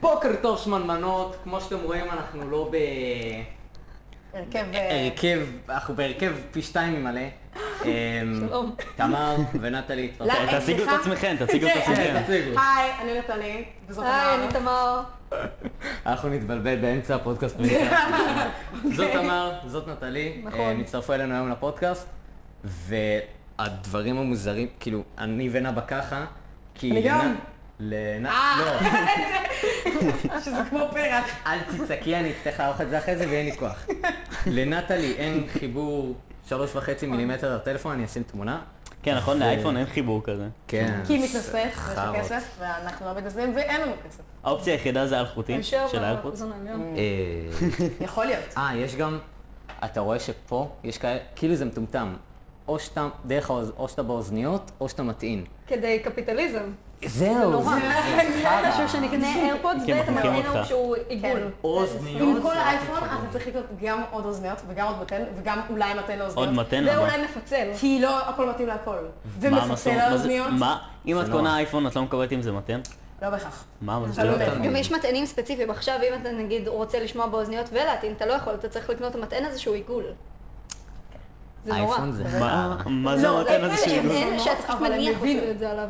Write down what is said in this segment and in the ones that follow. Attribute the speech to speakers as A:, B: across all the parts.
A: בוקר טוב שמנמנות, כמו שאתם רואים אנחנו לא ב...
B: הרכב... אה,
A: הרכב, אנחנו בהרכב פי שתיים ממלא. אמ,
B: שלום.
A: תמר ונטלי.
B: לא,
A: תפרטו.
B: אה,
C: תציגו את
B: סליחה.
C: עצמכם, תציגו את
B: זה,
C: עצמכם.
A: תציגו.
B: היי, אני נתני, וזאת
D: היי, אני תמר.
A: אנחנו נתבלבל באמצע הפודקאסט. מיותר.
B: אוקיי.
A: זאת תמר, זאת נטלי.
D: נכון.
A: אה, נצטרפו אלינו היום לפודקאסט. והדברים המוזרים, כאילו, אני ונאבה ככה, כי...
B: אני גם.
A: לנ...
B: אה.
A: לא,
B: שזה כמו פרח.
A: אל תצעקי, אני אצטרך לערוך את זה אחרי זה ואין לי כוח. לנטלי אין חיבור שלוש וחצי מילימטר לטלפון, אני אשים תמונה.
C: כן, נכון,
A: ו-
C: לאייפון אין חיבור כזה.
A: כן.
B: כי מתנשף, יש לו
A: חארות.
B: כסף, ואנחנו לא מתנשאים ואין לנו כסף.
C: האופציה היחידה זה אלחוטי,
D: ישר
C: של האיירפודס.
D: מהאוזן העליון.
A: אה,
B: יכול להיות.
A: אה, יש גם, אתה רואה שפה יש כאלה, כאילו זה מטומטם. או שאתה, דרך האוז, או שאתה באוזניות, או שאתה מטעין.
D: כדי קפיטליזם.
A: זהו,
D: נורא.
A: חרא.
D: חשוב שנקנה איירפודס
C: כן,
D: ואתה
C: מכריחים
D: מראה לנו
C: אותך.
D: שהוא עיגול.
A: אוזניות.
B: עם כל האייפון אתה צריך לקנות גם עוד אוזניות וגם עוד מתן וגם אולי מתן לאוזניות.
C: עוד מתן, למה?
D: ואולי מפצל.
B: כי לא הכל מתאים להכל.
C: מה
B: ומפצל
C: המשמעות? מה זה-
B: לאוזניות.
C: מה? אם
A: זה
C: את
A: נורא.
C: קונה אייפון את לא מקבלת עם זה מתן?
B: לא בהכרח.
C: מה
B: זה לא
C: המשמעות?
B: יודע.
D: גם יש מטענים ספציפיים עכשיו, אם אתה נגיד רוצה לשמוע באוזניות ולהטעין, אתה לא יכול, אתה צריך לקנות את המטען הזה שהוא עיגול. זה נורא.
A: אייפון זה
C: מה-
A: חרא.
C: מה זה
B: לא,
C: המתן
B: זה
C: הזה
B: פלא.
C: שלי?
D: אין שאתה צריך
B: אבל הם
D: מניח
B: הבינו.
D: אפילו את זה עליו.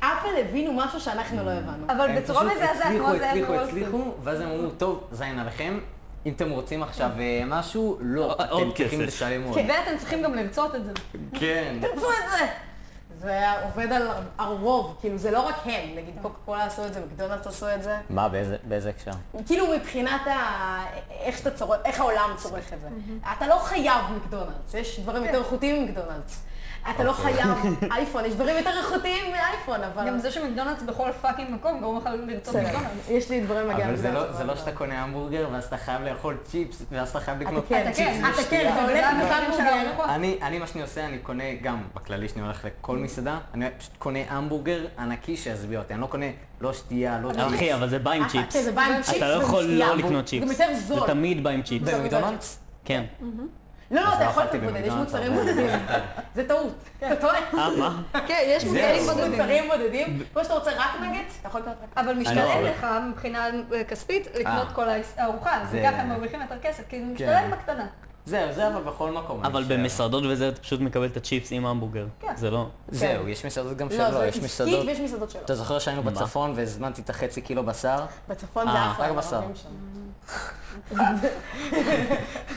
B: אפל הבינו משהו שאנחנו לא הבנו.
D: אבל
A: הם
D: בצורה
A: פשוט
D: מזעזעת, כמו
A: הצליחו,
D: זה
A: הצליחו, הצליחו, ואז הם אמרו, טוב, זין עליכם, אם אתם רוצים עכשיו אה, משהו, לא,
C: עוד
A: אתם צריכים
C: כסף.
A: לשלם עוד.
D: ואתם כן, צריכים גם לרצות את זה.
A: כן.
B: תרצו את זה. זה עובד על הרוב, כאילו זה לא רק הם, נגיד קוקה קולה עשו את זה, מקדונלדס עשו את זה.
A: מה, באיזה- באיזה הקשר?
B: כאילו מבחינת ה... איך שאתה צורך, איך העולם צורך את זה.
D: Mm-hmm.
B: אתה לא חייב מקדונלדס, יש דברים
D: כן.
B: יותר איכותיים ממקדונלדס. אתה לא
C: אוקיי.
B: חייב אייפון, יש דברים יותר איכותיים מאייפון, אבל...
D: גם זה שמקדונלדס בכל פאקינג מקום גורם לך לרצות
B: בסדר,
D: מקדונלדס.
B: יש לי דברים לגבי
A: אבל זה לא-
B: מקדונלדס,
A: זה לא
B: אבל-
A: שאתה קונה המבורגר, ואז אתה חייב לאכול צ'יפס, ואז אתה חייב לקנות
B: אתה כן,
D: אתה כן,
B: אתה כן,
A: שנייה.
B: זה הולך
C: לא
B: בכלל מוגר.
A: אני, אני מה שאני עושה, אני קונה גם, בכללי שאני הולך לכל מסעדה, אני פשוט קונה המבורגר ענקי שישביע אותי, אני לא קונה לא שתייה, לא
C: אה, אחי, אבל זה בא עם צ'יפס.
B: אה, כן, זה בא עם צ'יפס
C: אתה לא יכול
B: ומשנייה.
C: לא לקנות
B: גם
C: צ'יפס.
B: יותר זול.
C: זה תמיד בא עם צ'יפס.
B: זה-
A: במקדונלדס?
C: כן.
B: לא, לא,
A: אז
B: אתה יכול
A: אכלתי
B: להתמודד, יש
A: במקדונלדס,
B: מוצרים
A: אבל-
B: בודדים. זה טעות, אתה טועה.
C: אה, מה?
D: כן, יש מוצרים
B: יש
D: בודדים.
B: מוצרים בודדים, לא כמו שאתה רוצה רק נגץ, אתה יכול לקנות רק...
D: אבל
C: אני
D: משתלם
C: לא
D: לך מבחינה אה, כספית לקנות
A: אה.
D: כל האס- הארוחה, אז
A: זה-
D: ככה הם מרוויחים יותר כסף, כי זה משתלם בקטנה.
A: זהו, זה אבל בכל מקום. אני
C: אבל
A: חושב.
C: במסעדות וזה אתה פשוט מקבל את הצ'יפס עם ההמבורגר.
D: כן.
C: זה לא...
A: זהו, יש מסעדות גם
B: לא,
A: שלא,
B: זה
A: יש
B: עסקית
A: מסעדות.
B: ויש מסעדות שלא.
A: אתה זוכר שהיינו בצפון והזמנתי את החצי קילו בשר?
B: בצפון
A: אה,
B: זה אחלה, לא
A: רק בשר.
B: אוהבים שם.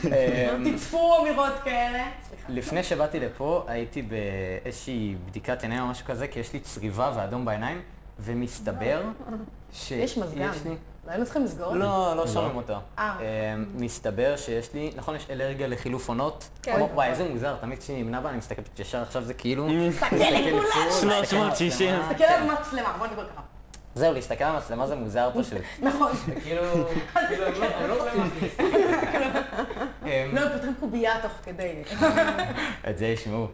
A: אמ,
B: תצפו אמירות כאלה. סליחה.
A: לפני שבאתי לפה הייתי באיזושהי בדיקת עיניים או משהו כזה, כי יש לי צריבה ואדום בעיניים, ומסתבר ש...
B: יש מזגן.
A: יש לי-
B: לא היינו צריכים לסגור את זה.
A: לא, לא שומעים אותו.
B: אה.
A: אמ, מסתבר שיש לי, נכון, יש אלרגיה לחילוף עונות.
D: כן.
A: או, וואי, איזה מוזר, תמיד כשאני נמנע בה, אני מסתכל ישר עכשיו זה כאילו...
B: תסתכל לכולם.
A: מסתכל לפול, מסתכל על
C: 360.
A: המצלמה.
B: כן, תסתכל על מצלמה, בוא נדבר ככה.
A: זהו, להסתכל על המצלמה זה מוזר פשוט.
B: נכון.
A: זה כאילו... כאילו, הם לא- הם לא רוצים להכניס. אמ,
B: לא, הם פותחים קובייה תוך כדי.
A: את זה ישמעו.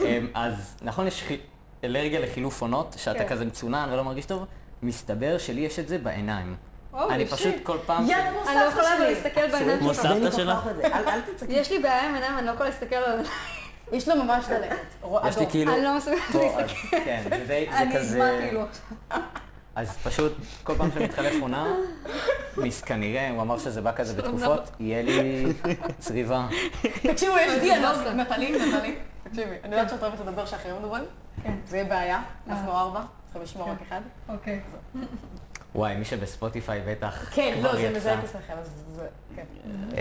A: אמ, אז נכון, יש חי- אלרגיה לחילוף עונות, שאתה
D: כן.
A: כזה מצונן ולא מרגיש טוב, מסתבר שלי יש את זה בעיניים.
B: Oh,
D: Holy
A: אני פשוט
D: shit.
A: כל פעם... ש-
B: יד כמו
D: אני לא
B: סבתא
D: יכולה
B: שלי.
D: להסתכל בעיניים
C: כמו
D: שלך.
C: סבתא.
B: אני כל כך
C: שלך?
B: אוהבת את זה. אל אל תצעקי.
D: יש לי בעיה עם עיניים, אני לא יכולה להסתכל על
B: יש לו ממש דלקת. רוע-
A: יש לי
B: אדום.
A: כאילו...
D: אני לא מסוגלת
A: פה,
D: להסתכל.
A: אז- כן, זה די... זה
D: אני
A: כזה...
D: אשמע כאילו עכשיו.
A: אז פשוט, כל פעם שמתחלף עונה, מס- כנראה, הוא אמר שזה בא כזה בתקופות, יהיה לי צריבה.
B: תקשיבו, יש
D: זה
B: דיאלוג.
D: באסה.
B: נטלי, נטלי. תקשיבי, אני יודעת שאת אוהבת לדבר שאחרים מדברים. זה יהיה בעיה. אנחנו ארבע. צריכים לשמור רק אחד.
D: אוקיי.
A: וואי, מי שבספוטיפיי בטח
B: כן,
A: כבר
B: לא, זה
A: יצא.
B: מזהה את עצמכם, אז זה... כן.
A: אמ,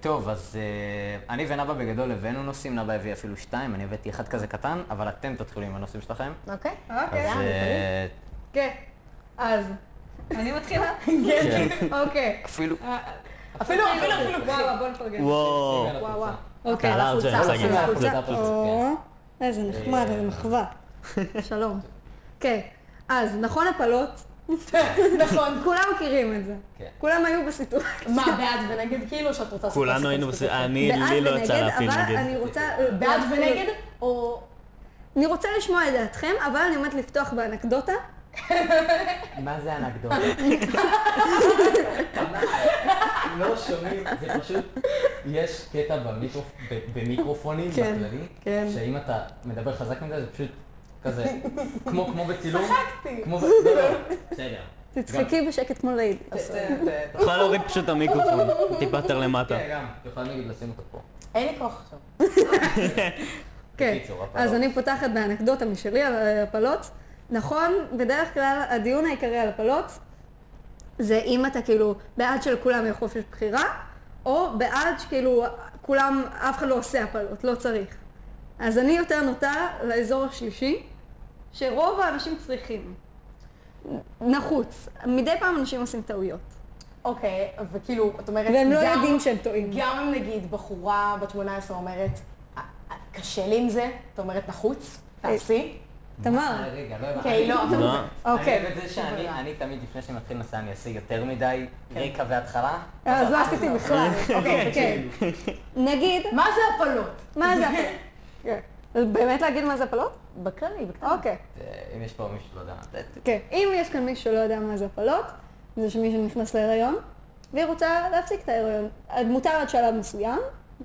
A: טוב, אז אה, אני ונאבה בגדול הבאנו נושאים, נאבה הביא אפילו שתיים, אני הבאתי אחד כזה קטן, אבל אתם תתחילו עם הנושאים שלכם.
B: אוקיי.
A: אז
D: אוקיי.
A: אה,
D: כן. אז, אני מתחילה?
A: כן.
D: אוקיי.
A: אפילו...
B: אפילו, אפילו, אפילו.
D: וואו, בוא נפרגן.
C: וואו.
D: וואו, וואו. אוקיי.
C: על הארג'ן,
B: החולצה,
C: שגיא.
B: על
A: החולצה.
D: או, איזה אה, נחמד, איזה מחווה. שלום. כן, אז נכון הפלות,
B: נכון.
D: כולם מכירים את זה.
A: כן.
D: כולם היו בסיטואציה.
B: מה, בעד ונגד כאילו שאת רוצה...
C: כולנו היינו... בס- אני, לי לא יצא להפיל
D: אבל
C: נגיד.
D: אני רוצה...
B: בעד ונגד, או...
D: אני רוצה לשמוע את דעתכם, אבל אני עומדת לפתוח באנקדוטה.
A: מה זה אנקדוטה? לא שומעים, זה פשוט, יש קטע במיקרופ- ב- במיקרופונים
D: כן,
A: בכללי,
D: כן.
A: שאם אתה מדבר חזק מדי זה פשוט כזה, כמו כמו בצילום,
B: צחקתי.
A: כמו ב- לא, לא, בסדר,
D: תצחקי בשקט כמו לעיד.
A: כן,
C: יכולה להוריד פשוט את המיקרופון, טיפה יותר למטה.
A: גם, את יכולה נגיד לשים אותו פה.
B: אין לי כוח עכשיו.
D: כן,
A: בקיצור, הפלות.
D: אז אני פותחת באנקדוטה משלי על הפלות. נכון, בדרך כלל הדיון העיקרי על הפלות זה אם אתה כאילו בעד שלכולם יהיה חופש בחירה, או בעד שכאילו כולם, אף אחד לא עושה הפלות, לא צריך. אז אני יותר נוטה לאזור השלישי, שרוב האנשים צריכים. נחוץ. מדי פעם אנשים עושים טעויות,
B: אוקיי, וכאילו, את אומרת...
D: והם לא
B: גם-
D: יודעים שהם טועים.
B: גם אם נגיד בחורה בת 18 אומרת, "אה, אה, קשה לי עם זה, את אומרת נחוץ, תעשי.
D: תמר,
A: אה, רגע, לא הבנתי.
B: אוקיי, לא, אתה
C: מה?
D: אוקיי.
A: אני אוהב את זה שאני אני תמיד לפני שאני מתחיל נושא אני אעשה יותר מדי רקע והתחלה.
D: כן. אז לא עשיתי בכלל. אוקיי, כן. נגיד,
B: מה זה הפלות?
D: מה זה הפלות? כן. באמת להגיד מה זה הפלות?
B: בכללי, בכללי.
D: אוקיי.
A: אה, אם יש פה מישהו שלא יודע.
D: כן. אם יש כאן מישהו שלא יודע מה זה הפלות, זה שמישהו נכנס להיריון, והיא רוצה להפסיק את ההיריון. עד- מותר עד שלב מסוים,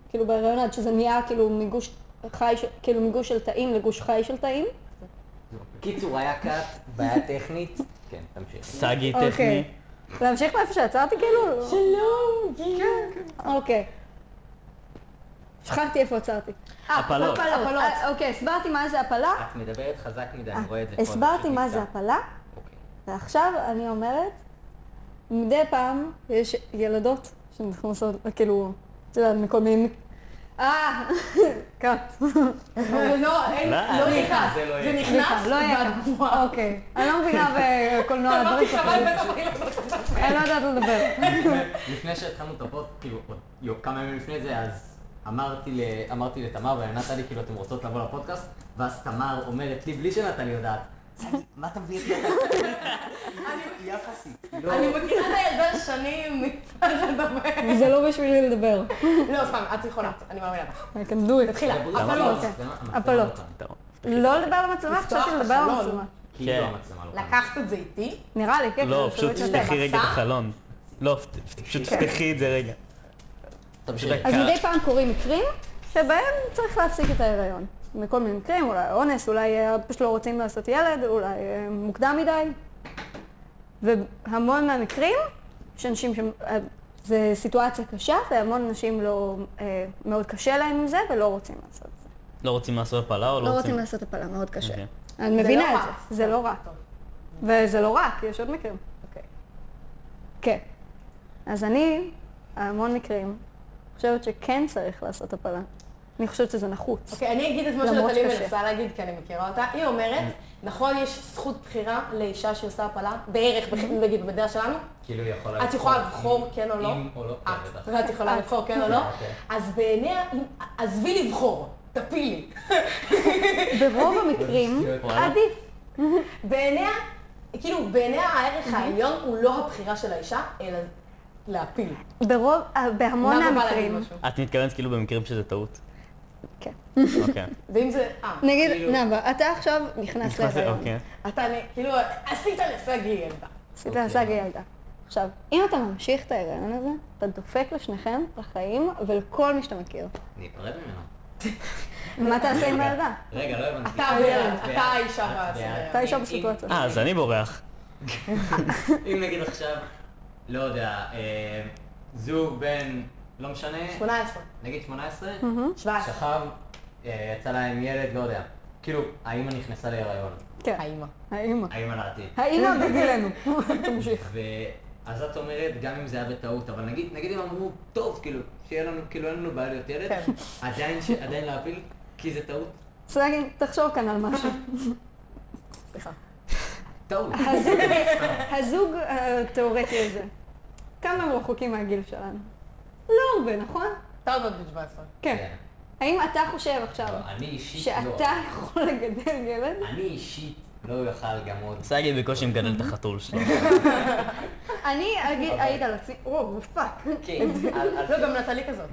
D: כאילו בהיריון עד שזה נהיה כאילו מגוש חי, ש- כאילו מגוש של תאים לגוש חי של תאים.
A: קיצור, היה קאט, בעיה טכנית. כן, תמשיך.
C: סאגי
D: אוקיי.
C: טכני.
D: להמשיך מאיפה שעצרתי כאילו?
B: שלום, כן.
D: אוקיי. שכחתי איפה עצרתי.
C: הפלות.
B: הפלות.
D: אה, אוקיי, הסברתי מה זה הפלה.
A: את מדברת חזק מדי, אני רואה את זה. פה,
D: אה, הסברתי
A: פשוט
D: מה
A: נקטע.
D: זה הפלה.
A: אוקיי.
D: ועכשיו אני אומרת, מדי פעם יש ילדות שנכנסות, כאילו, את יודעת, מכל מיני... אה, קאט.
B: לא, אין,
C: לא,
B: לא
C: אני-
B: נכנס.
A: זה לא יהיה.
B: זה נכנס,
D: לא היה
B: ואת גבוהה.
D: אוקיי. אני לא מבינה בקולנוע
B: אמרתי
D: לדברים
B: חבל
D: שלך.
B: בטח הפלות.
D: אני לא יודעת לדבר.
A: אוקיי. לפני שהתחלנו את הפוסט, כאילו, עוד- יו, כמה ימים לפני זה, אז אמרתי ל- אמרתי לתמר ולענת לי, כאילו, אתם רוצות לבוא לפודקאסט, ואז תמר אומרת לי, בלי שנטלי יודעת, "סגי, מה אתה מביא את זה? היא יחסית, היא לא...
B: אני מכירה את הילדה שנים, מצד לדבר.
D: זה לא בשבילי לדבר.
B: לא, סתם, את יכולה, אני מאמינה לך.
D: I can do it.
B: תתחילה,
A: הפלות.
B: הפלות.
D: הפלות.
C: פתרון.
D: לא לדבר על המצלמה,
B: לפתוח
D: חשבתי
B: את
D: לדבר על
B: החלון.
D: המצלמה.
A: כאילו
C: כן.
A: המצלמה לא כאן.
B: לקחת את זה איתי?
D: נראה לי, כן.
C: לא,
D: זה
C: פשוט
D: שווה את
C: תפתחי רגע
D: הדבר.
C: את החלון. לא, פת- פת- פשוט תפתחי את זה רגע.
A: תמשיך.
D: אז
C: קרה.
D: מדי פעם קורים מקרים שבהם צריך להפסיק את ההיריון. מכל מיני מקרים, אולי אונס, אולי אה, פשוט לא רוצים לעשות ילד, אולי אה, מוקדם מדי. והמון מהמקרים, יש אנשים ש... אה, זה סיטואציה קשה, והמון אנשים לא... אה, מאוד קשה להם עם זה, ולא רוצים לעשות את זה.
C: לא רוצים לעשות הפלה או לא רוצים?
D: לעשות הפלה, מאוד קשה.
C: אוקיי.
D: אני מבינה
B: לא
D: את
B: רע.
D: זה, זה לא רע. וזה לא רע, כי יש עוד מקרים.
B: אוקיי.
D: כן. אז אני, המון מקרים, חושבת שכן צריך לעשות הפלה. אני חושבת שזה נחוץ.
B: אוקיי, אני אגיד את מה
D: למרות
B: שנטלי
D: שקשה.
B: מנסה להגיד, כי אני מכירה אותה. היא אומרת, נכון, יש זכות בחירה לאישה שעושה הפלה,
D: Mm-hmm.
B: בערך, בח- נגיד, במדינה שלנו,
A: כאילו, היא יכולה...
B: את יכולה
A: לבחור
B: לבחור כן או לא?
A: אם או לא.
B: את.
A: בטח.
B: את יכולה לבחור כן או לא?
A: אוקיי.
B: אז בעיניה, אם- עזבי לבחור, תפילי.
C: אוקיי.
D: ברוב המקרים,
C: וואלה.
D: עדיף.
B: בעיניה, כאילו, בעיניה
D: Mm-hmm.
B: הערך העליון הוא לא הבחירה של האישה, אלא להפיל.
D: ברוב, אה, בהמון
B: נאוה בא להגיד
D: המקרים.
B: משהו.
C: את מתכוונת כאילו במקרים שזה טעות.
D: כן.
C: אוקיי.
B: ואם זה... אה.
D: נגיד, נאוה, אתה עכשיו נכנס
C: כאילו- נכנס-
D: להיריון.
C: אוקיי.
B: אתה נ- כאילו, עשית לשגי ילדה.
D: עשית להשגה ילדה. עכשיו, אם אתה ממשיך את ההיריון הזה, אתה דופק לשניכם, לחיים ולכל מי שאתה מכיר.
A: ניפרד ממנו.
D: מה תעשה עם
C: אוקיי.
D: הילדה?
A: רגע, לא הבנתי.
B: אתה הבעל,
A: את
B: אתה
A: בעד-
B: האישה
A: את
B: בעד.
A: בעד.
D: אתה אישה
A: אם- אם-
D: בסיטואציה.
C: אה, אז אני בורח.
A: אם נגיד עכשיו, לא יודע, אה, זוג בן, לא משנה,
B: 18.
A: נגיד 18,
B: 17.
A: שכב, אה, יצא להם ילד, לא יודע. כאילו, האמא נכנסה להיריון,
D: כן.
B: האימא.
D: האימא.
B: אוקיי.
A: האמא לעתיד.
D: האימא בגילנו. תמשיך.
A: ואז את אומרת, גם אם זה היה בטעות, אבל נגיד, נגיד הם אמרו, טוב, כאילו, שיהיה לנו, כאילו אין לנו בעיה להיות ילד,
B: כן.
A: עדיין, ש- עדיין להפיל, כי זה טעות.
D: סגי, תחשוב כאן על משהו.
B: סליחה.
A: טעות.
D: הזוג, הזוג התיאורטי הזה, כמה הם רחוקים מהגיל שלנו? לא הרבה, נכון?
B: אתה עוד מעט בן 17.
D: כן.
A: כן.
D: האם אתה חושב
A: לא,
D: עכשיו
A: אני אישית לא.
D: שאתה יכול לגדל ילד?
A: אני אישית לא יוכל גם עוד.
C: סגי בקושי מגדל את החתול שלו.
D: אני אגיד, אעיד על עצמי, וואו, פאק.
A: כן, על- על-
B: לא, גם נטלי כזאת.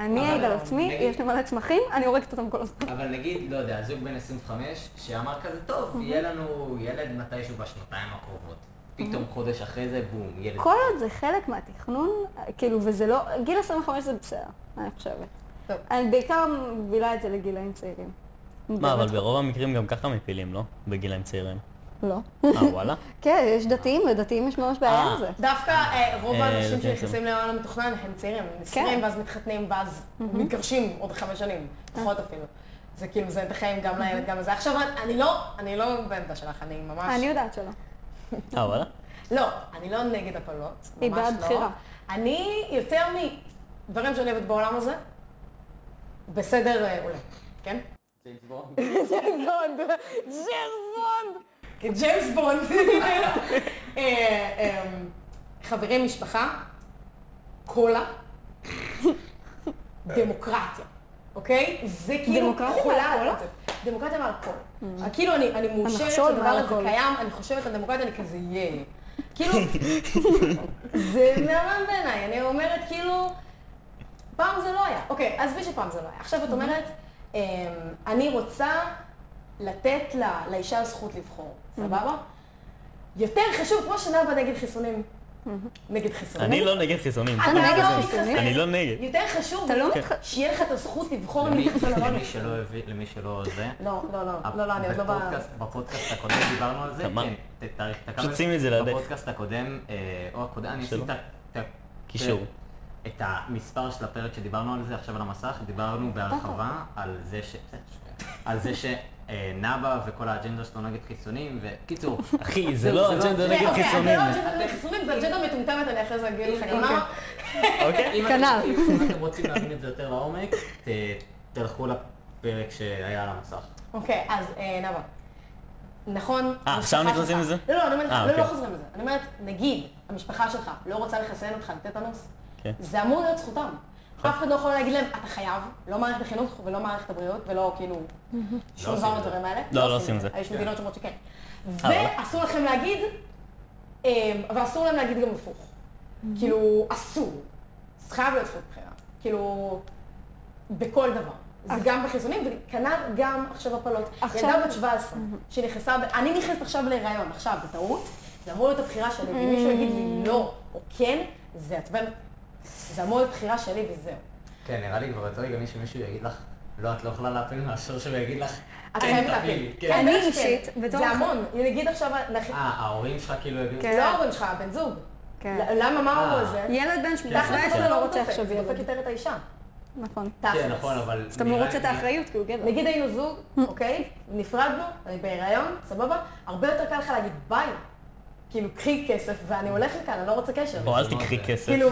D: אני אעיד על עצמי,
A: נגיד-
D: יש לי מלא צמחים, אני הורגת אותם כל הזמן.
A: אבל נגיד, לא יודע, זוג בן 25, שאמר כזה, טוב, יהיה לנו ילד מתישהו בשנתיים הקרובות. פתאום חודש אחרי זה, בום, ילד.
D: כל עוד זה חלק מהתכנון, כאילו, וזה לא, גיל 25 זה בסדר, אני חושבת.
B: טוב.
D: אני בעיקר מובילה את זה לגילאים צעירים.
C: מה, אבל
D: באמת.
C: ברוב המקרים גם ככה מפילים, לא? בגילאים צעירים.
E: לא.
C: אה, וואלה?
E: כן, יש דתיים, ודתיים יש ממש בעיה
C: אה.
E: עם זה.
B: דווקא אה, רוב
C: אה,
B: האנשים
C: זה
B: שנכנסים להיריון המתוכנן הם צעירים,
E: כן.
B: הם 20 ואז מתחתנים ואז מתגרשים עוד חמש שנים,
E: אה.
B: פחות אפילו. זה כאילו, זה את החיים גם לילד, גם לזה. עכשיו, אני לא, אני לא בעמדה שלך, אני ממש...
E: אני יודעת שלא.
C: אה, וואלה?
B: לא, אני לא נגד הפלות,
E: היא
B: ממש
E: בעד
B: לא.
E: בחירה.
B: אני יותר מדברים שאני אוהבת בעולם הזה, בסדר אה, עולה, כן?
A: ג'יימס בונד.
E: נכון,
B: ג'יימס בונד. אה, אמ, חברים, משפחה, קולה, דמוקרטיה, אוקיי? זה כאילו
E: דמוקרטיה
B: חולה
E: מעל הכל?
B: על הקונספט. דמוקרטיה מעל הכל. כאילו אני אני מאושרת
E: הנחשול
B: שהדבר
E: מעל
B: הזה
E: הכל.
B: קיים, אני חושבת על דמוקרטיה, אני כזה יהיה. כאילו, זה מהמם בעיניי, אני אומרת כאילו, פעם זה לא היה. אוקיי, עזבי שפעם זה לא היה. עכשיו את
E: אוקיי.
B: אומרת, אמ, אני רוצה לתת לה- לאישה זכות לבחור,
E: אוקיי.
B: סבבה? יותר חשוב, כמו שנאווה נגד חיסונים.
E: אוקיי.
B: נגד חיסונים.
C: אני לא נגד חיסונים.
B: אתה
E: נגד
B: לא
E: חיסונים?
B: מתחסן.
C: אני לא נגד.
B: יותר חשוב,
E: אתה לא
B: כן.
E: מתח-
B: שיהיה לך את הזכות לבחור אם
A: למי-
B: להתחסן או לא
A: למי
B: להתחסן.
A: שלא הביא- למי שלא זה.
B: לא, לא, לא, לא, לא, אני עוד לא ב...
A: בפודקאסט- בפודקאסט הקודם דיברנו על זה,
C: תמר.
A: כן, ת- תאריך את הכבל.
C: פשוט שימי את זה לידך.
A: בפודקאסט הקודם, אה, או הקודם, אני אשים
C: שלא.
A: את ה... את ה-
C: קישור.
A: את המספר של הפרק שדיברנו על זה עכשיו על המסך, דיברנו בהרחבה על זה ש... על זה שנאבה וכל האג'נדה שלו נגד חיסונים, וקיצור,
C: אחי, זה לא אג'נדה
B: אוקיי,
C: נגד
B: אוקיי, זה
C: חיסונים.
B: לא אג'נדה נגד חיסונים, זה אג'נדה מטומטמת, אני אחרי זה אגיד לך גם למה.
C: אוקיי?
A: אם
E: כנ"ל.
A: אתם- אם אתם רוצים להבין את זה יותר לעומק, ת- תלכו לפרק שהיה על המסך.
B: אוקיי, אז אה, נאוה. נכון,
C: אה, עכשיו
B: המשפחה
C: נכנסים
B: שלך-
C: לזה?
B: לא, לא, אני אומרת
C: אה,
B: לך, לא, לא
C: אוקיי.
B: חוזרים לזה. אני אומרת, נגיד, המשפחה שלך לא רוצה לחסן אותך לטטנוס,
C: כן. נכון.
B: זה אמור להיות זכותם. אף אחד לא יכול להגיד להם, אתה חייב, לא מערכת החינוך ולא מערכת הבריאות ולא כאילו שום
A: לא
B: דבר
A: עושים את זה.
B: מהדברים האלה.
C: לא, לא עושים את זה.
B: יש מדינות שאומרות שכן.
C: אה,
B: ואסור לכם להגיד, אמ, ואסור להם להגיד גם הפוך. כאילו, אסור. זה חייב להיות זכות בחירה. כאילו, בכל דבר. זה גם בחיסונים, וכנ"ל גם עכשיו הפלות.
E: עכשיו-
B: ילדה בת 17, שנכנסה, ב- אני נכנסת עכשיו להיריון, עכשיו, בטעות, זה אמור להיות הבחירה שלי, ואם מישהו יגיד לי לא או כן, זה יעצבן. אותי. זה אמור להיות בחירה שלי וזהו.
A: כן, נראה לי כבר יותר הגיוני שמישהו יגיד לך, לא, את לא יכולה להפיל מאשר שהוא יגיד לך, "כן,
B: את חייבת
A: תפילי",
B: להפיל.
A: כן.
D: אני
B: כן,
D: אישית,
B: כן.
D: בתור
B: זה
D: אח-
B: המון. נגיד עכשיו, נכ-
A: אה, ההורים שלך כאילו יגידו,
D: כן.
B: לא ההורים שלך, הבן זוג.
D: כן.
B: ל- למה, מה הוא
A: אה.
B: זה?
D: ילד בן
B: תכלס
D: 17
B: זה
E: לא
B: לא
E: רוצה
B: רוצה
E: עכשיו
B: עכשיו זה
E: ילד.
B: דופק יותר את האישה.
E: נכון.
B: תכלס.
A: נכון. כן, נכון, אבל...
D: אז אתה גם לא רוצה את האחריות, כי הוא גבר.
B: נגיד היינו זוג, אוקיי? נפרדנו, אני בהיריון, סבבה? הרבה יותר קל לך להגיד ביי. כאילו, קחי כסף ואני הולך לכאן, אני לא רוצה קשר.
C: או אל תקחי כסף.
B: כאילו,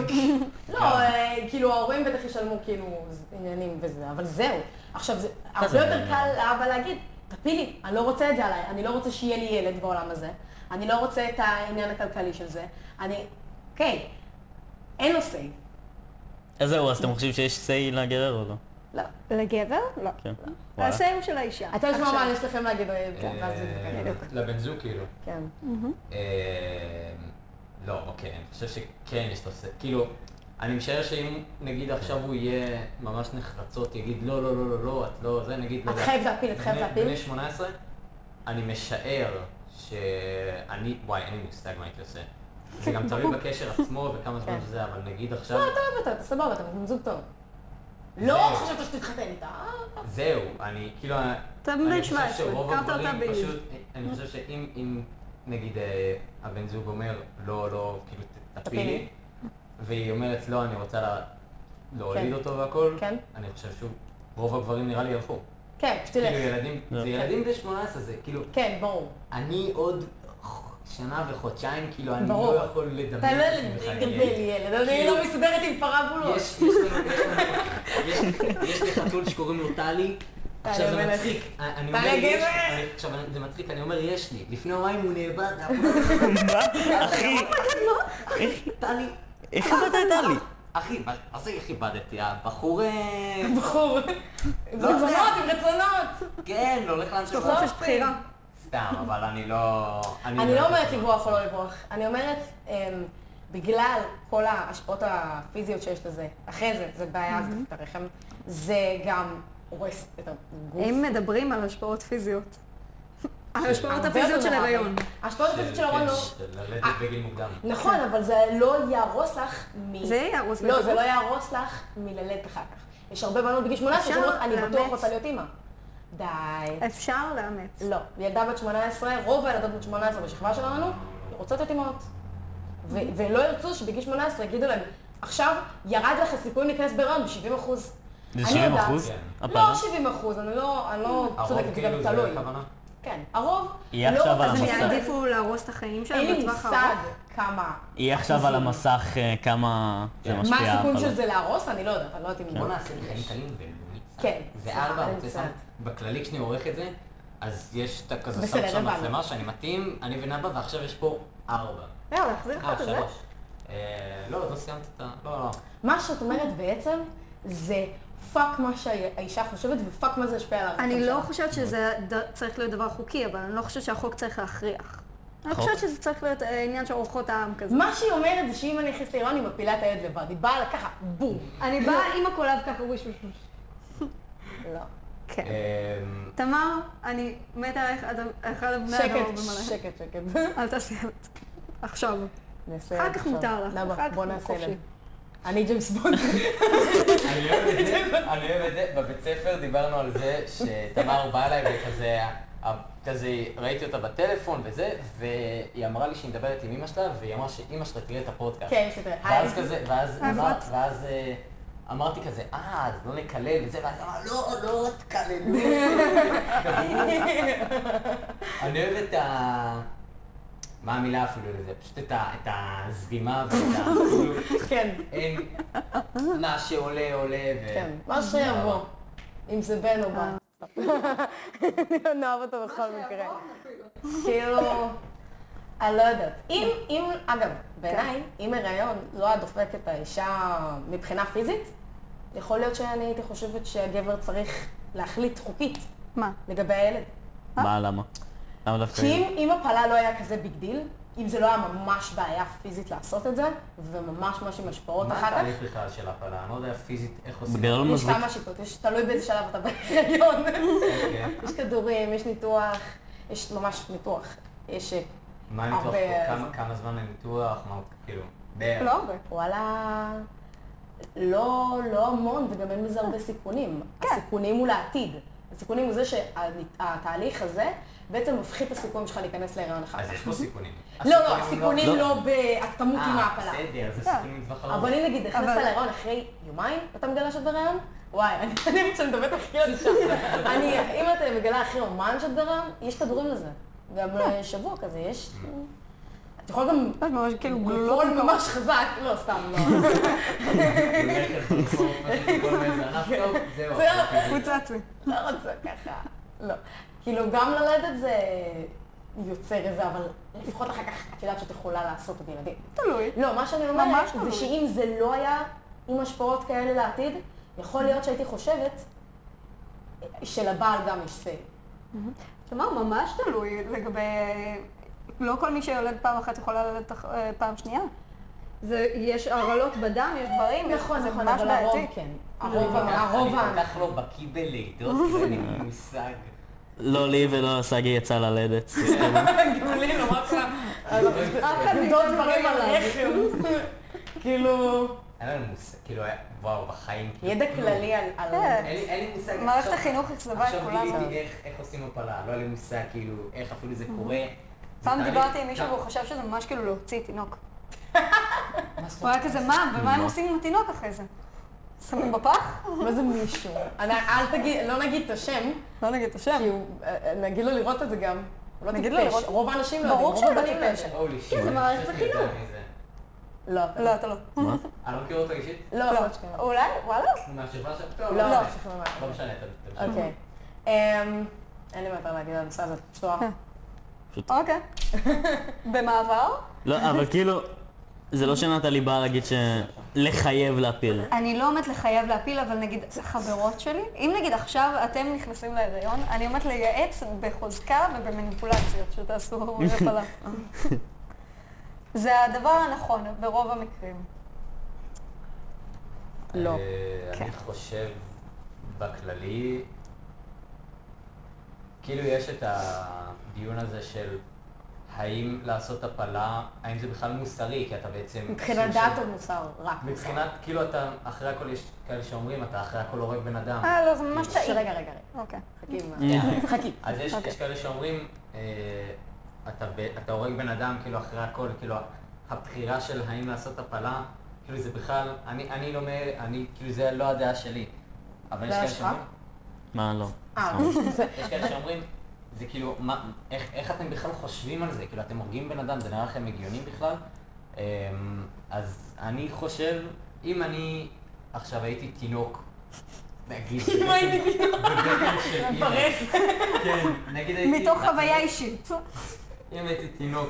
B: לא, אה, כאילו ההורים בטח ישלמו כאילו ז- עניינים וזה, אבל זהו. עכשיו, זה הרבה
C: זה
B: יותר
C: מעניין?
B: קל לאבא להגיד, תפילי, אני לא רוצה את זה עליי, אני לא רוצה שיהיה לי ילד בעולם הזה, אני לא רוצה את העניין הכלכלי של זה, אני, אוקיי, אין לו say.
C: אז זהו, אז אתם חושבים שיש סיי לגרר או לא?
B: לא.
E: לגבר? לא.
C: כן. וואלה.
D: והסיום של האישה.
B: אתה תשמע
D: עכשיו.
B: מה יש לכם להגיד, אה, ואז
A: אה,
B: נתקדם.
A: לבן זוג כאילו.
B: כן.
A: אה, לא, אוקיי, אני חושב שכן יש לו ס... כאילו, אני משער שאם נגיד עכשיו הוא יהיה ממש נחרצות, יגיד לא, לא, לא, לא, לא, את לא זה, נגיד... לא
B: את
A: יודע,
B: חייבת להפיל, את חייבת
A: בני-
B: להפיל.
A: בני 18, אני משער שאני... וואי, אין לי מושג מה הייתי עושה. זה גם תלוי בקשר עצמו וכמה זמן
B: כן.
A: שזה, אבל נגיד עכשיו...
B: אתה אוהב אותה, אתה סבבה, אתה בן זוג טוב.
A: זהו.
B: לא חשבת שתתחתן איתה. אה,
A: זהו, אני כאילו...
D: אתה
A: אני
D: בן
A: חושב
D: 17,
A: שרוב
D: הכרת אותה
A: הגברים
D: באיש.
A: פשוט- אני חושב שאם אם, נגיד אה, הבן זוג אומר לא, לא, כאילו ת-
B: תפילי.
A: תפילי, והיא אומרת לא, אני רוצה לה- להוליד
B: כן.
A: אותו והכל,
B: כן.
A: אני חושב שוב, רוב הגברים נראה לי ילכו.
B: כן,
A: כאילו
B: שתלך.
A: ילדים,
C: לא.
A: זה ילדים בני 18, זה כאילו,
B: כן, ברור.
A: אני עוד שנה וחודשיים, כאילו, אני
B: ברור.
A: לא יכול לדמיין
B: אתה לא
A: את עצמי בכלל עם
B: גדל ילד, אני
A: כאילו,
B: לא מסתדרת עם פרבולות.
A: יש- יש לנו- יש לנו- יש- יש לי חתול שקוראים לו טלי. עכשיו זה
B: המלך.
A: מצחיק, אה, אני
B: טלי
A: אומר יש,
B: הגבר.
A: אני- עכשיו אני- זה מצחיק, אני אומר יש לי, לפני יומיים הוא נאבד,
C: אחי,
A: טלי,
C: איך הבאת את טלי?
A: אחי, מה- מה זה איך איבדתי, הבחור, אה,
B: בחור.
A: לא יודע.
B: רצונות עם רצונות.
A: כן, לא הולך להמשיך,
B: לא
D: חופש
B: עושים.
D: בחירה.
A: סתם, אבל אני לא,
B: אני לא אומרת לברוח או לא לברוח, אני אומרת, אמ, בגלל כל ההשפעות הפיזיות שיש לזה, אחרי זה, זה בעיה, זה את הרחם, זה גם הורס את הגוף.
D: אם מדברים על השפעות פיזיות. ההשפעות
B: הרבה
D: הפיזיות
B: יותר
D: של
B: נורא.
D: הריון.
B: ההשפעות הפיזיות של הרון לא...
A: כן, ללדת בגיל מוקדם.
B: נכון, אבל זה לא יהרוס לך מ...
D: כן. זה יהרוס לך
B: לא, זה
D: הגוף.
B: לא יהרוס לך מללדת אחר כך. יש הרבה בנות בגיל 18
D: אפשר
B: שאומרות, אני
D: לאמץ.
B: בטוח רוצה להיות אימא. די.
D: אפשר לאמץ.
A: אה,
B: לא. ילדה בת 18, רוב הילדות בת 18 בשכבה שלנו, רוצות להיות אימהות.
D: Mm-hmm.
B: ו- ולא ירצו שבגיל 18 יגידו להם, עכשיו ירד לך הסיכוי להיכנס בהיריון ב-70 אחוז.
C: זה 70 אחוז? כאילו
B: לא 70 אחוז, אני לא אני לא צודקת, זה
A: כאילו
B: גם תלוי. כן, הרוב
C: היא
B: לא
C: עכשיו
B: רוצה
C: על
D: אז
B: שזה
C: המסך.
D: הם
B: ייכנס.
D: יעדיפו להרוס את החיים
B: אין
D: שלהם
B: לי
D: בטווח
B: מושג
D: הארוך.
B: כמה.
C: יהיה עכשיו על המסך אה, כמה זה
A: מה
B: מה
C: משפיע.
B: הסיכון
C: אבל לא.
B: של זה להרוס? אני לא יודעת, אני לא יודעת אם...
A: בוא נעשה חיים קלים ונצא.
B: כן.
A: זה ארבע
B: סליחה,
A: ערוצי
B: נצא.
A: סאונד. בכללי כשאני עורך את זה, אז יש את הכזה
B: בסדר,
A: סאונד של
B: הבנו.
A: המצלמה שאני מתאים, אני ונאבה, ועכשיו יש פה ארבע.
D: יאללה, להחזיר לך
A: אה,
D: את זה.
A: שלוש. אה, לא, לא סיימת את ה... לא, לא.
B: מה שאת אומרת בעצם, זה פאק מה שהאישה חושבת ופאק מה זה ישפיע על הרצון
D: אני
B: שלה.
D: לא חושבת שזה ד- צריך להיות דבר חוקי, אבל אני לא חושבת שהחוק צריך להכריח. אני
C: חוק?
D: חושבת שזה צריך להיות אה, עניין של אורחות העם כזה.
B: מה שהיא אומרת זה שאם אני נכנסת להיריון, היא מפילה את הילד לבד. היא באה לה ככה, בום.
D: אני באה עם הקולב ככה וויש וויש וויש.
B: לא.
D: כן.
A: אה,
D: תמר, אני מתה עלייך, את אחד הבני אדם
B: שקט,
D: במלא.
B: שקט, שקט.
D: אל תעשי את זה. עכשיו.
B: נעשה
D: אחר
B: ילד
D: כך
B: עכשיו.
D: מותר לך,
B: למה?
D: אחר כך
B: בוא נעשה
D: חופשי.
B: ילד. אני ג'יימס בונד.
A: אני אוהב את זה, אני אוהב את זה. בבית ספר דיברנו על זה שתמר באה אליי וכזה, ה- כזה ראיתי אותה בטלפון וזה, והיא אמרה לי שהיא מדברת עם אמא שלה, והיא אמרה שאמא שלה תראה את הפודקאסט.
B: כן, בסדר. היי.
A: ואז כזה, ואז
D: היי,
A: אמר-
D: פרץ.
A: ואז אה, אמרתי כזה, אה, אז לא נקלל וזה, ואז אמרה, לא, לא תקללו. "אה, אני אוהב את ה... מה המילה אפילו לזה? פשוט את ה- את הזרימה ואת ה...
B: כן,
A: אין מה שעולה עולה ו...
B: כן. מה שיבוא. אם זה בן או בת. אני אוהב אה. אותו בכל מקרה. כאילו, אני לא יודעת. אם, אם, אגב, בעיניי, אם הריון לא היה דופק את האישה מבחינה פיזית, יכול להיות שאני הייתי חושבת שהגבר צריך להחליט חוקית
D: מה?
B: לגבי הילד.
A: כן.
C: מה, למה? למה דווקא?
B: כי אם, אם הפלה לא היה כזה ביג דיל, אם זה לא היה ממש בעיה פיזית לעשות את זה, וממש ממש עם השפעות
A: מה
B: אחר כך,
A: התהליך לא בכלל של הפלה? אני לא יודע פיזית איך עושים.
C: בגרון
B: יש
C: מזריק.
B: כמה שיטות, יש תלוי באיזה שלב אתה בהיריון.
A: אוקיי.
B: יש כדורים, יש ניתוח, יש ממש ניתוח. יש אה,
A: מה הניתוח?
B: הרבה-
A: כמה- כמה זמן הניתוח? מה, כאילו... בערך.
D: לא הרבה.
B: וואלה, לא, לא המון, וגם אין בזה הרבה סיכונים. כן. הסיכונים הוא לעתיד. הסיכונים הוא זה שהתהליך הזה בעצם מפחית את הסיכון שלך להיכנס להיריון אחר
A: אז
B: כך.
A: יש פה סיכונים.
B: לא, לא, הסיכונים לא ב... את תמות עם
A: אה,
B: ההפלה.
A: בסדר, זה סיכונים לטווח ארוך.
B: אבל אם נגיד נכנסת
D: אבל-
B: להיריון אחרי יומיים, אתה מגלה שאת בהיריון? וואי, אני חושבת שאני מדברת הכי על אישה. אני, אם את מגלה אחרי יומיים שאת בהיריון, יש כדורים לזה. גם אה, שבוע כזה, יש... את יכולה גם...
D: את ממש כאילו גלולות.
B: ליפול ממש חזק, לא, סתם, לא.
A: ללכת לסחוב, לכל מיני זנב טוב, זהו.
B: זהו.
A: אוקיי.
D: פוצצי.
B: לא רוצה ככה. לא. כאילו, גם ללדת זה יוצר איזה, אבל לפחות אחר כך את יודעת שאת יכולה לעשות את ילדים.
D: תלוי.
B: לא, מה שאני
D: ממש
B: אומרת זה
D: לא.
B: שאם זה לא היה עם השפעות כאלה לעתיד, יכול להיות שהייתי חושבת שלבעל גם יש סיי.
D: כלומר, ממש תלוי לגבי... לא כל מי שיולד פעם אחת יכולה ללדת אח- אה, פעם שנייה. זה, יש הרעלות בדם, יש דברים, יש- זה ממש
B: נכון, אבל
D: בעייתי. לא,
B: הרוב כן. הרוב,
A: אני כל כך-
B: הרוב,
A: אני כל כך לא בקיא בלידות, כאילו, אין לי מושג.
C: לא לי ולא לשגי יצא ללדת.
B: גם לי נורא קל. דוד דברים על רחם. כאילו,
A: אין לנו מושג, כאילו, היה- וואו, בחיים. כאילו,
B: ידע
A: כלום.
B: כללי על... על-
D: לא. כן.
A: אין לי- אין לי מושג.
D: מערכת
A: עכשיו-
D: החינוך אכזבה את כולנו.
A: עכשיו גיליתי איך- איך עושים הפלה, לא היה לי מושג, כאילו, איך אפילו זה קורה. זה
D: פעם
A: תהליך-
D: דיברתי עם מישהו
A: כמה-
D: והוא חשב שזה ממש כאילו להוציא תינוק. הוא היה כזה, מה, ומה הם עושים עם התינוק אחרי זה? שמים בפח?
B: מה זה מישהו? אני- אל תגיד, לא נגיד את השם,
D: לא נגיד את השם.
B: כי הוא, אה, נגיד לו לראות את זה גם. הוא לא
D: נגיד לו
B: טיפש.
D: לראות.
B: רוב האנשים לא יודעים,
D: ברור
B: רוב
D: שהוא לא
B: הבנים לא
D: טיפש.
B: יודעים.
A: Holy shit,
D: זה
A: אני
D: מערכת
A: חושב שאני יודע
D: החינוך.
A: מי זה.
B: לא,
D: לא, אתה לא.
C: מה?
A: אני לא מכיר אותו אישית?
B: לא יכול להיות שכן.
D: אולי? וואלה.
A: הוא מהשכבה של... טוב,
B: לא,
A: משנה.
B: מהשכבה, מה-
A: לא משנה, אתה- אתה-
B: אוקיי. אמ, אין לי מה יותר להגיד על הנושא הזה, פשוט לא.
D: כן. אוקיי. במעבר?
C: לא, אבל כאילו, זה לא שנתת לי באה להגיד ש... לחייב להפיל.
D: אני לא אומרת לחייב להפיל, אבל נגיד חברות שלי, אם נגיד עכשיו אתם נכנסים להיריון, אני אומרת לייעץ בחוזקה ובמניפולציות שתעשו הפלה. זה הדבר הנכון ברוב המקרים.
B: לא.
A: אה, אני חושב בכללי, כאילו יש את הדיון הזה של האם לעשות הפלה, האם זה בכלל מוסרי, כי אתה בעצם...
B: מבחינת
A: סוג של-
B: דת או מוסר? רק.
A: מבחינת, כאילו אתה, אחרי הכל יש כאלה שאומרים, אתה אחרי הכל הורג בן אדם.
D: אה, לא, זה ממש
B: רגע,
D: טעים.
B: רגע, רגע. אה,
D: אוקיי.
B: חכי, מה- חכי.
A: אז יש,
B: אוקיי.
A: יש כאלה שאומרים, אה, אתה, ב- אתה הורג בן אדם, כאילו, אחרי הכל, כאילו, הבחירה של האם לעשות הפלה, כאילו, זה בכלל, אני, אני לא מאלה, אני, כאילו, זה לא הדעה שלי. אבל יש
B: דעה
A: כאלה
B: שלך?
A: שאומרים,
C: מה, לא.
B: אה, זה-
A: יש כאלה שאומרים, זה כאילו, מה, איך, איך אתם בכלל חושבים על זה? כאילו, אתם הורגים בן אדם, זה נראה לכם הגיוני בכלל? אמ, אז אני חושב, אם אני עכשיו הייתי תינוק, נגיד,
B: אם הייתי
A: תינוק, בבטן של אמא,
B: ברך.
A: כן, נגיד הייתי,
D: מתוך חוויה אישית.
A: אם הייתי תינוק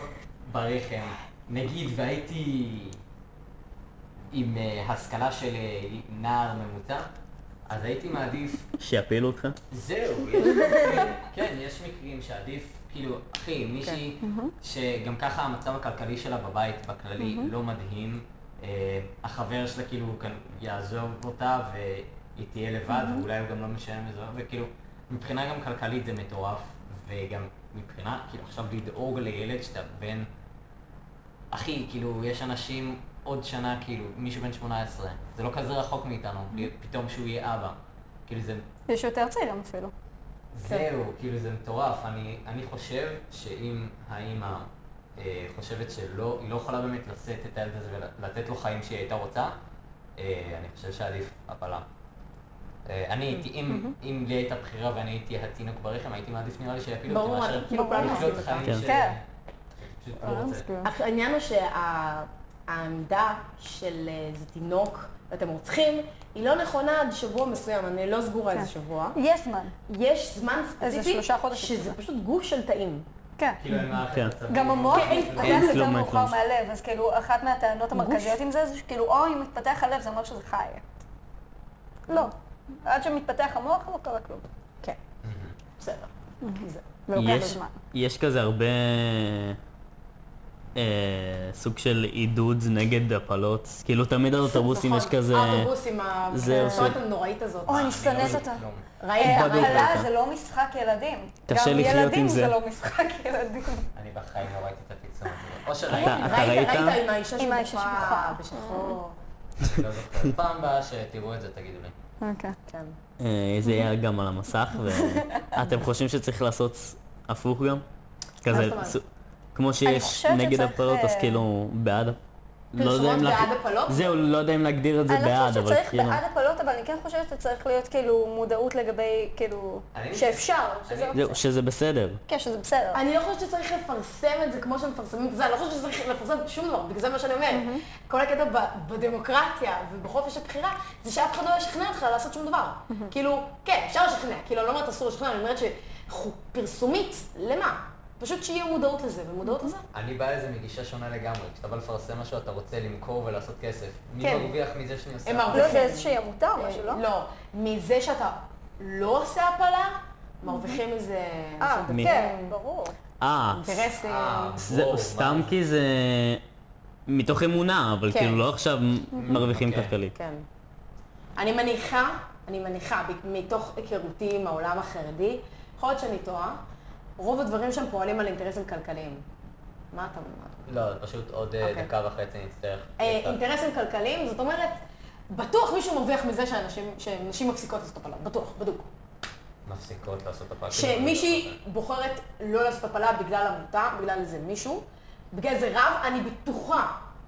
A: ברחם, נגיד, והייתי עם אה, השכלה של אה, נער ממוצע, אז הייתי מעדיף
C: שיפילו אותך?
A: זהו, יש מקרים- כן, יש מקרים שעדיף, כאילו, אחי, מישהי שגם ככה המצב הכלכלי שלה בבית בכללי לא מדהים, אה, החבר שלה כאילו כאן יעזוב אותה והיא תהיה לבד, ואולי הוא גם לא משלם לזה, וכאילו, מבחינה גם כלכלית זה מטורף, וגם מבחינה, כאילו, עכשיו לדאוג לילד שאתה בן... אחי, כאילו, יש אנשים עוד שנה, כאילו, מישהו בן 18, זה לא כזה רחוק מאיתנו, פתאום שהוא יהיה אבא. כאילו, זה
D: יש יותר צעירים אפילו. כן.
A: זהו, כאילו זה מטורף. אני, אני חושב שאם האימא אה, חושבת שלא, היא לא יכולה באמת לשאת את הילד הזה ולתת לו חיים שהיא הייתה רוצה, אה, אני חושב שעדיף הפלה. אה, אני הייתי, אם, אם לי הייתה בחירה ואני הייתי התינוק ברחם, הייתי מעדיף נראה לי שיפילו אותי
B: ברור,
A: מאשר
B: כאילו, כולם
A: לחיות
B: עושים
A: חיים
C: אותם.
A: ש...
D: כן.
A: פשוט לא רוצה.
B: אך העניין הוא שהעמדה של איזה תינוק ואתם רוצחים, היא לא נכונה עד שבוע מסוים, אני לא סגורה איזה שבוע.
D: יש זמן.
B: יש זמן
D: כן. איזה
B: ספציפי
D: שלושה חודשים.
B: שזה פשוט גוש של תאים.
D: כן.
A: כאילו אין מערכת
C: כן.
A: עצבים.
D: גם המוח כן.
A: אין-
D: מתפתח יותר
C: כלום,
D: מאוחר
C: כלום.
D: מהלב, אז כאילו, אחת מהטענות המרכזיות עם זה, זה שכאילו, או אם מתפתח הלב, זה אומר שזה חי. לא. עד שמתפתח המוח, לא קרה כלום.
B: כן. בסדר.
D: אוקיי.
B: זה.
D: ולוקח
C: יש,
D: זמן.
C: יש כזה הרבה אה, סוג של עידוד נגד הפלות. כאילו תמיד על אוטובוסים יש
B: נכון,
C: כזה...
B: האוטובוסים,
C: זה-
B: המסורת הנוראית הזאת.
D: אוי, אני שונאת אותה.
A: כלום.
B: ראית?
C: בדיוק.
D: הפלה אה, זה לא משחק ילדים.
C: אה, קשה
D: גם
C: לחיות עם
D: ילדים
C: זה.
D: זה לא משחק ילדים.
A: אני בחיים לא ראיתי את הקיצון הזה. או שראיתי,
C: אתה, אתה
B: ראית
C: ראית?
B: ראית עם האישה
D: עם האישה
B: שבוכה
D: שבוכה.
B: בשחור.
A: אני לא זוכר. פעם הבאה שתראו את זה תגידו לי.
D: אוקיי.
B: כן.
C: אה, זה יהיה גם על המסך, ואתם חושבים שצריך לעשות הפוך גם? כזה,
B: זאת אומרת?
C: סו- כמו
D: אני
C: שיש
D: חושבת
C: נגד
D: שצריך,
C: הפלות, אז
D: אה,
C: כאילו בעד... לא יודע אם
B: פרסומות
C: להכ-
B: בעד הפלות?
C: זהו, לא יודע אם להגדיר את זה
D: אני לא
C: בעד, אבל
D: חושבת שצריך
C: כאילו...
D: בעד הפלות, אבל אני כן חושבת שצריך להיות כאילו מודעות לגבי, כאילו,
A: אני-
D: שאפשר, שזה
A: אני-
D: אופציה.
C: זהו, שזה בסדר.
D: כן, שזה בסדר.
B: אני לא חושבת שצריך לפרסם את זה כמו שמפרסמים את זה, אני לא חושבת שצריך לפרסם שום דבר, בגלל זה מה שאני אומרת.
D: Mm-hmm.
B: כל הקטע ב- בדמוקרטיה ובחופש הבחירה, זה שאף אחד לא ישכנע אותך לעשות שום דבר.
D: Mm-hmm.
B: כאילו, כן, אפשר לשכנע, כאילו, אני לא אומרת אסור לשכנע, אני אומרת שפרסומית, למה? פשוט שיהיה מודעות לזה, ומודעות
D: Mm-hmm.
B: לזה.
A: אני בא לזה מגישה שונה לגמרי. כשאתה בא לפרסם משהו, אתה רוצה למכור ולעשות כסף. מי
B: כן.
A: מרוויח מזה שאני עושה? אה,
B: הם
A: הפלה?
D: לא, זה איזושהי עמותה או משהו, לא?
C: אה,
B: לא, מזה שאתה לא עושה הפלה, מרוויחים מזה
D: Mm-hmm. אה,
C: מי?
D: כן, ברור.
C: אה,
B: אינטרסים.
A: אה,
C: זהו,
A: וואו,
C: סתם
A: מה?
C: כי זה מתוך אמונה, אבל
B: כן.
C: כאילו לא עכשיו מרוויחים
A: אוקיי.
C: כלכלית.
B: כן. אני מניחה, אני מניחה, ב- מתוך היכרותי עם העולם החרדי, יכול להיות שאני טועה, רוב הדברים שם פועלים על אינטרסים כלכליים. מה אתה אומר?
A: לא, זה פשוט עוד אה,
B: אוקיי.
A: דקה וחצי נצטרך.
B: אה,
A: קצת.
B: אינטרסים כלכליים, זאת אומרת, בטוח מישהו מרוויח מזה שאנשים, שנשים מפסיקות לעשות הפלה, בטוח, בדוק.
A: מפסיקות לעשות הפעם.
B: שמישהי בוחרת לא לעשות הפלה בגלל עמותה, בגלל איזה מישהו, בגלל איזה רב, אני בטוחה. אני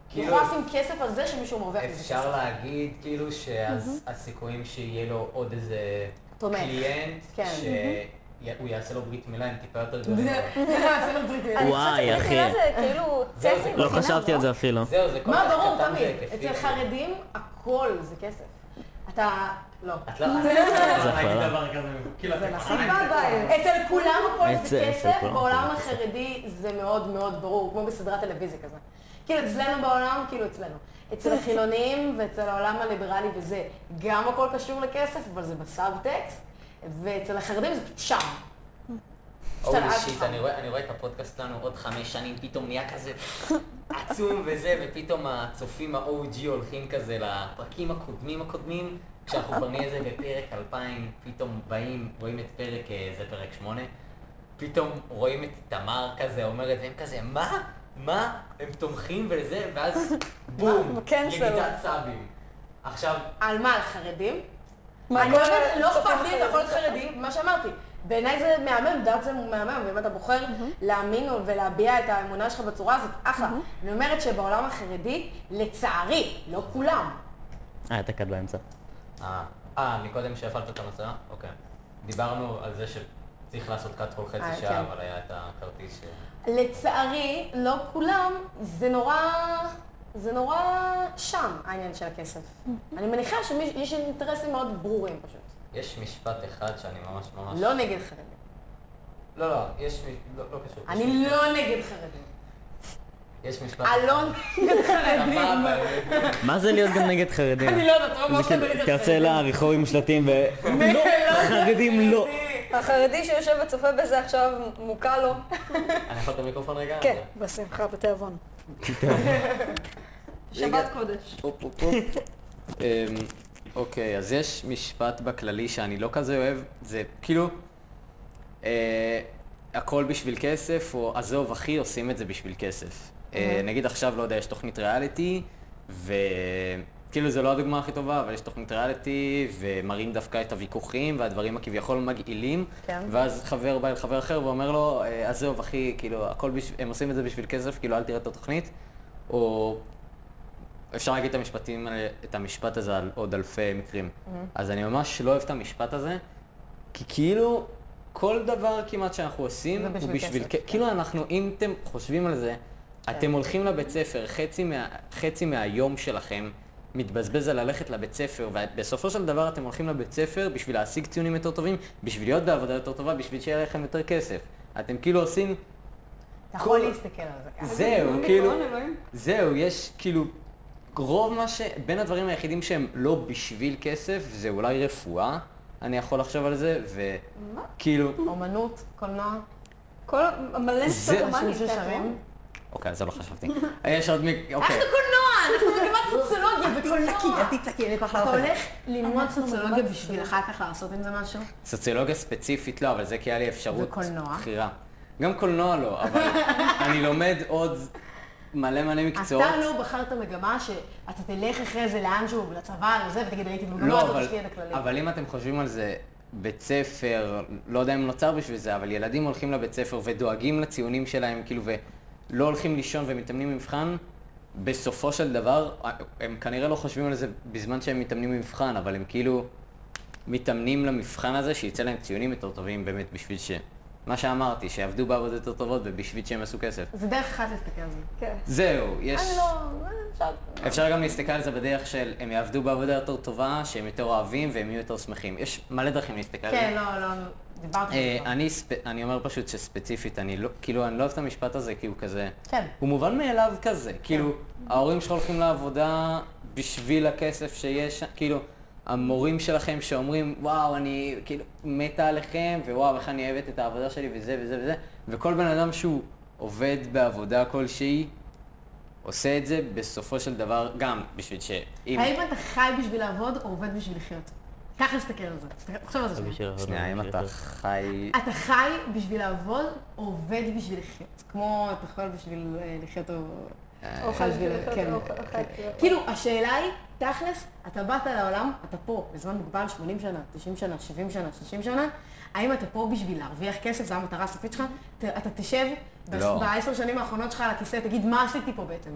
A: כאילו-
B: יכולה לשים כסף על זה שמישהו מרוויח מזה כסף.
A: אפשר להגיד כאילו שהסיכויים שיהיה לו עוד איזה
B: תומך.
A: קליינט,
B: כן.
A: שהוא יעשה לו ברית מילה הם טיפה יותר גדולים.
B: עשינו ברית מילה.
C: וואי, אחי.
D: בכלל זה כאילו
A: זהו, זה
D: טכני.
C: לא
D: בחינם,
C: חשבתי על זה אפילו.
A: זהו, זה כל
B: מה
A: כך
B: ברור,
A: קטן
B: תמיד.
A: והיקפי.
B: אצל חרדים הכל זה כסף. אתה... לא.
A: את לא יכולה להגיד
C: הפעלה.
A: דבר כזה, כאילו,
B: זה
A: אתם
B: נכון.
D: סבבה,
B: אצל כולם הכל
C: אצל-
B: זה
C: אצל
B: כסף,
C: כולם
B: בעולם
C: הכל זה
B: החרדי זה מאוד מאוד ברור, כמו בסדרת טלוויזיה כזה. כאילו אצלנו בעולם, כאילו אצלנו. אצל החילונים ואצל העולם הליברלי וזה, גם הכל קשור לכסף, אבל זה בסאבטקסט, ואצל החרדים זה פשוט שם. פשוט על
A: אוי
B: אף
A: שיט,
B: אחד.
A: אני רואה אני רואה את הפודקאסט שלנו עוד חמש שנים, פתאום נהיה כזה עצום וזה, ופתאום הצופים ה-OG הולכים כזה לפרקים הקודמים הקודמים, כשאנחנו כבר נהיה איזה בפרק 2000, פתאום באים, רואים את פרק, אה, זה פרק 8,
F: פתאום רואים את תמר כזה אומרת, והם כזה, מה? מה? הם תומכים וזה, ואז בום,
G: בקנסל.
F: ילידת סאבים. עכשיו,
B: על מה? על חרדים?
G: מה,
B: אני
G: כל
B: לא מבינה,
G: ה-
B: לא
G: צופים
B: אכפת לי, אתה יכול להיות
G: חרדים.
B: חרדי, מה שאמרתי. בעיניי זה מהמם, דת זה מהמם, ואם אתה בוחר להאמין ולהביע את האמונה שלך בצורה הזאת, אחלה. אני אומרת שבעולם החרדי, לצערי, לא כולם.
C: אה, אתה קד באמצע.
F: אה, אה, מקודם שהפעלת את המצלמה? אוקיי. דיברנו על זה שצריך לעשות קאט כל
B: אה,
F: חצי
B: כן.
F: שעה, אבל היה את הכרטיס ש...
B: לצערי, לא כולם, זה נורא... זה נורא שם, העניין של הכסף. אני מניחה שיש אינטרסים מאוד ברורים פשוט.
F: יש משפט אחד שאני ממש ממש...
B: לא נגד חרדים.
F: לא, לא, יש... מ- לא לא קשור. יש
B: אני אה,
F: משפט-
B: לא נגד חרדים.
F: יש משפט...
B: אלון נגד חרדים.
F: סבבה,
C: מה זה להיות גם נגד חרדים?
B: אני לא יודעת, לא
C: זה
B: ממש
C: כאילו,
B: נגד חרדים.
C: תרצה לה רחוב עם שלטים ו... לא, חרדים לא.
G: החרדי שיושב וצופה בזה עכשיו מוקע לו.
F: אני יכול את המיקרופון רגע?
G: כן, בשמחה, בתיאבון.
D: שבת קודש.
A: פופ, פופ, פופ. אמ, אוקיי, אז יש משפט בכללי שאני לא כזה אוהב, זה כאילו, אה, הכל בשביל כסף, או עזוב אחי, עושים את זה בשביל כסף. אה, נגיד עכשיו, לא יודע, יש תוכנית ריאליטי, וכאילו זה לא הדוגמה הכי טובה, אבל יש תוכנית ריאליטי, ומראים דווקא את הוויכוחים והדברים הכביכול מגעילים,
B: כן.
A: ואז חבר בא אל חבר אחר ואומר לו, "אה, עזוב אחי, כאילו, הכל בשביל, הם עושים את זה בשביל כסף, כאילו, אל תראה את התוכנית, או אפשר להגיד את המשפטים, האלה- את המשפט הזה על עוד אלפי מקרים.
B: Mm-hmm.
A: אז אני ממש לא אוהב את המשפט הזה, כי כאילו כל דבר כמעט שאנחנו עושים
B: זה
A: הוא
B: בשביל
A: בשביל...
B: כסף, כן.
A: כ- כאילו אנחנו, אם אתם חושבים על זה, אתם הולכים לבית ספר, חצי מה- חצי מהיום שלכם מתבזבז על ללכת לבית ספר, ובסופו של דבר אתם הולכים לבית ספר בשביל להשיג ציונים יותר טובים, בשביל להיות בעבודה יותר טובה, בשביל שיהיה לכם יותר כסף. אתם כאילו עושים
B: אתה יכול להסתכל על זה ככה.
A: זהו, כאילו, זהו, יש כאילו, רוב מה ש... בין הדברים היחידים שהם לא בשביל כסף, זה אולי רפואה, אני יכול לחשוב על זה, כאילו, וכאילו,
B: אומנות, קולנוע,
D: כל מלא
A: זה-
D: סטומנים.
B: אנשים ששרים.
A: אוקיי, זה לא חשבתי. יש עוד מי... אוקיי.
B: אנחנו קולנוע, אנחנו מגמת סוציולוגיה בקולנוע.
G: תצעקי, אין לי
A: לא
G: כוח
B: אתה הולך ללמוד סוציולוגיה בשביל אחר כך לעשות עם זה משהו?
A: סוציולוגיה ספציפית לא, אבל זה כי היה לי אפשרות
B: וקולנוע?
A: בחירה. גם קולנוע לא, אבל אני לומד עוד מלא מלא מקצועות.
B: אתה לא בחרת מגמה שאתה תלך אחרי זה לאנשהו, לצבא, לזה, ותגיד, הייתי במגמה
A: לא,
B: הזאת,
A: אבל,
B: יש לי ידע כללי.
A: אבל אם אתם חושבים על זה, בית ספר, לא יודע אם נוצר בשביל זה, אבל ילדים הולכים לבית ספר ודואגים לציונים שלהם, כאילו, ולא הולכים לישון ומתאמנים במבחן, בסופו של דבר, הם כנראה לא חושבים על זה בזמן שהם מתאמנים במבחן, אבל הם כאילו מתאמנים למבחן הזה, שיצא להם ציונים יותר טובים באמת בשביל ש... מה שאמרתי, שיעבדו בעבודות יותר טובות ובשביל שהם יעשו כסף.
B: זה דרך אחת להסתכל על זה.
D: כן.
A: זהו, יש...
B: אני לא... אפשר...
A: אה, אפשר גם להסתכל על זה בדרך של הם יעבדו בעבודה יותר טובה, שהם יותר אוהבים והם יהיו יותר שמחים. יש מלא דרכים להסתכל על זה.
B: כן, לא, לא, דיברתי
A: אה,
B: על זה.
A: אני, ספ... אני אומר פשוט שספציפית, אני לא, כאילו, אני לא אוהב את המשפט הזה, כי הוא כזה...
B: כן.
A: הוא מובן מאליו כזה. כאילו, ההורים שלך הולכים לעבודה בשביל הכסף שיש, שם, כאילו, המורים שלכם שאומרים, וואו, אני כאילו מתה עליכם, ווואו, איך אני אוהבת את העבודה שלי, וזה וזה וזה, וכל בן אדם שהוא עובד בעבודה כלשהי, עושה את זה בסופו של דבר גם בשביל ש... אם...
B: האם אתה חי בשביל לעבוד או עובד בשביל לחיות? ככה להסתכל על זה. תסתכל- תחשוב על זה שנייה.
A: שנייה, אם אתה חי...
B: אתה חי בשביל לעבוד או עובד בשביל לחיות? כמו אתה אוכל בשביל אה, לחיות או... אוכל בשביל לחיות, כן. כאילו, השאלה היא, תכלס, אתה באת לעולם, אתה פה בזמן מוגבל 80 שנה, 90 שנה, 70 שנה, 60 שנה, האם אתה פה בשביל להרוויח כסף, זו המטרה הסופית שלך? ת- אתה תשב ב-
A: לא.
B: בעשר שנים האחרונות שלך על הכיסא, תגיד, מה עשיתי פה בעצם?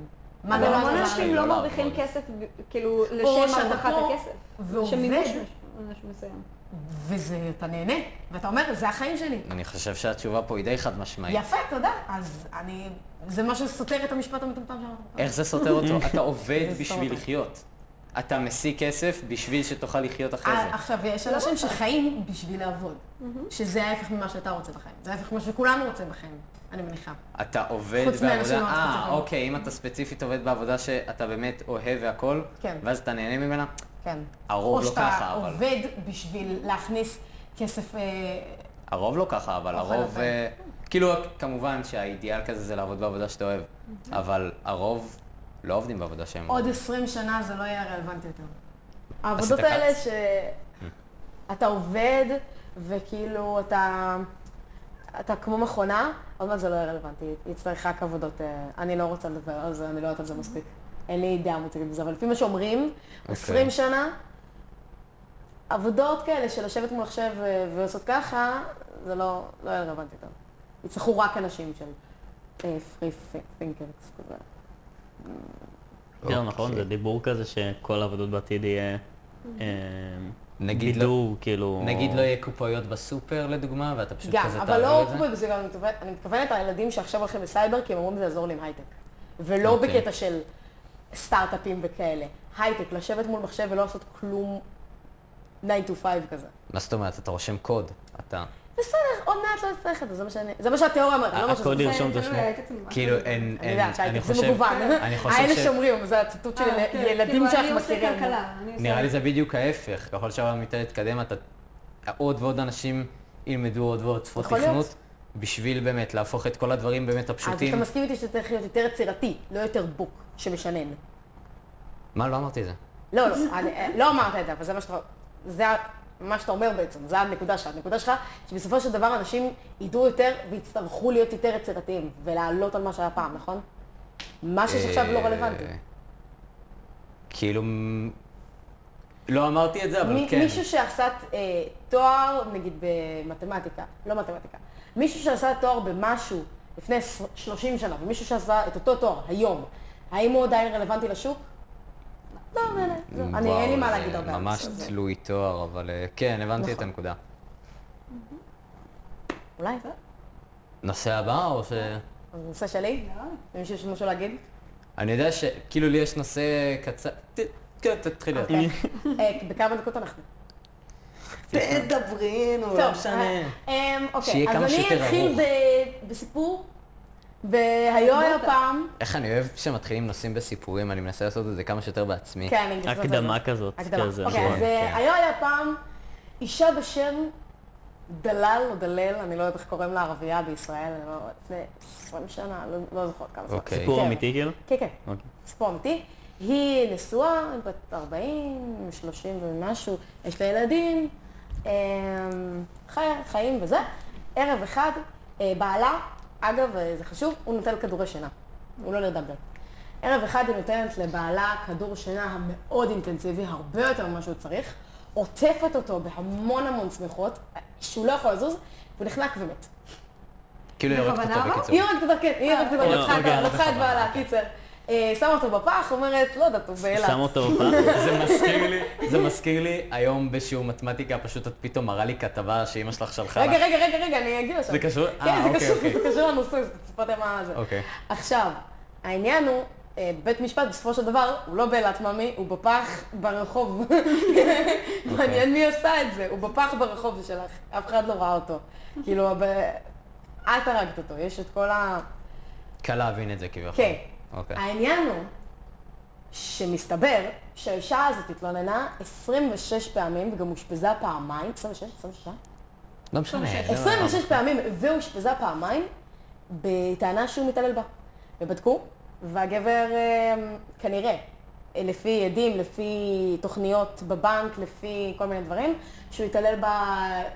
B: מה
A: אבל
B: זה לא
D: המון
B: עזר לי?
D: אנשים
A: לא
D: לא מרוויחים
A: לעבוד.
D: כסף, ב- כאילו,
B: או
D: לשם
B: שאתה
D: הרווחת
B: פה
D: הכסף.
B: ועובד.
D: שמימוש משהו מסוים.
B: וזה, אתה נהנה, ואתה אומר, זה החיים שלי.
A: אני חושב שהתשובה פה היא די חד משמעית.
B: יפה, תודה. אז אני... זה מה שסותר את המשפט המטומטם שאמרת.
A: איך זה סותר אותו? אתה עובד
B: זה סותר
A: בשביל
B: אותו.
A: לחיות. אתה משיג כסף בשביל שתוכל לחיות אחרי
B: אה,
A: זה.
B: עכשיו, יש אנשים שחיים בשביל לעבוד, שזה ההפך ממה שאתה רוצה בחיים. זה ההפך ממה שכולנו רוצים בחיים, אני מניחה.
A: אתה עובד
B: חוץ מאנשים
A: בעבודה...
B: מאוד
A: אה,
B: ספציפיים.
A: אוקיי, אם אתה ספציפית עובד בעבודה שאתה באמת אוהב והכל,
B: כן.
A: ואז אתה נהנה ממנה,
B: כן.
A: הרוב לא ככה,
B: או
A: אבל-
B: שאתה עובד בשביל להכניס כסף... אה,
A: הרוב לא ככה, אבל
B: אוכל
A: הרוב...
B: אחר.
A: אה, כאילו, כמובן שהאידיאל כזה זה לעבוד בעבודה שאתה אוהב, אבל הרוב לא עובדים בעבודה שהם...
B: עוד 20 שנה זה לא יהיה רלוונטי יותר.
G: העבודות
A: עשית
G: האלה
A: כץ.
G: ש...
B: אתה עובד, וכאילו אתה... אתה כמו מכונה, עוד מעט זה לא יהיה רלוונטי, יצטרך רק עבודות, אה, אני לא רוצה לדבר על זה, אני לא יודעת על זה מספיק. אין לי דעה מוצגת בזה, אבל לפי מה שאומרים,
A: אוקיי.
B: 20 שנה, עבודות כאלה של לשבת מול מחשב אה, ולעשות ככה, זה לא, לא יהיה רלוונטי יותר. יצטרכו רק אנשים של פרי פינקרס כזה.
C: יותר נכון, זה דיבור כזה שכל העבודות בעתיד יהיה... אה,
A: נגיד לא-
C: בידור, כאילו...
A: נגיד לא יהיה קופאיות בסופר לדוגמה, ואתה פשוט
B: גם,
A: כזה
B: אבל לא
A: תעבור את
B: כמו
A: זה?
B: בזה, גם אני מתכוונת- אני מתכוונת לילדים שעכשיו הולכים לסייבר, כי הם אומרים זה יעזור לי עם הייטק. ולא
A: אוקיי.
B: בקטע של סטארט-אפים וכאלה. הייטק, לשבת מול מחשב ולא לעשות כלום 9 to 5 כזה.
A: מה זאת אומרת? אתה רושם קוד. אתה...
B: בסדר, עוד מעט לא אצטרך את זה, זה מה שאני... זה מה שהתיאוריה אומרת, אני לא מה שזה...
C: הקוד ירשום את השמו.
A: כאילו,
D: אה,
A: אין...
B: אני לא
A: אין-
B: יודעת שהייטק זה
A: חושב-
B: מגוון.
A: אני חושב
B: האלה
A: ש-
B: שאומרים, זה הציטוט של
D: אה, אוקיי. כן, כאילו,
B: ילדים שאנחנו מכירים.
A: נראה לי זה בדיוק ההפך, ככל שהעולם יותר יתקדם, אתה... עוד ועוד אנשים ילמדו עוד ועוד שפות
B: יכול להיות.
A: תכנות, בשביל באמת להפוך את כל הדברים באמת
B: אז אתה
A: הפשוטים.
B: מסכים איתי שצריך להיות יותר יצירתי, לא יותר בוק שמשנן.
A: מה, לא אמרתי את זה.
B: לא, לא, אני, לא אמרת את זה, אבל זה מה שאתה, זה ה- מה שאתה אומר בעצם, זה הנקודה שלך. הנקודה שלך, שבסופו של דבר אנשים ידעו יותר ויצטרכו להיות יותר יצירתיים, ולעלות על מה שהיה פעם, נכון? משהו שעכשיו לא
A: אה,
B: רלוונטי.
A: כאילו... מ- לא אמרתי את זה, אבל
B: מי-
A: כן.
B: מישהו שעשה אה, תואר, נגיד במתמטיקה, לא מתמטיקה, מישהו שעשה תואר במשהו לפני 30 שנה, ומישהו שעשה את אותו תואר היום, האם הוא עדיין רלוונטי לשוק? לא, באמת, זהו. אני אין
A: וואו,
B: לי מה
A: זה
B: להגיד הרבה. על זה.
A: ממש תלוי תואר, אבל אה, כן, הבנתי את
B: נכון.
A: הנקודה.
B: אולי? לא?
A: נושא הבא או ש...
B: הנושא שלי? למישהו יש משהו להגיד?
A: אני יודע שכאילו לי יש נושא קצר... ת- כן, תתחילי. את.
B: אה, בכמה דקות אנחנו?
A: תדברי,
C: לא
A: נו,
B: טוב, אה, אמ, אוקיי,
A: שיהיה כמה
B: אז אני
A: שיותר
B: אתחיל
A: ארוך.
B: ב- בסיפור. והיו היה פעם,
A: איך אני אוהב שמתחילים נושאים בסיפורים, אני מנסה לעשות את זה כמה שיותר בעצמי.
B: כן, אני אגיד
C: הקדמה כזאת,
B: הקדמה.
C: כזה.
B: אוקיי, אז
A: נכון,
B: אה,
A: כן.
B: היה היה פעם אישה בשם דלל או דלל, אני לא יודעת איך קוראים לה ערבייה בישראל, אני לא- לפני 20 שנה, לא- לא זוכרת כמה זמן.
A: אוקיי.
C: סיפור
B: כן.
C: אמיתי כאילו?
B: כן, כן.
C: אוקיי.
B: סיפור אמיתי. היא נשואה, היא בת 40, 30 ומשהו, יש לה ילדים, אמ, חי- חיים וזה. ערב אחד, אה, בעלה, אגב, אה, זה חשוב, הוא נותן כדורי שינה. הוא לא נרדם בהם. ערב אחד היא נותנת לבעלה כדור שינה המאוד אינטנסיבי, הרבה יותר ממה שהוא צריך, עוטפת אותו בהמון המון צמיחות, שהוא לא יכול לזוז, והוא נחנק ומת.
A: כאילו יורקת אותו
H: בכוונה
A: בקיצור.
B: היא הורגת אותו, כן, היא הורגת אותו,
A: אה,
C: לא,
B: רצחה את
C: אוקיי,
B: ה- רצחה את בעלה, קיצר. אה, שמה אותו בפח, אומרת, לא יודעת, הוא באילת.
C: שם אותו בפח.
A: זה מזכיר לי, זה מזכיר לי, היום בשיעור מתמטיקה פשוט את פתאום מראה לי כתבה שאימא שלך שלחה
B: רגע,
A: לה.
B: רגע, רגע, רגע, אני אגיע לשם.
A: זה קשור?
B: כן,
A: אה,
B: זה
A: אוקיי,
B: קשור,
A: אוקיי.
B: זה קשור לנושא, אז תצפתם מה זה.
A: אוקיי.
B: עכשיו, העניין הוא, אה, בית משפט בסופו של דבר, הוא לא באילת מאמי, הוא בפח ברחוב.
A: אוקיי.
B: מעניין מי עשה את זה, הוא בפח ברחוב שלך, אף אחד לא ראה אותו. כאילו, הב- את הרגת אותו, יש את כל ה...
A: קל להבין את זה כביכול.
B: כן.
A: אוקיי.
B: העניין הוא שמסתבר שהאישה הזאת התלוננה 26 פעמים וגם אושפזה פעמיים, 26? 26?
A: לא משנה. זה לא נורא.
B: 26 פעמים ואושפזה פעמיים בטענה שהוא מתעלל בה. ובדקו, והגבר אה, כנראה, אה, לפי עדים, לפי תוכניות בבנק, לפי כל מיני דברים, שהוא התעלל בה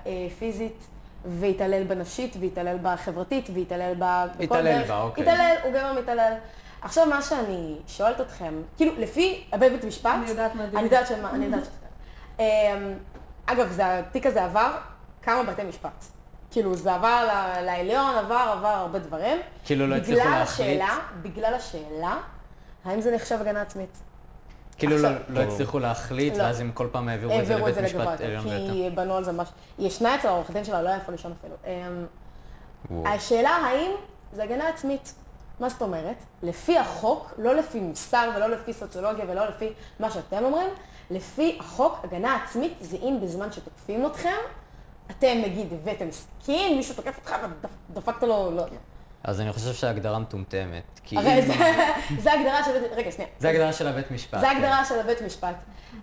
B: אה, פיזית. והתעלל בה נפשית, והתעלל בה חברתית, והתעלל בה... בכל
A: התעלל
B: דרך.
A: בה, אוקיי.
B: התעלל, הוא גבר מתעלל. עכשיו, מה שאני שואלת אתכם, כאילו, לפי הבית בית משפט...
H: אני יודעת מה
B: אני
H: הדיון.
B: יודעת שמה, אני יודעת שמה. אגב, זה, התיק הזה עבר כמה בתי משפט. כאילו, זה עבר ל- לעליון, עבר, עבר הרבה דברים.
A: כאילו, לא הצליחו
B: בגלל
A: להחליט.
B: השאלה, בגלל השאלה, האם זה נחשב הגנה עצמית?
A: כאילו לא-
B: עכשיו-
A: לא הצליחו להחליט,
B: לא.
A: ואז הם כל פעם העבירו את זה
B: העבירו
A: לבית משפט
B: לגבוה יותר,
A: עליון ויותר.
B: כי בנו על זה ממש... היא ישנה אצל העורך דין שלה, לא היה איפה לישון אפילו. אמ,
A: וואו.
B: השאלה האם זה הגנה עצמית. מה זאת אומרת? לפי החוק, לא לפי מוסר ולא לפי סוציולוגיה ולא לפי מה שאתם אומרים, לפי החוק, הגנה עצמית זה אם בזמן שתוקפים אתכם, אתם נגיד הבאתם סכין, מישהו תוקף אותך ודפקת לו, לא,
A: אז אני חושב שההגדרה מטומטמת. כי
B: הרי
A: אם-
B: זה, זה הגדרה של בית, רגע, שנייה.
A: זה הגדרה של הבית משפט.
B: זה
A: כן.
B: הגדרה של הבית משפט.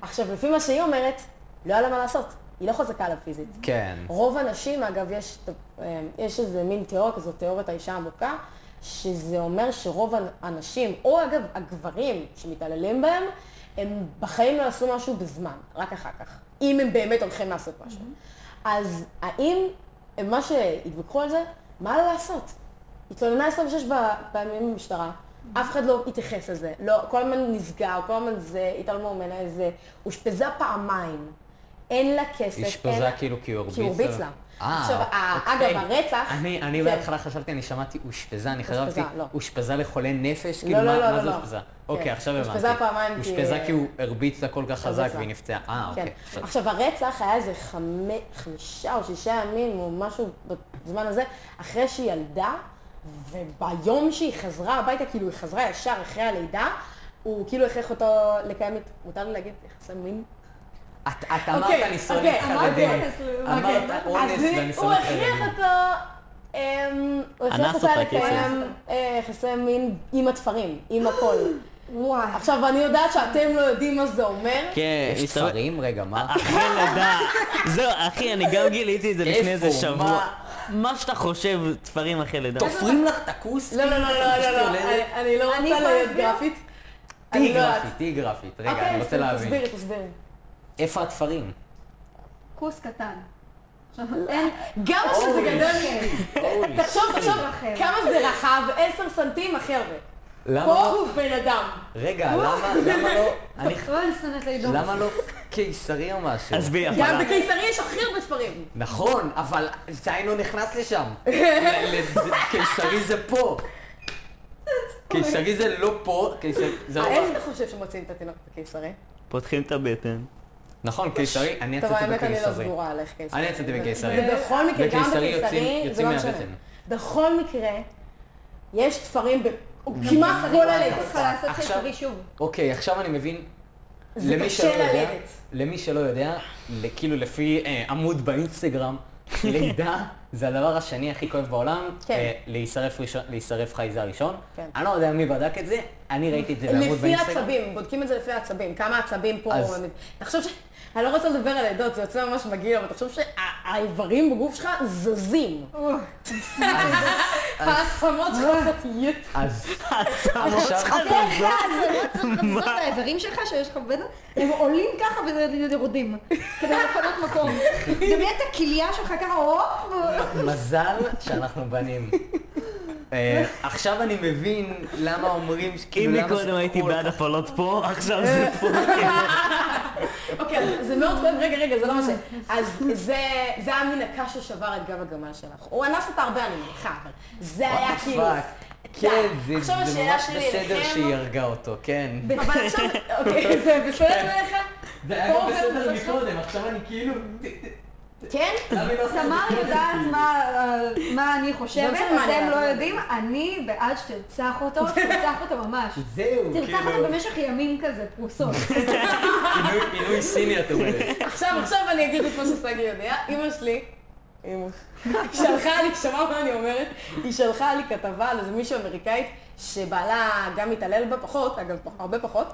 B: עכשיו, לפי מה שהיא אומרת, לא היה לה מה לעשות. היא לא חזקה עליו פיזית.
A: כן.
B: רוב הנשים, אגב, יש, אה, יש איזה מין תיאוריה כזאת, תיאוריית האישה העמוקה, שזה אומר שרוב הנ- הנשים, או אגב הגברים שמתעללים בהם, הם בחיים לא עשו משהו בזמן, רק אחר כך. אם הם באמת הולכים לעשות משהו. אז האם, הם מה שהתווכחו על זה, מה לה לעשות? התלוננה 26 ב- פעמים במשטרה, אף אחד לא התייחס לזה, לא, כל הזמן נסגר, כל הזמן זה, התעלמו ממנה, זה, אושפזה פעמיים, אין לה כסף, אין
A: אשפזה
B: לה...
A: כאילו כי הוא הרביץ
B: כי הוא כן. הרביץ לה.
A: אה,
B: עכשיו, ה-
A: אוקיי.
B: אגב, הרצח...
A: אני, אני
B: כן.
A: בהתחלה חשבתי, אני שמעתי אושפזה, אני חשבתי,
B: לא.
A: אושפזה לחולי נפש?
B: לא,
A: כאילו,
B: לא,
A: מה,
B: לא,
A: מה
B: לא,
A: זה
B: לא.
A: אושפזה?
B: כן.
A: אוקיי, עכשיו הבנתי.
B: אושפזה פעמיים כי-
A: אושפזה כי הוא הרביץ לה כל כך חזק
B: הרביץ לה.
A: והיא נפצעה. אה,
B: כן.
A: אוקיי. עכשיו-
B: עכשיו, הרצח היה איזה חמי- חמישה או שישה ימים או משהו בזמן הזה, אחרי שהיא ילדה, וביום שהיא חזרה הביתה, כאילו היא חזרה ישר אחרי הלידה, הוא כאילו הכריח אותו לקיים, את- מותר לי להגיד יחסי מין?
A: את את אמרת,
B: אוקיי,
A: אני שונאת
B: אוקיי,
A: חרדים.
B: אמרתי אוקיי.
A: אמרת אונס
B: אז היא-
A: ואני
B: הוא
A: שונאת
B: הכריח
A: חרדים.
B: אותו, אמ, הוא הכריח
C: אנס
B: אותה
C: אותה,
B: לקיים אה, יחסי מין עם התפרים, עם הכל.
H: וואי.
B: עכשיו, אני יודעת שאתם לא יודעים מה זה אומר.
C: כן,
A: יש
C: מסתבר-
A: תפרים? רגע, מה?
C: אחרי לידה. זהו, אחי, אני גם גיליתי את זה לפני איזה
A: איפה?
C: שבוע. מה שאתה חושב, תפרים אחרי לידה.
A: תופרים לך את הכוס?
B: לא, לא, לא, לא, לא, לא, אני- אני לא
G: אני
B: רוצה
G: יכולה
B: להיות
G: להסביר?
B: גרפית.
A: תהיי
B: אני לא יודעת.
A: גרפית, תהיי גרפית. רגע,
B: אוקיי,
A: אני רוצה
B: אז
A: להבין.
B: תסבירי, תסבירי.
A: איפה התפרים?
H: כוס קטן.
B: גם שזה גדול, תחשוב, תחשוב,
H: אחר.
B: כמה זה רחב, 10 סנטים הכי הרבה.
A: למה
B: פה
A: לא?
B: הוא בן אדם.
A: רגע, למה למה לא? אני-
H: אוי, אני שונאת לידות.
A: למה לא קיסרי או משהו?
C: עזבי,
B: גם
C: הפלה.
B: בקיסרי יש הכי הרבה ספרים.
A: נכון, אבל זין לא נכנס לשם. ל- ל- זה- קיסרי זה פה. קיסרי זה לא פה, קיסרי זה לא...
B: איך אתה חושב שמוצאים את התינוק בקיסרי?
C: פותחים את הבטן.
A: נכון, קיסרי, אני
B: טוב,
A: יצאתי
B: האמת, אני לא
A: בקיסרי.
B: סגורה על איך קיסרי.
A: אני יצאתי בקיסרי.
B: ובכל מקרה, גם
A: בקיסרי יוצאים-
B: בקיסרי, זה
A: יוצאים
B: לא משנה.
A: מהבטן.
B: בכל מקרה, יש תפרים ב... כמעט כל
A: לא
B: הלילות.
D: צריכה לעשות
A: עכשיו-
D: חיסורי שוב.
A: אוקיי, עכשיו אני מבין.
B: זה
A: למי
B: קשה
A: שלא יודע,
B: ללדת.
A: למי שלא יודע, ל- כאילו לפי אה, עמוד באינסטגרם, לידה זה הדבר השני הכי כואב בעולם,
B: כן.
A: אה, להישרף ראשון- להישרף חי זה הראשון.
B: כן.
A: אני לא יודע מי בדק את זה, אני ראיתי את זה בעמוד
B: לפי
A: באינסטגרם.
B: העצבים, בודקים את זה לפי העצבים, כמה עצבים פה,
A: אז-
B: אני- תחשוב ש... אני לא רוצה לדבר על עדות, זה יוצא ממש מגעיל, אבל תחשוב שהאיברים בגוף שלך זזים. העצמות שלך
A: אה.
B: קצת יט.
A: אז
B: לא
A: עכשיו,
D: זאת האיברים שלך שיש לך בטן, הם עולים ככה ויורדים. כדי לפנות מקום. דמיין את הכליה שלך ככה, הופ!
A: מזל שאנחנו בנים. אה, עכשיו אני מבין למה אומרים,
C: אם
A: כאילו למה
C: מקודם
A: זה
C: הייתי
A: כל
C: בעד
A: כך-
C: הפלות פה, עכשיו זה פה.
B: אוקיי, אז זה מאוד כואב, רגע, רגע, זה לא מה ש... אז זה, זה היה מין הקש ששבר את גב הגמל שלך. הוא אנס אותה הרבה, אני מניחה, אבל זה
A: What
B: היה
A: the
B: כאילו...
A: fuck?
B: די.
A: כן, זה-
B: עכשיו
A: זה
B: השאלה
A: ממש
B: שלי
A: בסדר
B: אליכם-
A: שהיא הרגה אותו, כן.
B: אבל עכשיו, אוקיי, זה בסדר לך?
F: זה היה גם בסדר מקודם, עכשיו אני כאילו...
B: כן?
F: אני לא עושה את זה.
H: תמר יודעת מה,
A: לא
H: אה, מה אני חושבת,
B: זה מה אני
H: אתם לא
B: יודעת.
H: יודעים, אני בעד שתרצח אותו, שתרצח אותו ממש.
A: זהו,
F: כאילו-
H: תרצח אותו במשך ימים כזה, פרוסות.
A: עינוי- עינוי סיני את אומרת.
B: עכשיו, עכשיו אני אגיד את מה שסגי יודע. אימא שלי, אימא, שלחה לי, שמע מה אני אומרת? היא שלחה לי כתבה על איזה מישהו אמריקאית שבעלה גם התעלל בה פחות, אגב, פח- הרבה פחות,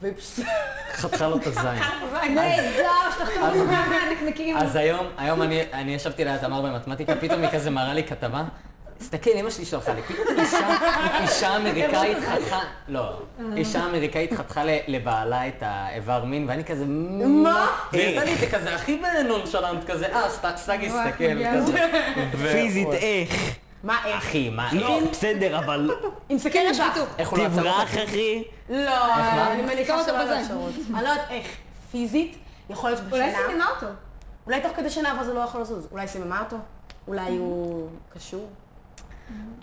B: והיא פשוט...
A: חתכה לו את הזין.
H: נהדר, שתחתום לי מהנקניקים.
A: אז היום, היום אני, אני ישבתי ליד תמר במתמטיקה, פתאום היא כזה מראה לי כתבה. תסתכל, אמא שלי שלחה לי, פתאום אישה, אישה אמריקאית חתכה, לא, אישה אמריקאית חתכה ל- לבעלה את האיבר מין, ואני כזה, מה? היא הייתה לי את זה כזה הכי נונשלנט כזה, אה, סת- סגי, תסתכל, כזה.
C: פיזית איך.
B: מה, איך?
A: אחי, מה,
C: לא, בסדר, אבל
B: היא מסתכלת בך.
A: איך הוא לא עצר אותה?
C: תברח, אחי.
B: לא,
A: מה?
B: אני מניחה שלא על האפשרות. אני לא יודעת איך. פיזית, יכול להיות
H: אולי
B: שבשינה.
H: סיכנה אותו.
B: אולי תוך כדי שינה, אבל זה לא יכול לזוז. אולי סיממה אותו? אולי הוא קשור?
C: חושב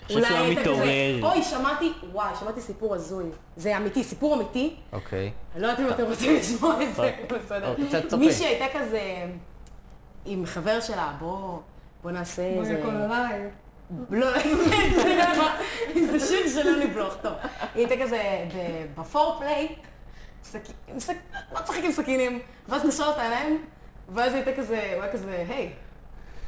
C: שהוא היה
B: היית כזה,
C: מתעורר.
B: אוי, שמעתי, וואי, שמעתי סיפור הזוי. זה אמיתי, סיפור אמיתי.
A: אוקיי.
B: אני לא יודעת
C: אה.
B: אם אתם רוצים לשמוע את זה,
C: אוקיי.
B: בסדר.
A: אוקיי, קצת צופה.
B: מישהי הייתה כזה עם חבר שלה, בוא, בוא נעשה איזה...
H: כל עליי.
B: לא, זה לא- זה שיר שלא לבלוך, טוב. היא הייתה כזה ב- בפורפליי, סכ- עם סכ- לא צחק עם סכינים, ואז נשאר את העיניים, ואז היא הייתה כזה, הוא היה כזה, היי,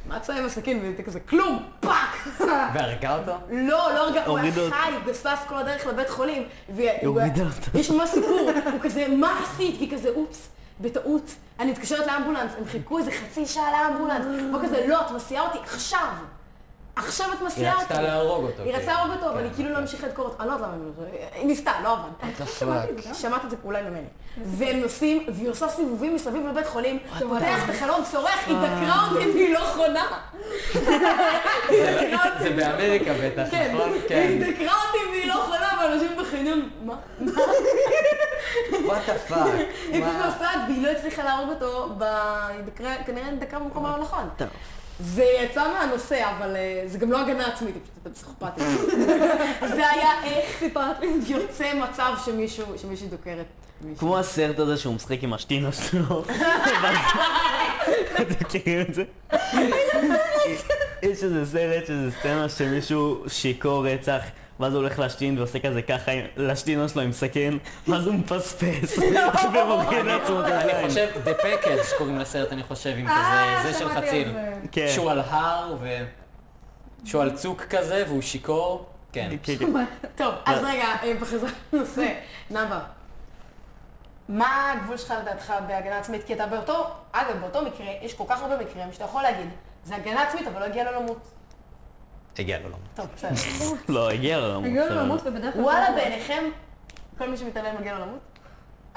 B: מה יצא עם הסכין? והיא הייתה כזה, כלום, פאק!
A: והרגה אותו?
B: לא, לא הרגע, הוא היה
C: הורידה אותה.
B: חי, גסס כל הדרך לבית חולים. והיא
C: הורידה אותה.
B: יש ממש סיפור, הוא כזה, מה עשית? והיא כזה, אופס, בטעות. אני מתקשרת לאמבולנס, הם חיכו איזה חצי שעה לאמבולנס. הוא כזה, לא, את מסיעה אותי עכשיו. עכשיו את
A: היא
B: מסיעה אותי.
A: רצתה להרוג אותו. כן.
B: היא רצתה להרוג אותו, אבל היא כאילו לא המשיכה לדקור אותו. אני לא יודעת למה היא היא ניסתה,
A: אה,
B: לא עבד. שמעת את זה אולי ממני. והם נוסעים, והיא עושה סיבובים מסביב לבית חולים, פותח את החלום, צורח, היא דקרה אותי והיא לא חונה. היא דקרה אותי.
A: זה באמריקה בטח,
B: כן,
A: נכון? כן.
B: היא דקרה אותי והיא לא חולה, ואנשים בחניון, מה?
A: וואט דה פאק.
B: היא פשוט נוסעת והיא לא הצליחה להרוג אותו, ב- היא דקרה- כנראה דקה במקום הלא נכון.
C: טוב.
B: זה יצא מהנושא, אבל אה, זה גם לא הגנה עצמית, היא פשוט הייתה פסיכופתית. זה היה איך יוצא מצב שמישהו, שמישהי דוקרת מישהו.
C: כמו הסרט הזה שהוא משחק עם השטינה שלו. אתם מכירים את זה? יש איזה סרט, יש איזה סצנה שמישהו שיכור רצח, ואז הוא הולך להשתין ועושה כזה ככה, עם- לשתינה שלו עם סכין, ואז הוא מפספס, ומוריד לעצמו את
A: אני
C: הידיים.
A: חושב, The Package קוראים לסרט, אני חושב,
B: אה,
A: עם
H: אה,
A: כזה, זה של חציל.
C: כן.
A: שהוא על הר ו... שהוא על צוק כזה והוא שיכור. כן.
C: כן, כן.
B: טוב, אז רגע, אה, בחזרה לנושא. נאוה, מה הגבול שלך לדעתך בהגנה עצמית? כי אתה באותו, אגב, באותו מקרה, יש כל כך הרבה מקרים שאתה יכול להגיד, זה הגנה עצמית, אבל לא הגיע לו למות.
A: הגיע לו לא.
B: טוב, בסדר.
C: לא, הגיע לו למות.
D: הגיעו
A: אוקיי.
C: בסדר.
D: למות ובדרך כלל...
B: וואלה, בעיניכם, כל מי שמתעלם מגיע לו למות?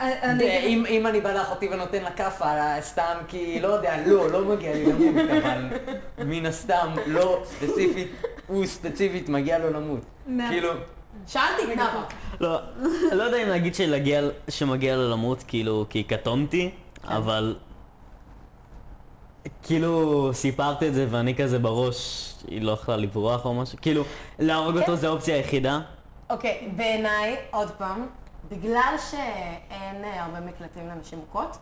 H: אה,
D: אני...
A: אם אם אני בא לאחותי ונותן לה כאפה, סתם כי, לא יודע, לא, לא מגיע לי למות, אבל מן הסתם, לא ספציפית, הוא ספציפית מגיע לו למות.
D: מה?
A: כאילו,
B: שאלתי, נאוה.
C: לא, לא יודע אם להגיד שלהגיע- שמגיע לו למות, כאילו, כי קטונתי, אבל... כאילו, סיפרת את זה ואני כזה בראש, היא לא יכלה לברוח או משהו, כאילו, להרוג אותו זה האופציה היחידה.
B: אוקיי, בעיניי, עוד פעם, בגלל שאין אה, הרבה מקלטים לנשים מוכות,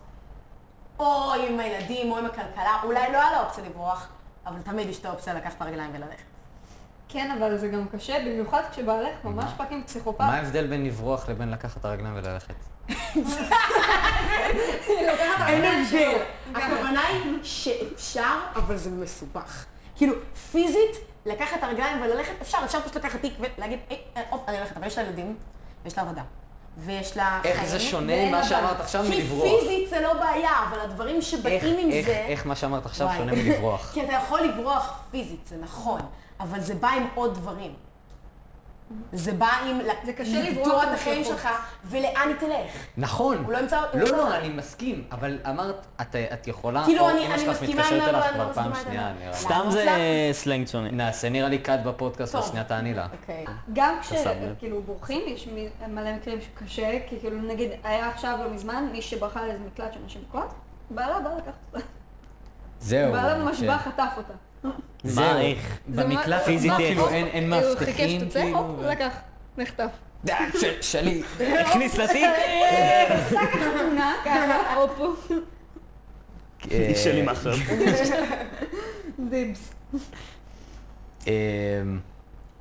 B: או עם הילדים או עם הכלכלה, אולי לא היה לה אופציה לברוח, אבל תמיד יש את האופציה לקחת את הרגליים וללכת.
D: כן, אבל זה גם קשה, במיוחד כשבעלך ממש פאקינג פסיכופת.
A: מה ההבדל בין לברוח לבין לקחת את הרגליים וללכת?
B: אה, אין
H: כן,
B: הבדל. הכוונה היא שאפשר, אבל זה מסובך. כאילו, פיזית, לקחת את הרגליים וללכת, אפשר, אפשר פשוט לקחת תיק ולהגיד, "היי, אה, הופ, אני הולכת, אבל יש לה ילדים, ויש לה עבודה, ויש לה
A: איך זה שונה ממה שאמרת עכשיו
B: לא כי
A: מלברוח?
B: פיזית זה לא בעיה, אבל הדברים
A: איך-
B: שבאים עם
A: איך-
B: זה...
A: איך מה שאמרת עכשיו
B: וואי.
A: שונה מלברוח?
B: כי אתה יכול לברוח פיזית, זה נכון, אבל זה בא עם עוד דברים. זה בא עם...
D: זה קשה לברוח
B: לגדוע את
D: עם
B: החיים
D: שליחות.
B: שלך, ולאן היא תלך.
A: נכון.
B: הוא לא ימצא- הוא
A: לא,
B: לא-
A: לא, אני מסכים, אבל אמרת, את- את יכולה,
B: כאילו,
A: או
B: אני-
A: אמא
B: אני
A: שלך
B: מסכימה עם
A: מתקשרת
B: נאוה,
A: אליך
B: אני לא
A: כבר פעם
B: מסכימה עם
A: שנייה,
B: נאוה.
A: נראה לי.
C: סתם זה
B: מוצלח.
C: אה, סלנג שונה.
A: נעשה נראה לי קאט בפודקאסט
B: טוב.
A: ושנייה תעני לה.
B: אוקיי.
D: גם
C: חסם.
D: כשכאילו בורחים, יש מ- מלא מקרים שקשה, כי כאילו נגיד, היה עכשיו לא מזמן מי שברחה לאיזה מקלט של נשים מכות, בעלה בא לקחת אותה.
A: זהו.
D: בעלה ממש
A: כן.
D: בא, חטף אותה.
A: זהו.
C: מה, איך?
D: זה ממש-
A: במקלט
C: פיזית
A: עצמו,
C: אין.
A: כאילו אין- אין
D: הוא חיכה
A: מאבטחים,
D: שתצא,
A: כאילו.
D: הופ, לקח, נחטף.
A: די, ש- שלי.
C: הכניס לתיק?
D: שק התמונה, ככה, הופ,
A: אה,
C: שלי מה עכשיו.
D: דיבס.
A: אה,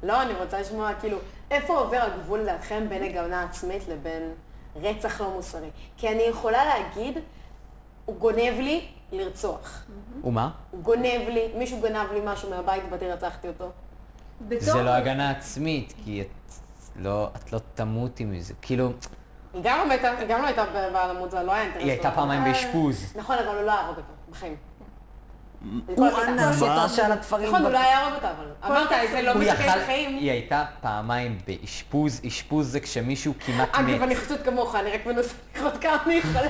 B: לא, אני רוצה לשמוע, כאילו, איפה עובר הגבול לדעתכם בין הגאונה עצמית לבין רצח לא מוסרי? כי אני יכולה להגיד, הוא גונב לי לרצוח.
A: ומה?
B: הוא גונב לי, מישהו גנב לי משהו מהבית, באתי רצחתי אותו.
A: זה לא הגנה עצמית, כי את לא, את לא תמותי מזה. כאילו,
B: היא גם לא מתה, היא גם לא הייתה בעל עמוד, זה לא היה אינטרס.
A: היא הייתה
B: שלה.
A: פעמיים באשפוז.
B: נכון, אבל הוא לא הרג אותה, בחיים.
A: הוא
B: לכל הקטע.
A: אנס אותה שעל התפרים.
B: נכון, הוא לא היה הרג אותה, אבל... אמרת, זה לא
A: הוא
B: מסכן
A: יכל-
B: חיים.
A: היא הייתה פעמיים באשפוז, אשפוז זה כשמישהו כמעט
B: אגב,
A: מת.
B: אני חושבת כמוך, אני רק מנסה לראות כמה אני יכולה.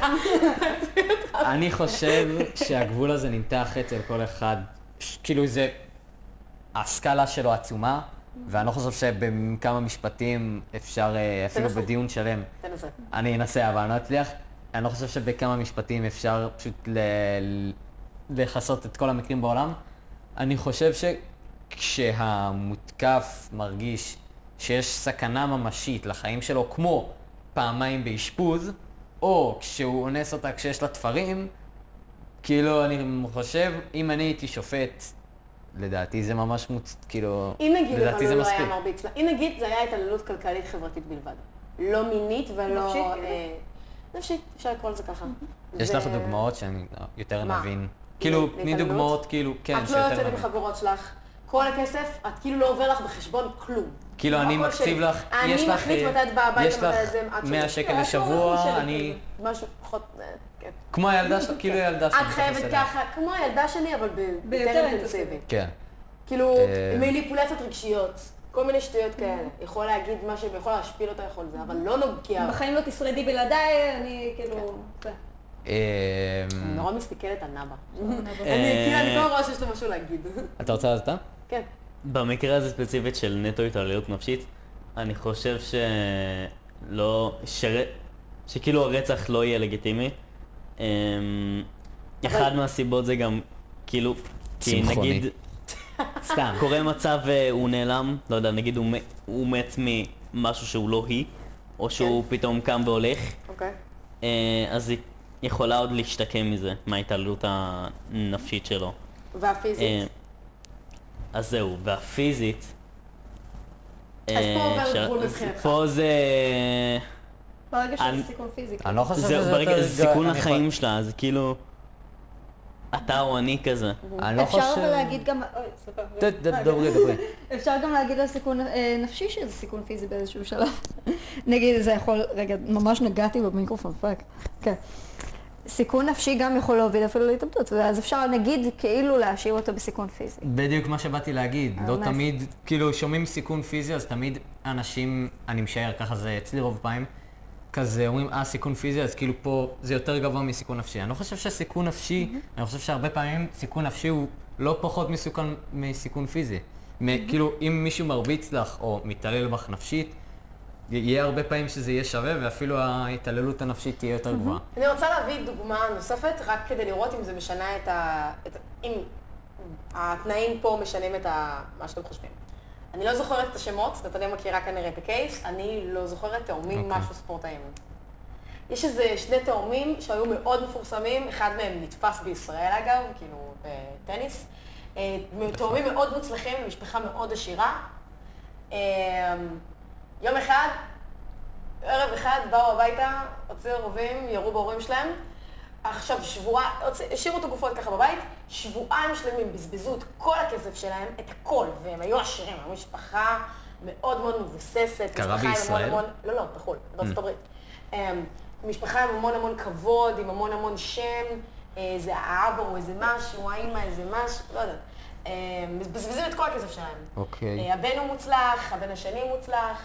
A: אני חושב שהגבול הזה נמתח אצל כל אחד, ש- כאילו זה, הסקאלה שלו עצומה, ואני לא חושב שבכמה משפטים אפשר, אה, אפילו
B: תנסה.
A: בדיון שלם,
B: תנסה.
A: אני אנסה אבל אני לא אצליח, אני לא חושב שבכמה משפטים אפשר פשוט ל- ל- לכסות את כל המקרים בעולם. אני חושב שכשהמותקף מרגיש שיש סכנה ממשית לחיים שלו, כמו פעמיים באשפוז, או כשהוא אונס אותה כשיש לה תפרים, כאילו, אני חושב, אם אני הייתי שופט, לדעתי זה ממש מוצ... כאילו,
B: אם נגיד
A: לדעתי
B: אבל
A: זה
B: הוא לא היה
A: מספיק.
B: מרביץ לה, אם נגיד זה היה התעללות כלכלית חברתית בלבד. לא מינית ולא...
D: נפשית, כאילו?
B: אה, נפשית, אפשר לקרוא לזה ככה.
A: יש
B: זה-
A: לך דוגמאות שאני יותר
B: מה?
A: נבין. כאילו, תני
B: להתעללות?
A: דוגמאות, כאילו, כן,
B: את לא
A: שיותר
B: יוצאת עם
A: נבין.
B: חברות שלך, כל הכסף, את כאילו לא עובר לך בחשבון כלום. לא
A: כאילו, אני
B: הכל
A: מקציב
B: שלי.
A: לך, יש
B: אני
A: לך,
B: מחליט
A: אה,
B: מתי את באה
A: יש
B: הביתה, מתי
A: לך
B: זה,
A: 100
B: את שלי. כאילו.
A: שקל לשבוע, אני,
B: משהו פחות... אה, כן.
A: כמו הילדה שלך, כאילו הילדה שלך.
B: את חייבת ככה, כמו הילדה שלי, אבל ב-
D: ביותר
B: ביותר
D: אינטנסיבי.
B: אינטנסיבי.
A: כן.
B: כאילו,
A: אה.
B: מניפולציות רגשיות, כל מיני שטויות כאלה. יכול להגיד מה ש... יכול להשפיל אותה, יכול זה, אבל לא נוגע. בה.
H: בחיים לא תשרדי בלעדיי, אני כאילו... זה.
A: אמ,
B: אני נורא מסתכלת על נאבה. אני
C: אה.
B: כאילו, אני כבר רואה שיש לו משהו להגיד.
A: אתה רוצה אז אתה?
B: כן.
C: במקרה הזה ספציפית של נטו התעללות נפשית, אני חושב שלא... שר... שכאילו הרצח לא יהיה לגיטימי. אמ, אחד מהסיבות זה גם, כאילו, כי
A: צמחוני.
C: נגיד... סתם. קורה מצב אה, הוא נעלם, לא יודע, נגיד הוא, מ- הוא מת ממשהו שהוא לא היא, או שהוא פתאום קם והולך,
B: אוקיי.
C: אה, אז היא יכולה עוד להשתקם מזה, מההתעללות הנפשית שלו. אה,
B: והפיזית.
C: אז זהו, והפיזית...
B: אז פה עובר
C: אה, ש-
B: גבול מבחינתך.
C: פה זה...
D: ברגע
C: אני-
D: שזה סיכון פיזי.
A: אני לא חושב
C: זהו,
A: שזה
C: ברגע,
A: יותר
C: זה
A: גרוע.
C: סיכון
A: אני יכול-
C: החיים שלה, זה כאילו... אתה או אני כזה.
A: אני לא חושב...
D: אפשר אבל להגיד גם... אוי, סליחה.
A: ד- ד- דברי, דברי.
D: אפשר גם להגיד על סיכון אה, נפשי שזה סיכון פיזי באיזשהו שלב. נגיד זה יכול, רגע, ממש נגעתי במיקרופון, פאק. כן. סיכון נפשי גם יכול להוביל אפילו להתאבדות, ואז אפשר נגיד כאילו להשאיר אותו בסיכון פיזי.
A: בדיוק מה שבאתי להגיד, לא
D: ממש.
A: תמיד, כאילו שומעים סיכון פיזי, אז תמיד אנשים, אני משער, ככה זה אצלי רוב פעמים, כזה אומרים, אה, סיכון פיזי, אז כאילו פה זה יותר גבוה מסיכון נפשי. אני לא חושב שסיכון נפשי, אני חושב שהרבה פעמים סיכון נפשי הוא לא פחות מסוכן מסיכון פיזי. מ- כאילו, אם מישהו מרביץ לך או מתעלל בך נפשית, יהיה הרבה פעמים שזה יהיה שווה, ואפילו ההתעללות הנפשית תהיה יותר גבוהה.
B: אני רוצה להביא דוגמה נוספת, רק כדי לראות אם זה משנה את ה... את... אם התנאים פה משנים את ה... מה שאתם חושבים. אני לא זוכרת את השמות, נתניה מכירה כנראה את הקייס, אני לא זוכרת תאומים
C: אוקיי.
B: משהו ספורטאים. יש איזה שני תאומים שהיו מאוד מפורסמים, אחד מהם נתפס בישראל אגב, כאילו בטניס. אה, תאומים מאוד מוצלחים, משפחה מאוד עשירה. אה, יום אחד ערב אחד באו הביתה, הוציאו רובים, ירו בהורים שלהם. עכשיו שבועה, הוציא- השאירו את הגופות ככה בבית, שבועיים שלמים בזבזו את כל הכסף שלהם, את הכל, והם היו עשירים, היו משפחה מאוד מאוד מבוססת.
A: קרה
B: משפחה עם
A: בישראל?
B: המון המון, לא, לא, בחו"ל,
A: Mm.
B: בארצות הברית. אמ, משפחה עם המון המון כבוד, עם המון המון שם, אה, זה האבא הוא איזה משהו, האמא איזה משהו, לא יודעת. אמ, מבזבזים את כל הכסף שלהם.
A: אוקיי.
B: אה, הבן הוא מוצלח, הבן השני מוצלח.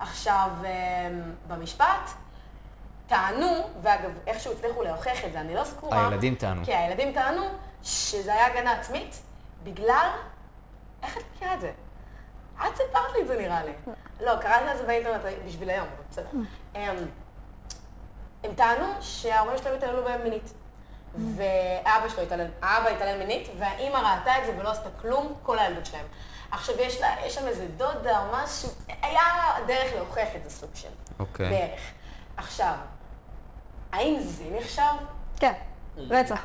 B: עכשיו, אמ, במשפט, טענו, ואגב, איכשהו הצליחו להוכיח את זה, אני לא סגורה.
A: הילדים טענו.
B: כי הילדים טענו שזה היה הגנה עצמית, בגלל... איך את מכירה את זה? את סיפרת לי את זה נראה לי. לא, קראתי על זה באינטרנט בשביל היום, אבל בסדר. אמ, הם טענו שההורים שלהם התעללו בהם מינית. ואבא שלו התעלל, האבא התעלל מינית, והאימא ראתה את זה ולא עשתה כלום כל הילדות שלהם. עכשיו, יש, לה, יש שם איזה דודה או משהו, היה דרך להוכיח את זה סוג של,
A: אוקיי.
B: בערך. עכשיו, האם זה נחשב?
D: כן, רצח.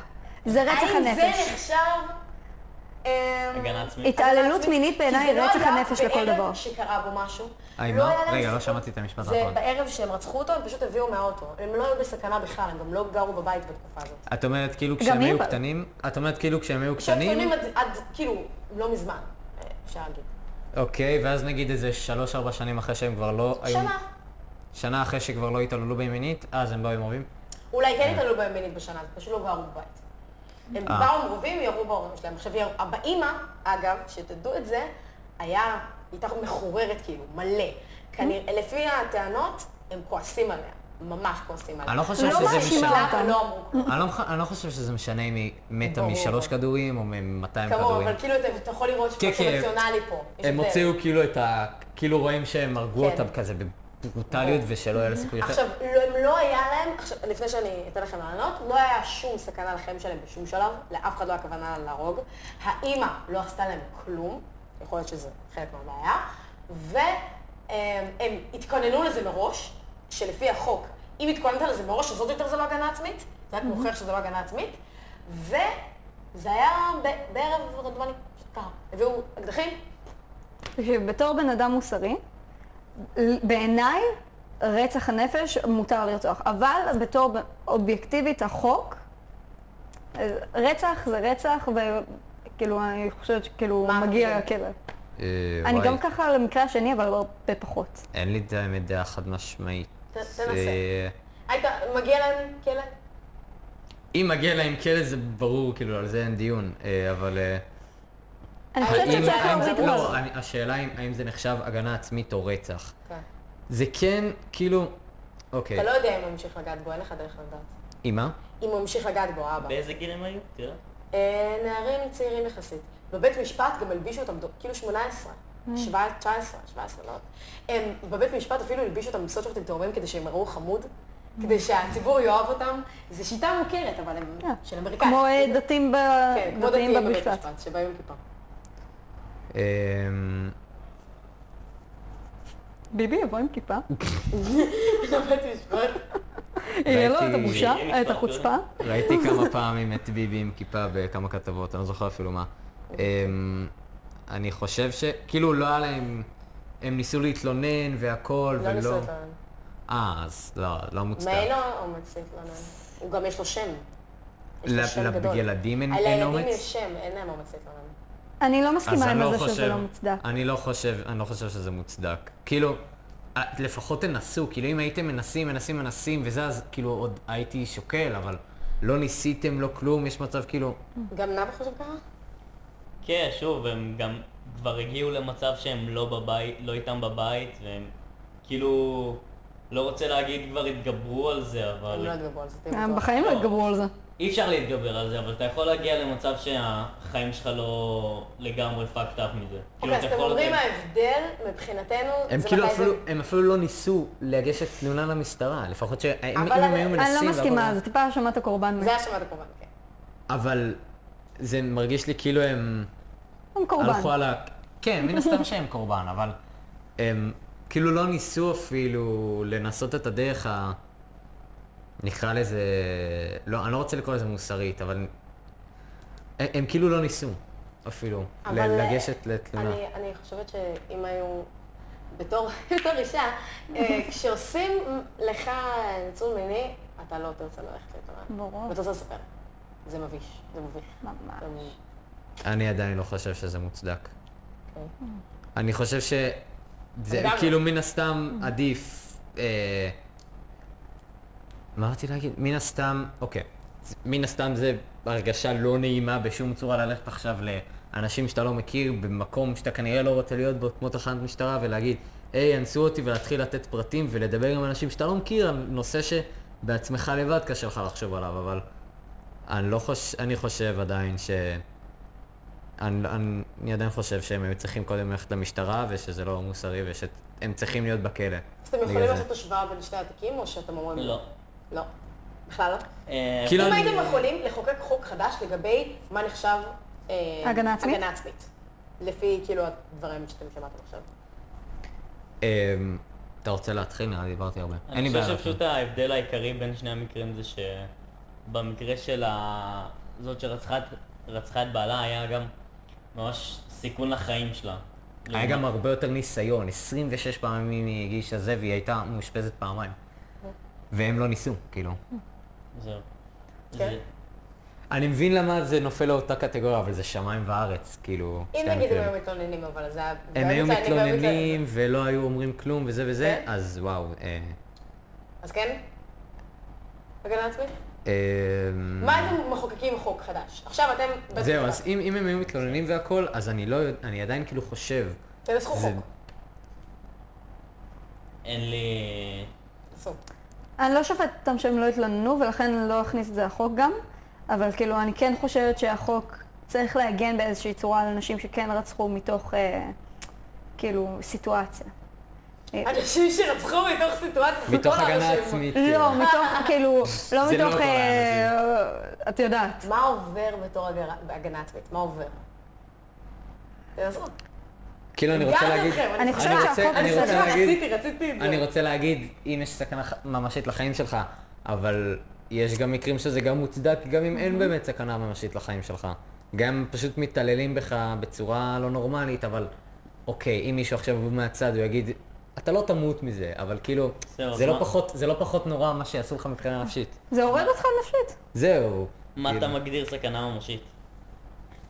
D: זה רצח
B: האם זה
D: הנפש.
B: נחשב? אמ,
C: הגנה עצמית.
D: התעללות
B: עצמית?
D: מינית בעיניי
B: כי זה
D: היא
B: לא
D: רצח
B: היה
D: הנפש לכל
B: בערב
D: דבר.
B: שקרה בו משהו.
A: היי,
B: לא
A: מה?
B: היה להם
A: רגע, לא
B: סיכוי.
A: שמעתי את המשפט
B: זה
A: האחרון.
B: בערב שהם רצחו אותו, הם פשוט הביאו מהאוטו. הם לא היו בסכנה בכלל, הם גם לא גרו בבית בתקופה הזאת.
A: את אומרת כאילו כשהם
D: היא
A: היו
D: אבל.
A: קטנים, את אומרת כאילו כשהם היו
B: שהם
A: קטנים,
B: טוענים עד, עד, כאילו, לא מזמן, אה, אפשר להגיד.
A: אוקיי, ואז נגיד איזה שלוש-ארבע שנים אחרי שהם כבר לא היו...
B: שנה.
A: שנה אחרי שכבר לא התעללו בי מינית, אז הם לא באו עם הורים?
B: אולי כן התעללו בהם מינית בשנה, הזאת, פשוט לא גרו בבית. הם
A: אה.
B: באו עם רובים וירו בהורים שלהם. עכשיו, ירו- באימא, אגב, שתדעו את זה, היה איתך מחוררת כאילו, מלא. כנראה, לפי הטענות, הם כועסים עליה. ממש כועסים עליה.
A: אני לא חושב לא שזה מאשימה משנה.
B: למה לא אמרו כלום?
A: אני לא, מח- אני לא חושב שזה משנה אם היא מתה
B: ברור.
A: משלוש כדורים או מ-200
B: כמוהו,
A: כדורים.
B: אבל כאילו, אתה- אתה יכול לראות
A: כן,
B: שמשהו
A: כן.
B: רציונלי פה. יש
A: הם
B: הבדל.
A: הוציאו כאילו את ה... כאילו רואים שהם הרגו
B: כן.
A: אותם כזה בברוטליות ושלא היה לה סיכוי יותר.
B: עכשיו, לא- הם לא היה להם, עכשיו, לפני שאני אתן לכם לענות, לא היה שום סכנה לחיים שלהם בשום שלב, לאף אחד לא היה כוונה להרוג. האימא לא עשתה להם כלום, יכול להיות שזה חלק מהבעיה, והם התכוננו לזה מראש, שלפי החוק, אם התכוננת לזה מראש, אז עוד יותר זה לא הגנה עצמית, זה רק מוכיח שזה לא הגנה עצמית, וזה היה ב- בערב רדמני, פשוט ככה, הביאו אקדחים,
D: שבתור בן אדם מוסרי, בעיניי רצח הנפש מותר לרצוח, אבל בתור ב- אובייקטיבית החוק, אז רצח זה רצח, וכאילו אני חושבת שכאילו
B: מה
D: מגיע
B: אתה
D: לכלא. אני גם ככה למקרה השני, אבל הרבה פחות.
A: אין לי באמת דעה חד משמעית.
B: ת- תנסה.
A: אה,
B: היית, מגיע להם כלא?
A: אם מגיע להם כלא זה ברור, כאילו, על זה אין דיון, אה, אבל... אה,
D: אני
B: כן,
D: חושבת
A: האם-
D: שצריך
A: האם זה-
D: להוריד
A: לא,
D: כבר.
A: אני- השאלה אם האם זה נחשב הגנה עצמית או רצח.
B: כן.
A: זה כן, כאילו, אוקיי.
B: אתה לא יודע אם הוא ממשיך לגעת בו, אין לך דרך לדעת.
A: עם מה?
B: אם הוא ממשיך לגעת בו, אבא.
C: באיזה גיל הם היו? תראה.
B: אה, נערים צעירים יחסית. בבית משפט גם הלבישו אותם, דו- כאילו 18,
D: Mm.
B: 17, 19, 17, לא יודעת. הם בבית משפט אפילו הלבישו אותם בסוטשרטים תאומים כדי שהם יראו חמוד,
D: Mm.
B: כדי שהציבור יאהב אותם. זו שיטה מוכרת, אבל הם
D: כן.
B: של אמריקאים.
D: כמו אה, דתיים ב-
B: כן, כמו
D: דתיים
B: דתיים בבית
D: במשפט.
B: משפט, שבאים עם כיפה.
A: אמ,
D: ביבי יבוא עם כיפה.
B: בבית משפט.
D: יהיה לו את
A: ראיתי-
D: הבושה,
C: יהיה
D: את
C: משפט
D: החוצפה.
A: ראיתי כמה פעמים את ביבי עם כיפה בכמה כתבות, אני לא זוכר אפילו מה. אמ, אני חושב ש... כאילו לא היה להם... הם ניסו להתלונן והכל,
B: לא
A: ולא...
B: ניסו את העולם.
A: אה, אז לא, לא מוצדק.
B: מאין האומץ להתלונן. לא הוא גם יש לו שם. יש לו שם
A: ל-
B: גדול.
A: לילדים אין- אין
B: לילדים יש
A: אומץ?
B: שם, אין להם אומץ להתלונן.
D: אני לא
A: אז
D: מסכימה
A: אני
D: עם
A: לא
D: זה שזה
A: חושב...
D: לא מוצדק.
A: אני לא חושב, אני לא חושב שזה מוצדק. כאילו, אה, לפחות תנסו, כאילו אם הייתם מנסים, מנסים, מנסים, וזה, אז כאילו עוד הייתי שוקל, אבל לא ניסיתם, לא כלום, יש מצב כאילו...
D: Mm.
B: גם נאוה חושב ככה?
C: כן, שוב, הם גם כבר הגיעו למצב שהם לא בבית, לא איתם בבית, והם כאילו, לא רוצה להגיד כבר התגברו על זה,
B: הם לא
C: אבל...
B: ידברו על זה, תהיה
D: הם
B: בטוח.
D: בחיים לא
C: לא.
D: יתגברו על זה.
C: אי אפשר להתגבר על זה, אבל אתה יכול להגיע למצב שהחיים שלך לא לגמרי fucked up מזה. כאילו,
B: אוקיי, אז
C: אתה
B: אתם
C: יכול
B: אומרים
C: לתת-
B: ההבדל מבחינתנו,
A: הם
B: זה
A: כאילו
B: מתי זה-
A: אפילו, הם אפילו לא ניסו לגשת תלונה למשטרה, לפחות שהם אם
B: אבל
A: הם היו
B: אני
A: מנסים...
D: אני לא מסכימה,
A: אבל-
D: זה טיפה האשמת הקורבן.
B: זה האשמת הקורבן, כן.
A: אבל זה מרגיש לי כאילו הם
D: הם קורבן.
A: הלכו על ה... כן, מן הסתם שהם קורבן, אבל הם כאילו לא ניסו אפילו לנסות את הדרך ה... נקרא לזה... לא, אני לא רוצה לקרוא לזה מוסרית, אבל הם, הם כאילו לא ניסו אפילו
B: אבל,
A: ל-
B: אה,
A: לגשת לתלונה.
B: אני, אני חושבת שאם היו, בתור בתור אישה, אה, כשעושים לך ניצול מיני, אתה לא תרצה ללכת לתורן.
D: ברור.
B: ותרצה לספר. זה מביש, זה מביך.
A: לא.
B: אמ,
D: ממש.
B: זה מביך.
A: אני עדיין לא חושב שזה מוצדק.
B: אוקיי.
A: אני חושב ש... זה
B: גם לא.
A: כאילו מן הסתם עדיף... אה, מה רציתי להגיד? מן הסתם, אוקיי. זה- מן הסתם זה הרגשה לא נעימה בשום צורה ללכת עכשיו לאנשים שאתה לא מכיר, במקום שאתה כנראה לא רוצה להיות בו, כמו תחנת משטרה, ולהגיד, היי, אנסו אותי, ולהתחיל לתת פרטים, ולדבר עם אנשים שאתה לא מכיר על נושא שבעצמך לבד קשה לך לחשוב עליו, אבל... אני לא חוש... אני חושב עדיין ש... אני, אני, אני עדיין חושב שהם היו צריכים קודם ללכת למשטרה, ושזה לא מוסרי, ושהם צריכים להיות בכלא.
B: אז אתם יכולים
A: בגלל זה.
B: לעשות השוואה בין שני התיקים, או שאתם אומרים...
C: לא.
B: לא. בכלל לא?
C: אה,
A: כאילו
B: אם
A: אני-
B: הייתם יכולים לחוקק חוק חדש לגבי מה נחשב... אה,
D: הגנה עצמית?
B: הגנה עצמית. לפי, כאילו, הדברים שאתם שמעתם עכשיו.
A: אמ, אתה רוצה להתחיל? נראה לי דיברתי הרבה. אין לי
C: אני
A: בעיה.
C: חושב
A: להתחיל.
C: שפשוט ההבדל העיקרי בין שני המקרים זה שבמקרה של ה... זאת שרצחה את- רצחה את בעלה היה גם ממש סיכון לחיים שלה.
A: היה גם הרבה יותר ניסיון, 26 פעמים היא הגישה זה, והיא הייתה מאושפזת פעמיים. והם לא ניסו, כאילו.
C: זהו.
B: כן.
C: זה-
A: אני מבין למה זה נופל לאותה קטגוריה, אבל זה שמיים וארץ, כאילו, שתי
B: אם נגיד
A: המקרים.
B: הם היו מתלוננים, אבל זה היה...
A: הם
B: והיו
A: היו
B: מתלוננים והיו מתלוננים.
A: מתלוננים ולא היו אומרים כלום וזה וזה,
B: כן.
A: אז וואו. אה,
B: אז כן? הגנה עצמית?
A: Mm. אמ,
B: מה אתם מחוקקים חוק חדש? עכשיו אתם... בית
A: זהו,
B: משפט.
A: אז אם, אם הם היו מתלוננים והכל, אז אני לא יודע, אני עדיין כאילו חושב.
B: תנסחו
A: זה-
B: חוק.
C: אין לי...
B: תנסו.
D: אני לא שופטת אותם שהם לא התלוננו, ולכן אני לא אכניס את זה לחוק גם, אבל כאילו, אני כן חושבת שהחוק צריך להגן באיזושהי צורה על אנשים שכן רצחו מתוך, אה, כאילו, סיטואציה.
B: אנשים שרצחו מתוך סיטואציה, זה
A: מתוך
B: כל
A: הגנה
B: האנשים.
A: עצמית. כאילו.
D: לא, מתוך, כאילו, לא
A: זה לא
D: מתוך,
A: כל
D: אה, את יודעת.
B: מה עובר בתור הגר- הגנה עצמית? מה עובר? תנסו.
A: כאילו אני רוצה
B: גם
A: להגיד,
B: אתכם, אני
D: אני
B: שמחה.
D: חושבת
A: אני רוצה-
D: שהחוק
A: אני
D: בסדר.
A: רוצה להגיד,
B: רציתי, רציתי את זה.
A: אני רוצה להגיד, אם יש סכנה ח- ממשית לחיים שלך, אבל יש גם מקרים שזה גם מוצדק, גם אם
B: Mm-hmm.
A: אין באמת סכנה ממשית לחיים שלך. גם פשוט מתעללים בך בצורה לא נורמלית, אבל אוקיי, אם מישהו עכשיו יבוא מהצד, הוא יגיד, אתה לא תמות מזה, אבל כאילו,
C: זהו,
A: זה
C: אז
A: לא
C: מה-
A: פחות- זה לא פחות נורא מה שיעשו לך
B: אה.
A: מבחינה נפשית.
D: זה הורג אותך נפשית.
A: זהו.
C: מה
A: כאילו.
C: אתה מגדיר סכנה ממשית?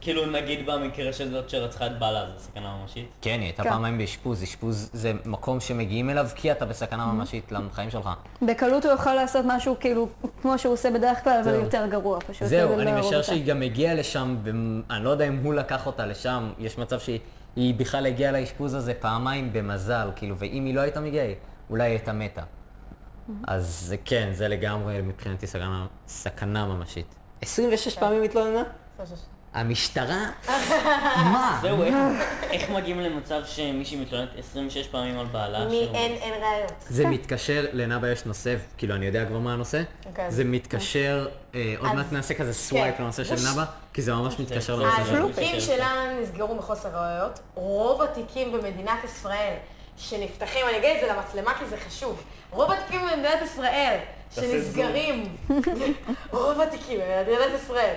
C: כאילו נגיד במקרה של זאת שרצחה את בעלה, זו סכנה ממשית.
A: כן, היא הייתה
D: כן.
A: פעמיים באשפוז, אשפוז זה מקום שמגיעים אליו כי אתה בסכנה ממשית לחיים שלך.
D: בקלות הוא יכול לעשות משהו כאילו, כמו שהוא עושה בדרך כלל, אבל
A: זהו.
D: יותר גרוע פשוט. לא
A: זהו,
D: כדי
A: אני
D: להרוג
A: משער
D: אותה.
A: שהיא גם הגיעה לשם, ואני לא יודע אם הוא לקח אותה לשם, יש מצב שהיא היא בכלל הגיעה לאשפוז הזה פעמיים במזל, כאילו, ואם היא לא הייתה מגיעה, היא- אולי היא הייתה מתה. Mm-hmm. אז זה כן, זה לגמרי מבחינתי סכנה, סכנה ממשית. 26 פעמים התלוננה? המשטרה? מה?
C: זהו, איך- איך מגיעים למצב שמישהי מתלוננת 26 פעמים על בעלה?
B: מי
C: שהוא-
B: אין, אין ראיות.
A: זה מתקשר, לנאבה יש נושא, כאילו אני יודע כבר מה הנושא,
B: אוקיי.
A: זה מתקשר, אה, עוד מעט נעשה כזה סווייפ
B: כן.
A: לנושא של נאבה, כי זה ממש מתקשר
C: זה-
B: אה,
A: לנושא שלנו.
B: התיקים שלנו נסגרו מחוסר ראיות. רוב התיקים במדינת ישראל שנפתחים, אני אגיד את זה למצלמה כי זה חשוב, רוב התיקים במדינת ישראל שנסגרים, רוב התיקים במדינת ישראל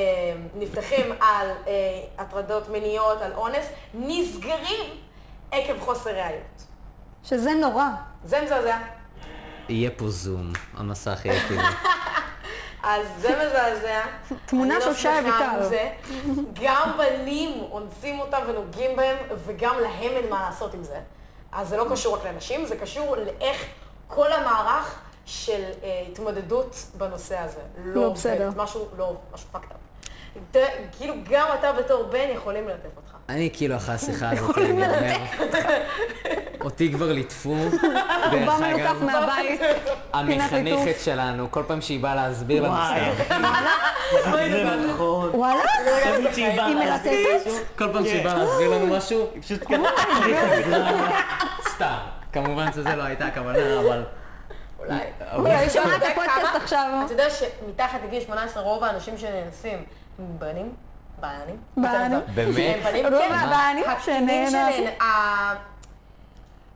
B: שנפתחים על אה, הטרדות מיניות, על אונס, נסגרים עקב חוסר ראיות.
D: שזה נורא.
B: זה מזעזע.
A: יהיה פה זום, המסך יהיה כאילו.
B: אז זה מזעזע.
D: תמונה
B: אני
D: של
B: לא
D: שי
B: שמחה
D: אביטל.
B: עם זה. גם בנים אונסים אותם ונוגעים בהם, וגם להם אין מה לעשות עם זה. אז זה לא קשור רק לנשים, זה קשור לאיך כל המערך של אה, התמודדות בנושא הזה.
D: לא
B: עובד,
D: בסדר.
B: משהו, לא, משהו פאקד אפ. כאילו, גם אתה בתור בן יכולים ללטף אותך.
A: אני כאילו אחרי השיחה הזאת, אני אומר, אותי כבר ליטפו, דרך
D: בא מלוקף מהבית. פינת ליטוף.
A: המחנכת שלנו, כל פעם שהיא באה להסביר לנו סתם,
C: זה נכון.
D: וואלה?
C: תמיד שהיא באה
D: היא
C: להסביר
D: מלטפת?
C: משהו,
A: כל פעם שהיא באה להסביר לנו משהו,
C: היא פשוט ככה.
A: סתם. כמובן שזה לא הייתה הכוונה, אבל...
B: אולי.
D: אולי היא שומעת את הפודקאסט
B: כמה-
D: עכשיו.
B: אתה יודע שמתחת לגיל 18 רוב האנשים שנאנסים הם בנים? בנים?
D: בנים.
A: באמת?
B: הם בנים,
D: רוב
B: כן.
D: הבנים
B: הקטינים
D: שנאנסים.
B: שלהן, ה-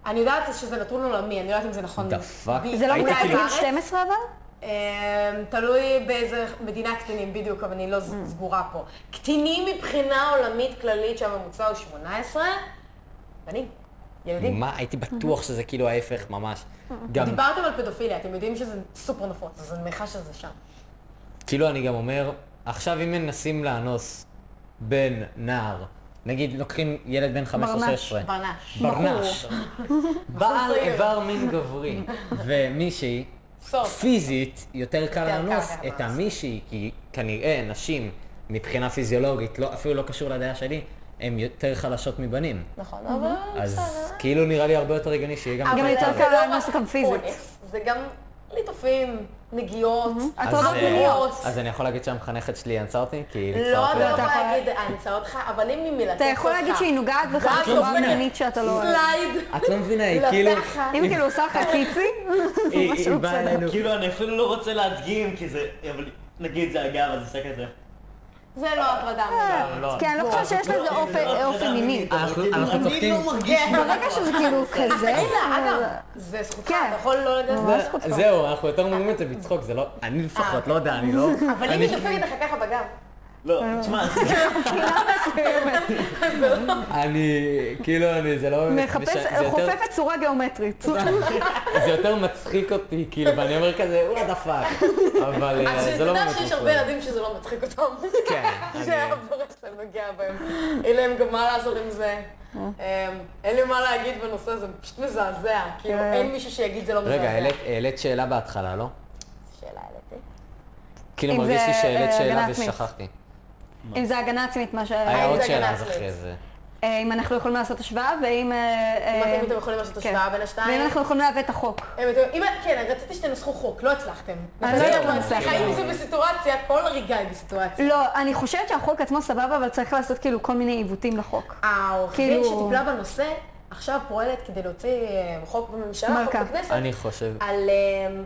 B: אני יודעת שזה נתון עולמי, אני לא יודעת אם זה נכון.
A: The fuck?
B: ב-
D: זה לא
B: אולי
D: מתחת לגיל
B: בארץ.
D: 12 אבל?
B: אמ, תלוי באיזה מדינה קטינים בדיוק, אבל אני לא ס-
D: Mm.
B: סגורה פה. קטינים מבחינה עולמית כללית שהממוצע הוא 18, בנים, ילדים.
A: מה, הייתי בטוח שזה כאילו ההפך ממש. גם,
B: דיברתם על פדופיליה, אתם יודעים שזה סופר נפוץ, אז אני מניחה שזה שם.
A: כאילו אני גם אומר, עכשיו אם מנסים לאנוס בן נער, נגיד לוקחים ילד בן 15
D: ברנש,
B: ברנש.
A: ברנש. בעל איבר מין גברי, ומישהי
B: סוף.
A: פיזית יותר קל
B: יותר קל
A: לאנוס
B: לאנוס.
A: את המישהי, כי כנראה נשים מבחינה פיזיולוגית, לא- אפילו לא קשור לדעה שלי, הן יותר חלשות מבנים.
B: נכון, אבל...
A: אז כאילו נראה לי הרבה יותר הגיוני שיהיה גם...
D: גם
B: אבל
D: יותר
B: זה
D: קל
B: לא
D: לאנוס
B: רק
D: אותם פיזית.
B: אונס, זה גם ליטופים, נגיעות,
A: אז,
D: הטרדות
A: אה,
D: מיניות.
A: אז אני יכול להגיד שהמחנכת שלי אנסה אותי? כי היא
B: לא,
A: ליצרה
B: אתה
A: אותי.
B: לא יכול
D: אתה יכול-
B: להגיד, אני אמצא אותך, אבל אם היא מלטפת אותך.
D: אתה יכול להגיד שהיא נוגעת בך בצורה
B: דופקת.
D: מינית שאתה לא אוהב.
B: סלייד.
A: את לא מבינה, היא כאילו...
B: לתחת.
D: אם כאילו עושה לך קיצי,
C: היא-
D: משהו
C: היא באה
D: בסדר.
C: אלינו. כאילו אני אפילו לא רוצה להדגים, כי זה, אבל נגיד זה הגב, אז זה כזה.
B: זה לא הטרדה מינית.
D: כי אני לא חושבת שיש לזה אופי- אופי מיני.
A: אנחנו אנחנו צוחקים.
B: לא
D: ברגע שזה כאילו כזה,
B: כן. רגע, אגב, זה זכותך,
D: כן.
B: אתה יכול לא לדעת.
D: ממש זכותך.
A: זהו, אנחנו יותר אומרים את זה בצחוק, זה לא... אני לפחות, לא יודע, אני לא...
B: אבל אם
A: אני-
B: היא דופקת לך ככה בגב,
C: לא, תשמע, זה-
A: אני, כאילו, אני, זה לא... באמת
D: מחפש,
A: משע- זה יותר-
D: חופפת צורה גיאומטרית.
A: זה יותר מצחיק אותי, כאילו, ואני אומר כזה, וואט דה פאק. אבל
B: אז
A: אה, זה לא
B: שתדע
A: באמת
B: שיש
A: מצחיק.
B: הרבה ילדים שזה לא מצחיק אותם.
A: כן, אני-
B: שהברך שלהם נוגע בהם. אין להם גם מה לעשות עם זה. אמ, אין לי מה להגיד בנושא הזה, זה פשוט מזעזע. כאילו,
D: כן.
B: אין מישהו שיגיד זה לא מזעזע.
A: רגע, העלית- העלית שאלה בהתחלה, לא?
B: שאלה העליתי.
A: כאילו,
D: אם
A: מרגיש
D: זה,
A: לי שהעלית
D: אה,
A: שאלה
D: הגנה עצמית.
A: ושכחתי.
D: אם זה הגנה עצמית, מה ש...
A: היה
B: אם
A: עוד
B: זה הגנה
A: שאלה, אז
B: עצמית.
A: אחרי זה.
D: אה, אם אנחנו יכולים לעשות השוואה, ואם... אה,
B: אם אתם הייתם יכולים לעשות השוואה בין השתיים.
D: אמ, כן. ואם אנחנו יכולים לעוות את החוק.
B: אם אתם- אם- כן, רציתי שתנסחו חוק, לא הצלחתם.
D: אני לא יודעת מה הצלחתם.
B: חיים זה בסיטואציה, כל הריגה היא בסיטואציה.
D: לא, אני חושבת שהחוק עצמו סבבה, אבל צריך לעשות כאילו כל מיני עיוותים לחוק.
B: העורכת דין
D: כאילו-
B: שטיפלה בנושא, עכשיו פועלת כדי להוציא אה, חוק בממשלה, חוק
D: מלכה.
B: בכנסת,
A: אני חושב...
B: על אה,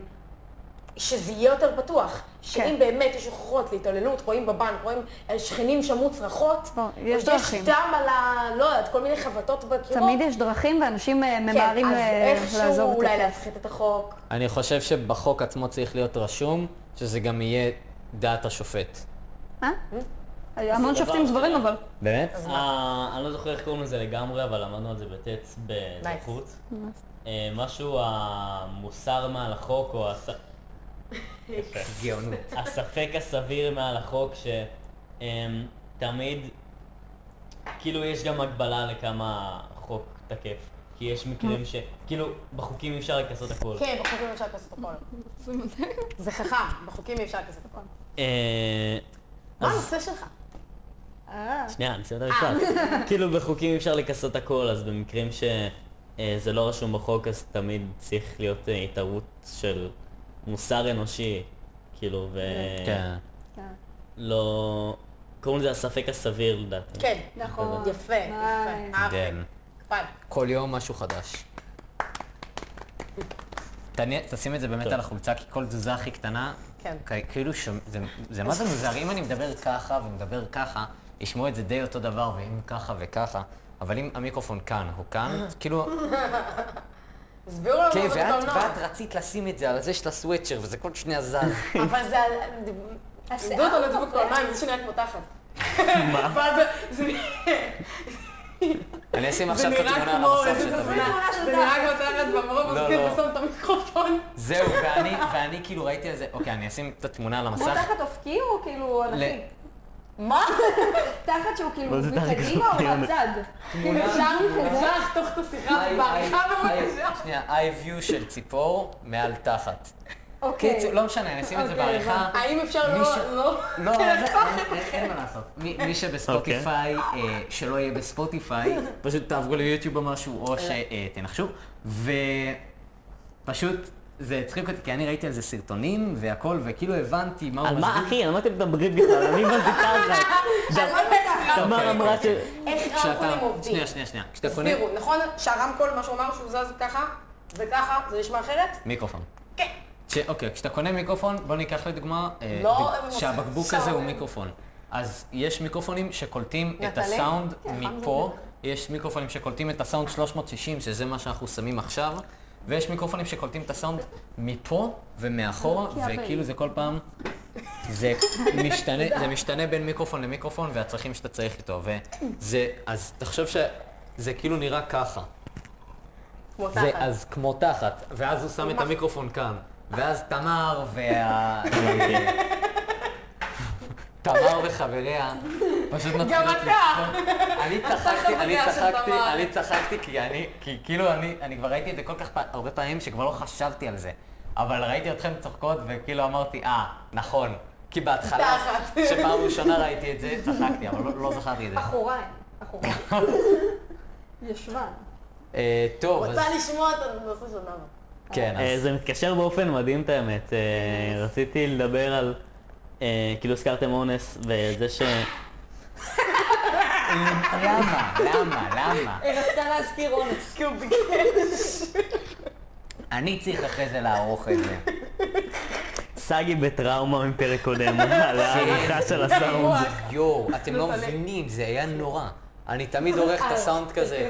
B: שזה יהיה יותר
D: כן.
B: פתוח. שאם באמת יש הוכחות להתעללות, רואים בבנק, רואים אה, שכנים שמעו צרחות,
D: בוא, יש
B: או שיש
D: דרכים.
B: דם על ה... לא יודעת, כל מיני חבטות בקירות.
D: תמיד יש דרכים ואנשים אה, ממהרים
B: כן, אז
D: אה,
B: איכשהו
D: לעזוב את
B: אולי
D: החוק.
B: להפחית את החוק.
A: אני חושב שבחוק עצמו צריך להיות רשום, שזה גם יהיה דעת השופט.
D: אה? המון
C: דבר
D: שופטים גברים אבל.
A: באמת?
C: אה, אני לא זוכר איך קוראים לזה לגמרי, אבל למדנו על זה בטץ באזרחות. אה, משהו המוסר מעל החוק, או הס-
A: גאונות.
C: הספק הסביר מעל החוק, ש... אמ, תמיד, כאילו יש גם הגבלה לכמה החוק תקף. כי יש מקרים ש... כאילו, בחוקים אי אפשר לכסות הכל.
B: כן, בחוקים אי אפשר לעשות הכל. זה חכם, בחוקים אי אפשר לעשות הכל.
C: אה,
B: מה אה.
C: אז-
B: הנושא שלך?
C: שנייה, אני אסיים את המשפט. כאילו בחוקים אי אפשר לכסות הכל, אז במקרים שזה לא רשום בחוק, אז תמיד צריך להיות אה, התערבות של מוסר אנושי, כאילו, ו...
A: כן.
C: לא... קוראים לזה הספק הסביר לדעתי.
B: כן, נכון. יפה, יפה. אהבתי.
A: כן.
B: הקפד.
A: כל יום משהו חדש. תני- תשים את זה באמת
C: טוב.
A: על החולצה, כי כל תזוזה הכי קטנה,
B: כן.
A: כ- כאילו, ש- זה- זה מה זה מוזר, אם אני מדבר ככה ומדבר ככה, ישמעו את זה די אותו דבר, ואם ככה וככה, אבל אם המיקרופון כאן, הוא כאן, כאילו,
B: הסבירו לנו
A: כן,
B: מה אה. לא, זה
A: ואת
B: קולנוע.
A: ואת רצית לשים את זה על זה של הסוואצ'ר, וזה כל שנייה זז.
B: לא. אבל זה... לימדו אותנו את זה בקולנוע, עם זה שנייה כמו תחת. מה? זה
A: אני אשים
B: זה
A: עכשיו את
B: נראה
A: התמונה על
B: כמו...
A: המסך
B: איזה
A: שתבין.
B: תמונה. זה נראה כמו תחת, והמורה
A: לא,
B: מזכיר
A: לא.
B: ושם כאילו את המיקרופון.
A: זהו, ואני- ואני כאילו ראיתי על זה, אוקיי, אני אשים את התמונה על
D: כמו
A: המסך.
D: תחת אופקי הוא כאילו
A: ל-
D: אנכי.
B: מה?
D: תחת שהוא כאילו
C: מה זה תחת
D: מקדימה או
C: אופקי?
D: מהצד.
B: אפשר אפשר לחתוך את השיחה
A: I- I-
B: בעריכה בבקשה.
A: I- שנייה, I view של ציפור מעל תחת.
D: אוקיי.
A: קיצור, לא משנה, אני אשים את זה בעריכה.
B: אוקיי, האם אפשר
A: מי ש-
B: לא... לא...
A: לא, אין- אין- אין מה לעשות. מי מי שבספוטיפיי,
C: אוקיי.
A: אה, שלא יהיה בספוטיפיי, פשוט תעברו ליוטיוב או משהו, או שתנחשו. ופשוט, זה הצחיק אותי, כי אני ראיתי על זה סרטונים והכל, וכאילו הבנתי מה הוא
C: על
A: מסביר.
C: מה, אחי? על מה אתם מדברים בכלל? אני הבנתי ככה. תמר
A: אוקיי,
C: אמרה ש...
A: אוקיי.
B: לא איך
A: כשאתה-
B: רמקולים עובדים.
A: שנייה, שנייה, שנייה. כשאתה קונה...
B: תסבירו, נכון שהרמקול, מה שהוא אמר, שהוא זז ככה וככה, זה נשמע אחרת?
A: מיקרופון.
B: כן.
A: ש- אוקיי, כשאתה קונה מיקרופון, בוא ניקח לדוגמה, אה,
B: לא,
A: דג-
B: הם
A: שהבקבוק
B: עושים
A: הזה הוא
B: סאונד.
A: מיקרופון. אז יש מיקרופונים שקולטים את
B: נטלי? כן,
A: הסאונד מפה, יש מיקרופונים שקולטים את הסאונד 360, שזה מה שאנחנו שמים עכשיו, ויש מיקרופונים שקולטים את הסאונד מפה ומאחורה, וכאילו זה כל פעם, זה משתנה, זה משתנה בין מיקרופון למיקרופון והצרכים שאתה צריך איתו, וזה, אז תחשוב שזה כאילו נראה ככה.
B: כמו
A: זה
B: תחת.
A: אז כמו תחת, ואז הוא שם את המיקרופון כאן, ואז תמר וה... תמר וחבריה פשוט מתחילות
B: גם אתה.
A: לצחוק. אני צחקתי, אני
B: החבריה של
A: צחקתי,
B: תמר.
A: אני צחקתי כי אני, כי כאילו אני, אני כבר ראיתי את זה כל כך פע- הרבה פעמים שכבר לא חשבתי על זה. אבל ראיתי אתכם צוחקות וכאילו אמרתי, אה, נכון. כי בהתחלה,
B: תחת.
A: שפעם ראשונה ראיתי את זה, צחקתי, אבל לא- לא זכרתי את זה.
D: אחוריים. אחוריים. ישבן.
A: אה, טוב, אז...
B: רוצה לשמוע את הנושא של נאוה.
A: כן,
C: אה,
A: אז...
C: זה מתקשר באופן מדהים את האמת. אה, רציתי לדבר על, אה, כאילו הזכרתם אונס, וזה ש...
B: אה,
A: למה? למה? למה?
D: היא רצתה להזכיר אונס.
B: כאילו,
A: אני צריך אחרי זה לערוך את זה.
C: סגי בטראומה מפרק קודם, על ההערכה של
A: כן.
C: הסאונד.
A: יואו, אתם לא אה, מבינים, זה היה נורא. אני תמיד עורך את הסאונד כזה.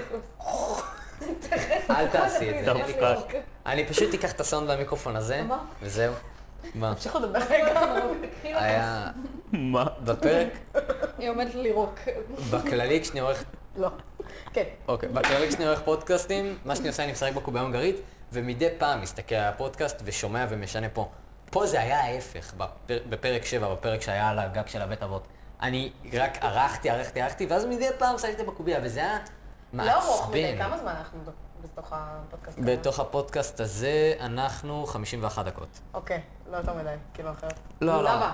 A: אל תעשי אה, את זה.
C: The fuck.
A: אני פשוט אקח את הסאונד מהמיקרופון הזה, וזהו. מה?
B: תמשיכו לדבר רגע.
A: היה
C: מה?
A: בפרק,
B: היא עומדת לירוק.
A: בכללי כשאני עורך,
B: לא. כן.
A: אוקיי, בכללי כשאני עורך פודקאסטים, מה שאני עושה, אני משחק בקובייה הונגרית, ומדי פעם מסתכל על הפודקאסט ושומע ומשנה פה. פה זה היה ההפך, בפר- בפרק 7, בפרק שהיה על הגג של הבית אבות. אני רק ערכתי, ערכתי, ערכתי, ואז מדי פעם שמתי בקובייה, וזה היה מעצבן.
B: לא ארוך מדי, כמה זמן אנחנו בתוך הפודקאסט? הזה?
A: בתוך הפודקאסט הזה אנחנו 51 דקות.
B: אוקיי, לא יותר מדי, כאילו אחרת.
A: לא, לא.
B: למה?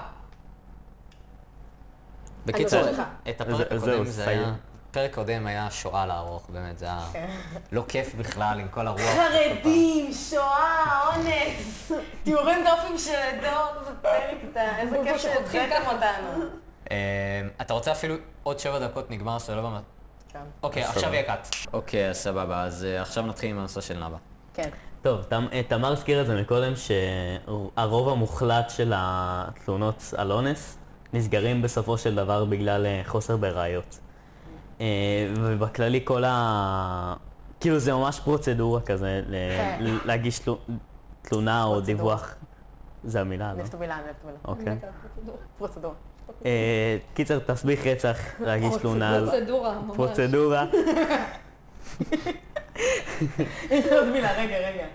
A: בקיצור,
B: נותנת לך.
A: את הפרק
C: אז- אז זהו,
A: הקודם זה היה...
C: סיים.
A: פרק קודם היה שואה לערוך, באמת, זה היה
B: כן.
A: לא כיף בכלל עם כל הרוח.
B: חרדים, שואה, אונס, תיאורים דופים של דור, זה פרק, אתה- איזה כיף שהדחיקם אותנו.
A: אמ, אתה רוצה אפילו עוד 7 דקות נגמר סולו במ...
B: כן.
A: אוקיי, עכשיו יהיה קאט. אוקיי, אז סבבה, אז אה, עכשיו נתחיל עם הנושא של נאבה.
B: כן.
C: טוב, תמ- אה, תמר הזכיר את זה מקודם, שהרוב המוחלט של התלונות על אונס נסגרים בסופו של דבר בגלל אה, חוסר בראיות. אה, ובכללי כל ה... כאילו זה ממש פרוצדורה כזה, ל-
B: כן.
C: ל- להגיש תלו- תלונה או
B: פרוצדורה. כן,
C: דיווח. זה המילה, לא?
B: נפט מילה, נפט מילה.
C: אוקיי.
B: פרוצדור.
C: אה, קיצר, תסביך רצח, להגיש תלונה על...
H: פרוצדורה, ממש.
C: פרוצדורה.
B: יש עוד מילה, רגע, רגע.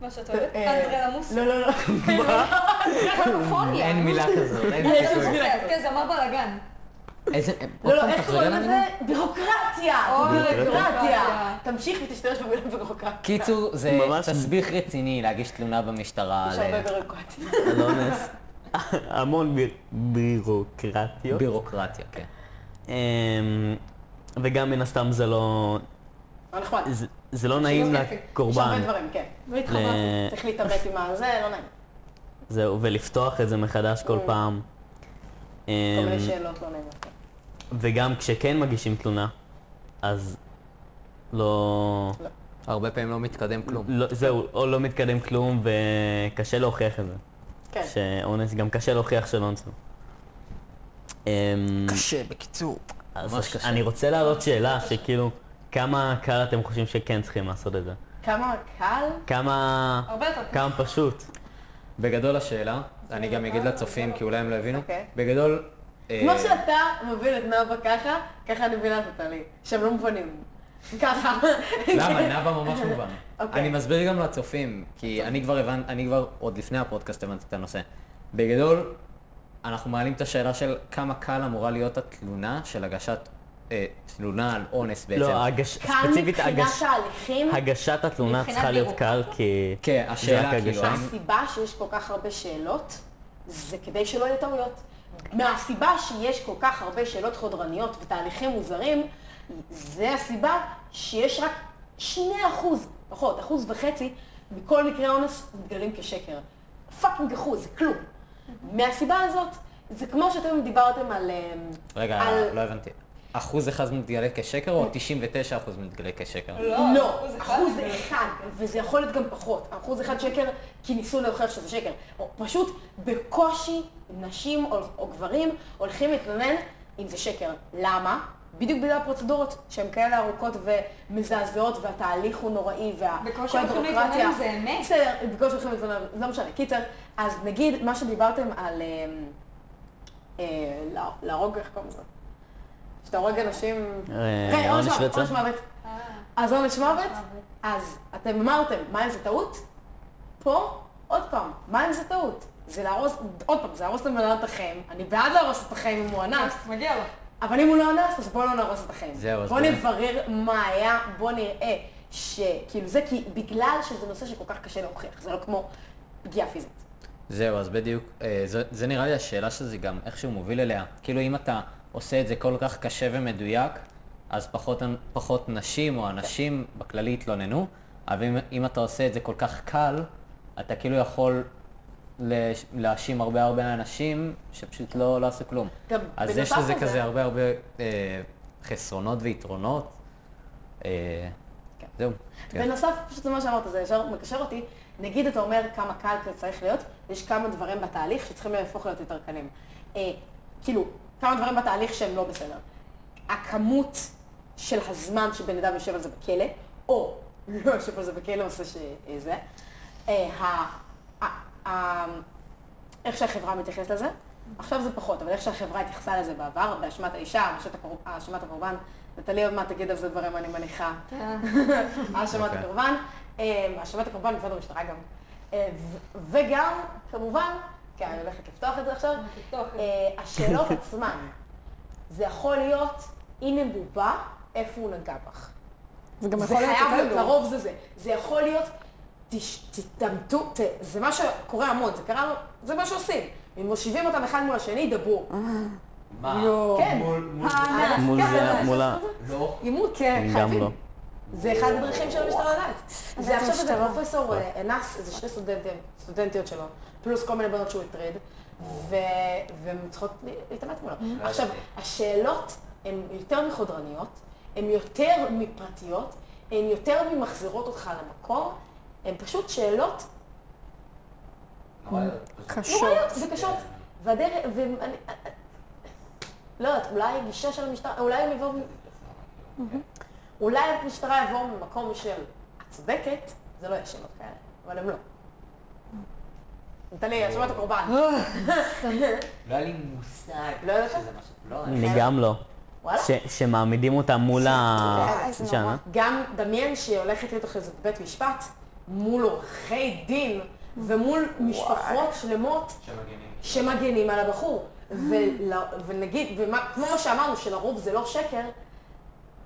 G: מה שאת אוהבת,
B: אה, נכון,
G: אנדרלה מוסה.
B: לא, לא, לא.
H: פרוצדורה.
A: אין מילה כזאת, אין
B: יש עוד מילה.
G: כן, זמר בלאגן.
F: איזה... עוד
B: לא, לא, לא,
F: פעם,
B: איך
F: תחזרי
B: קוראים
F: על
B: לזה?
F: המילה.
B: בירוקרטיה!
G: אוי,
B: בירוקרטיה!
G: בירוקרטיה.
B: תמשיך ותשתמש במילה בירוקרטיה.
A: קיצור, זה
C: ממש-
A: תסביך רציני להגיש תלונה במשטרה
B: יש
A: על
B: הרבה
A: אה,
B: בירוקרטיה.
C: על אונס. המון ביר- בירוקרטיות.
A: בירוקרטיה, כן.
C: אמ, וגם מן הסתם זה לא...
B: לא נחמד.
C: זה- זה לא נעים
B: יש הרבה
C: לקורבן.
B: דברים, כן.
C: אה,
B: והתחברתי, צריך להתאבק עם הזה, לא נעים.
C: זהו, ולפתוח את זה מחדש כל
B: כל
C: פעם.
B: Mm. מיני
C: אמ,
B: שאלות לא נעימות.
C: וגם כשכן מגישים תלונה, אז לא...
A: הרבה פעמים לא מתקדם כלום.
C: לא- זהו, או לא מתקדם כלום וקשה להוכיח את זה.
B: כן.
C: שאונס, גם קשה להוכיח של אונס. אמ,
A: קשה, בקיצור.
C: אז
A: ממש קשה.
C: אני רוצה להעלות שאלה שכאילו, כמה קל אתם חושבים שכן צריכים לעשות את זה?
B: כמה קל?
C: כמה...
G: הרבה יותר קשה.
C: כמה פשוט.
A: בגדול השאלה,
B: לא
A: אני גם אגיד לצופים, כי אולי הם לא הבינו,
B: אוקיי.
A: בגדול... אה,
B: כמו שאתה מוביל את נאווה ככה, ככה אני מבינה את הטלי. שהם לא מובנים. ככה.
A: למה? נאווה ממש מובן.
B: אוקיי.
A: אני מסביר גם לצופים, כי אני כבר הבנתי, אני כבר עוד לפני הפודקאסט הבנתי את הנושא. בגדול, אנחנו מעלים את השאלה של כמה קל אמורה להיות התלונה של הגשת אה, תלונה על אונס בעצם.
C: לא, הגש...
B: כאן
C: ספציפית
B: מבחינת
C: הגש...
B: ההליכים,
C: הגשת התלונה
G: מבחינת
C: צריכה להיות קל,
G: בירוקרטיה?
C: כי...
A: כן,
C: זה
A: השאלה
C: רק
A: כאילו,
C: הגשה.
A: האם-
B: הסיבה שיש כל כך הרבה שאלות, זה כדי שלא יהיו טעויות. מהסיבה שיש כל כך הרבה שאלות חודרניות ותהליכים מוזרים, זה הסיבה שיש רק 2 אחוז, פחות, אחוז וחצי, מכל מקרי אונס מתגלים כשקר. פאקינג אחוז, זה כלום. מהסיבה הזאת, זה כמו שאתם דיברתם על... אמ,
A: רגע,
B: על... אוקיי.
A: לא הבנתי. אחוז אחד מתגלה כשקר או 99 אחוז מתגלה כשקר?
B: לא,
G: אחוז אחד.
B: אחוז אחד, וזה יכול להיות גם פחות. אחוז אחד שקר, כי ניסו להוכיח שזה שקר. או פשוט בקושי נשים או, או גברים הולכים להתלונן אם זה שקר. למה? בדיוק בגלל הפרוצדורות שהן כאלה ארוכות ומזעזעות והתהליך הוא נוראי וה...
G: בקושי
B: כל
G: הולכים
B: הבירוקרטיה.
G: להתלונן אם זה אמת.
B: בסדר, בקושי הולכים להתלונן, לא משנה. קיצר, אז נגיד מה שדיברתם על אמ, אה, לה- להרוג, איך קוראים לזה? שאתה הורג אנשים...
C: אה,
B: רגע,
C: עונש
B: עונש מוות,
C: רצח?
B: עונש מוות. אז עונש מוות, אז אתם אמרתם, מה אם זה טעות? פה, עוד פעם, מה אם זה טעות? זה להרוס, עוד פעם, זה להרוס לבן אדם את החיים, אני בעד להרוס את החיים אם הוא אנס,
G: מגיע לו.
B: אבל אם הוא לא אנס, אז בואו לא נהרוס את החיים.
A: זהו, אז
B: בואו
A: בואי.
B: נברר מה היה, בואו נראה שכאילו זה, כי בגלל שזה נושא שכל כך קשה להוכיח, זה לא כמו פגיעה פיזית.
A: זהו, אז בדיוק, אה, זה, זה נראה לי השאלה שזה גם איכשהו מוביל אליה. כאילו אם אתה עושה את זה כל כך קשה ומדויק, אז פחות, אנ- פחות נשים או אנשים בכללי יתלוננו, אבל אם, אם אתה עושה את זה כל כך קל, אתה כאילו יכול לש- להאשים הרבה הרבה אנשים שפשוט לא, לא עשו כלום.
B: גם
A: אז יש
B: בנוסף
A: לזה
B: לזה-
A: כזה הרבה הרבה אה, חסרונות ויתרונות. אה,
B: כן.
A: זהו. כן.
B: בנוסף, פשוט למה שאמרת, זה ישר מקשר אותי, נגיד אתה אומר כמה קל זה צריך להיות, יש כמה דברים בתהליך שצריכים להפוך להיות יותר קלים. אה, כאילו, כמה דברים בתהליך שהם לא בסדר. הכמות של הזמן שבן אדם יושב על זה בכלא, או לא יושב על זה בכלא, עושה שזה. אה, ה- ה- ה- איך שהחברה מתייחסת לזה. עכשיו זה פחות, אבל איך שהחברה התייחסה לזה בעבר, באשמת האישה, האשמת הקור- האשמת הקורבן, נטלי עוד מעט תגיד על זה דברים, אני מניחה.
G: כן.
B: האשמת
A: אוקיי.
B: הקורבן, אה, האשמת הקורבן מצד המשטרה גם. אה, ו- וגם, כמובן, כן, אני הולכת לפתוח את זה עכשיו,
G: לפתוח את זה.
B: אה, השאלות עצמן. זה יכול להיות, הנה בובה, איפה הוא נגע בך.
H: זה גם
B: זה
H: יכול להיות
B: חייב להיות,
H: יותר גרוע.
B: לרוב זה זה. זה יכול להיות, תש- תתעמתו, ת- זה מה שקורה המון, זה קרה, זה מה שעושים. אם מושיבים אותם אחד מול השני, דברו.
A: מה?
B: כן.
H: אה,
B: האנס,
C: מול
B: כן,
C: זה,
B: האנס,
C: מול ה-
A: לא.
B: עימות,
C: גם
B: חייבים.
C: לא.
B: זה אחד הדרכים של המשטרה לדעת. זה עכשיו איזה
H: המשטרה.
B: פרופסור אה, אנס, איזה שני סטודנטים, סטודנטיות שלו, פלוס כל מיני בנות שהוא הטריד, ו- והן צריכות לה- להתעמת מולו. עכשיו, השאלות הן יותר מחודרניות, הן יותר מפרטיות, הן יותר ממחזירות אותך למקום, הן פשוט שאלות
H: קשות.
B: נוראיות וקשות. והדרך, ואני... אה, לא יודעת, אולי הגישה של המשטרה, אולי הם יבואו... מ- אולי המשטרה יבואו ממקום של את צודקת, זה לא יהיה שאלות כאלה, אבל הם לא. נתן לי, האשמת הקורבן.
F: לא היה לי מושג
B: לא יודעת?
F: שזה משהו. לא, אני-
C: אני גם לא.
B: וואלה.
C: ש- שמעמידים אותה מול ה... אה,
D: איזה
C: שנה.
D: נורא.
B: גם דמיין שהיא הולכת להיות אחרי זה בבית משפט, מול עורכי דין, ומול משפחות שלמות
A: שמגנים.
B: שמגנים על הבחור. ול, ונגיד, וכמו מה שאמרנו, שלרוב זה לא שקר,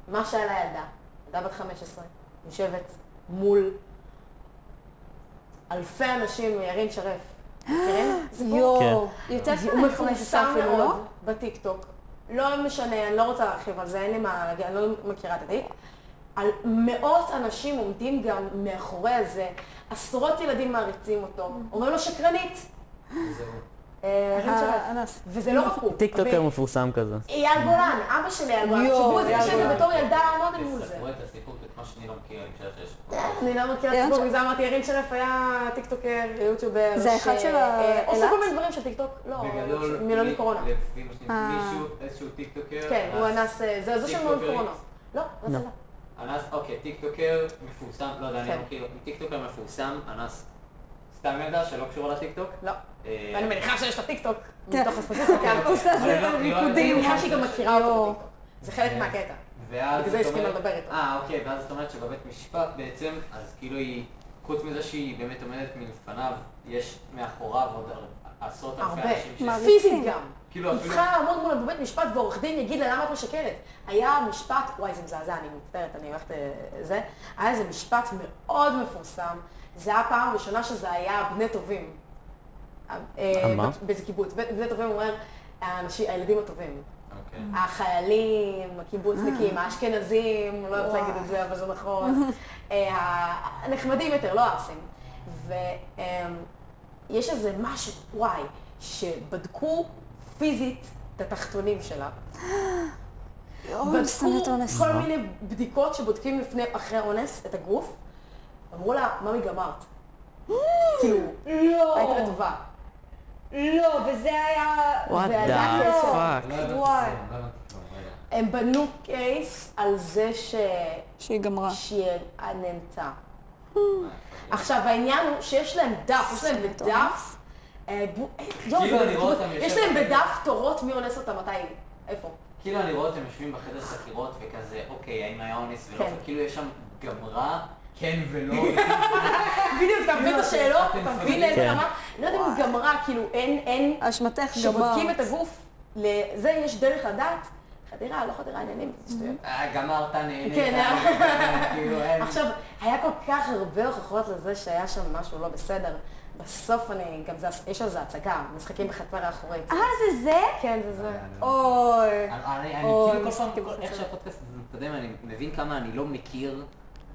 B: מה שהיה לילדה, ילדה בת 15, יושבת מול אלפי אנשים מירין שרף. כן? מכירים?
H: יואו,
C: כן.
H: יותר
B: הוא
D: אה,
B: מפורסם לא? מאוד בטיקטוק. לא משנה, אני לא רוצה להרחיב על זה, אין לי מה להגיד, אני לא מכירה את התיק. על מאות אנשים עומדים גם מאחורי זה, עשרות ילדים מעריצים אותו, אומרים לו שקרנית. אה, אני חושבת.
H: האנס.
B: וזה לא רק הוא.
C: טיקטוק
B: אבל-
C: המפורסם כזה.
B: אייל גולן, אבא של אייל גולן,
H: יואו,
B: תחשבו איזה
H: אייל
B: קשה זה
H: גולן.
B: בתור ילדה לעמוד מול זה.
A: תספרו את הסיפור, כי את מה שאני לא מכיר, אני חושב שיש.
B: אני לא מכירה
D: אייל
B: את הסיפור,
D: ש-
B: בגלל זה אמרתי, ירין שרף היה טיקטוקר, יוטיובר.
D: זה האחד
B: ש-
D: של
B: אה, עושה
D: אילת?
B: כל מיני דברים של טיקטוק, לא,
A: בגדול,
B: מלוני קורונה.
A: לפי מה שאני- מישהו, איזשהו טיקטוקר.
B: כן, הוא אנס, אה, זה זה של מלוני
A: טיקטוקרית.
B: קורונה. לא, לא,
C: לא.
B: לא.
A: אנס, אוקיי, טיקטוקר מפורסם, לא יודע, אני
B: כן.
A: לא מכיר, טיקטוקר מפורסם, אנס סתם ילדה שלא קשורה לטיקטוק.
B: לא.
A: אה,
B: ואני מניחה שיש לה טיקטוק, מתוך הסטטיסטיקה.
A: אבל לא- אני לא-
B: כן. אה, אני מניחה שהיא גם מכירה אותו בטיקטוק. זה חלק
A: אה,
B: מהקטע.
A: ואז
B: בגלל זה
A: את
B: הסכימה
A: אומרת-
B: לדבר איתו.
A: אה, אוקיי, ואז את אומרת שבבית משפט בעצם, אז כאילו היא, חוץ מזה שהיא באמת עומדת מלפניו, יש מאחוריו עוד הר- עשרות אלפי
B: הרבה.
A: אנשים ש...
B: פיזית גם.
A: כאילו,
B: היא
A: אפילו-
B: צריכה לעמוד מולה בבית משפט ועורך דין יגיד לה למה את משקרת. היה משפט, וואי זה מזעזע, אני מצטערת, אני הולכת אה, זה, היה איזה משפט מאוד מפורסם, זה היה פעם ראשונה שזה היה בני טובים. אה,
C: מה?
B: באיזה קיבוץ, בני בני טובים אומר, האנשים- הילדים הטובים.
A: אוקיי.
B: החיילים, הקיבוצניקים, האשכנזים, לא רוצה להגיד את זה, אבל זה נכון. אה, הנחמדים יותר, לא האסים. ויש איזה משהו, וואי, שבדקו פיזית את התחתונים שלה. בדקו כל מיני בדיקות שבודקים לפני, אחרי אונס, את הגוף. אמרו לה, ממי גמרת. כאילו,
H: לא,
B: היית רטובה.
H: לא, וזה היה...
C: What
B: זה
C: the
B: היה כיף.
C: fuck.
A: לא הבנתי
H: וואי.
A: כלום, לא הבנתי כלום, רגע.
B: הם בנו קייס על זה ש...
D: שהיא גמרה.
B: שהיא נהנתה. עכשיו, העניין הוא שיש להם דף, יש להם בדף... אה, בו- אה, יואו,
A: כאילו,
B: זה
A: אני רואה אותם
B: מזכירות. יש
A: יושבת-
B: להם בדף תורות מי אונס אותם, מתי, איפה.
A: כאילו אני רואה אותם יושבים בחדר חקירות וכזה, אוקיי, האם היה אונס ולא,
B: כן.
A: וכאילו יש שם גמרה, כן ולא,
B: בדיוק, תבין את השאלות,
A: כאילו, אתם
B: תבין
A: מפחדים.
B: לאיזה
C: כן.
B: רמה. אני לא יודעת אם גמרה, כאילו, אין, אין...
D: אשמתך גמרת.
B: כשבודקים את הגוף, לזה יש דרך לדעת, חדירה, לא חדירה, עניינים, זה שטויות.
A: אה, גמרת, נהנית,
B: כן, אה.
A: כאילו אין.
B: עכשיו, היה כל כך הרבה הוכחות לזה שהיה שם משהו לא בסדר. בסוף אני, גם זה, יש על זה הצגה, משחקים בחצר האחורית.
H: אה, זה זה?
B: כן, זה זה.
H: אוי.
A: אני אני
H: אוי,
A: כאילו כל פעם,
H: משחקים
A: כל-
H: בחצר.
A: איך שהפודקאסט הזה מתקדם, אני מבין כמה אני לא מכיר,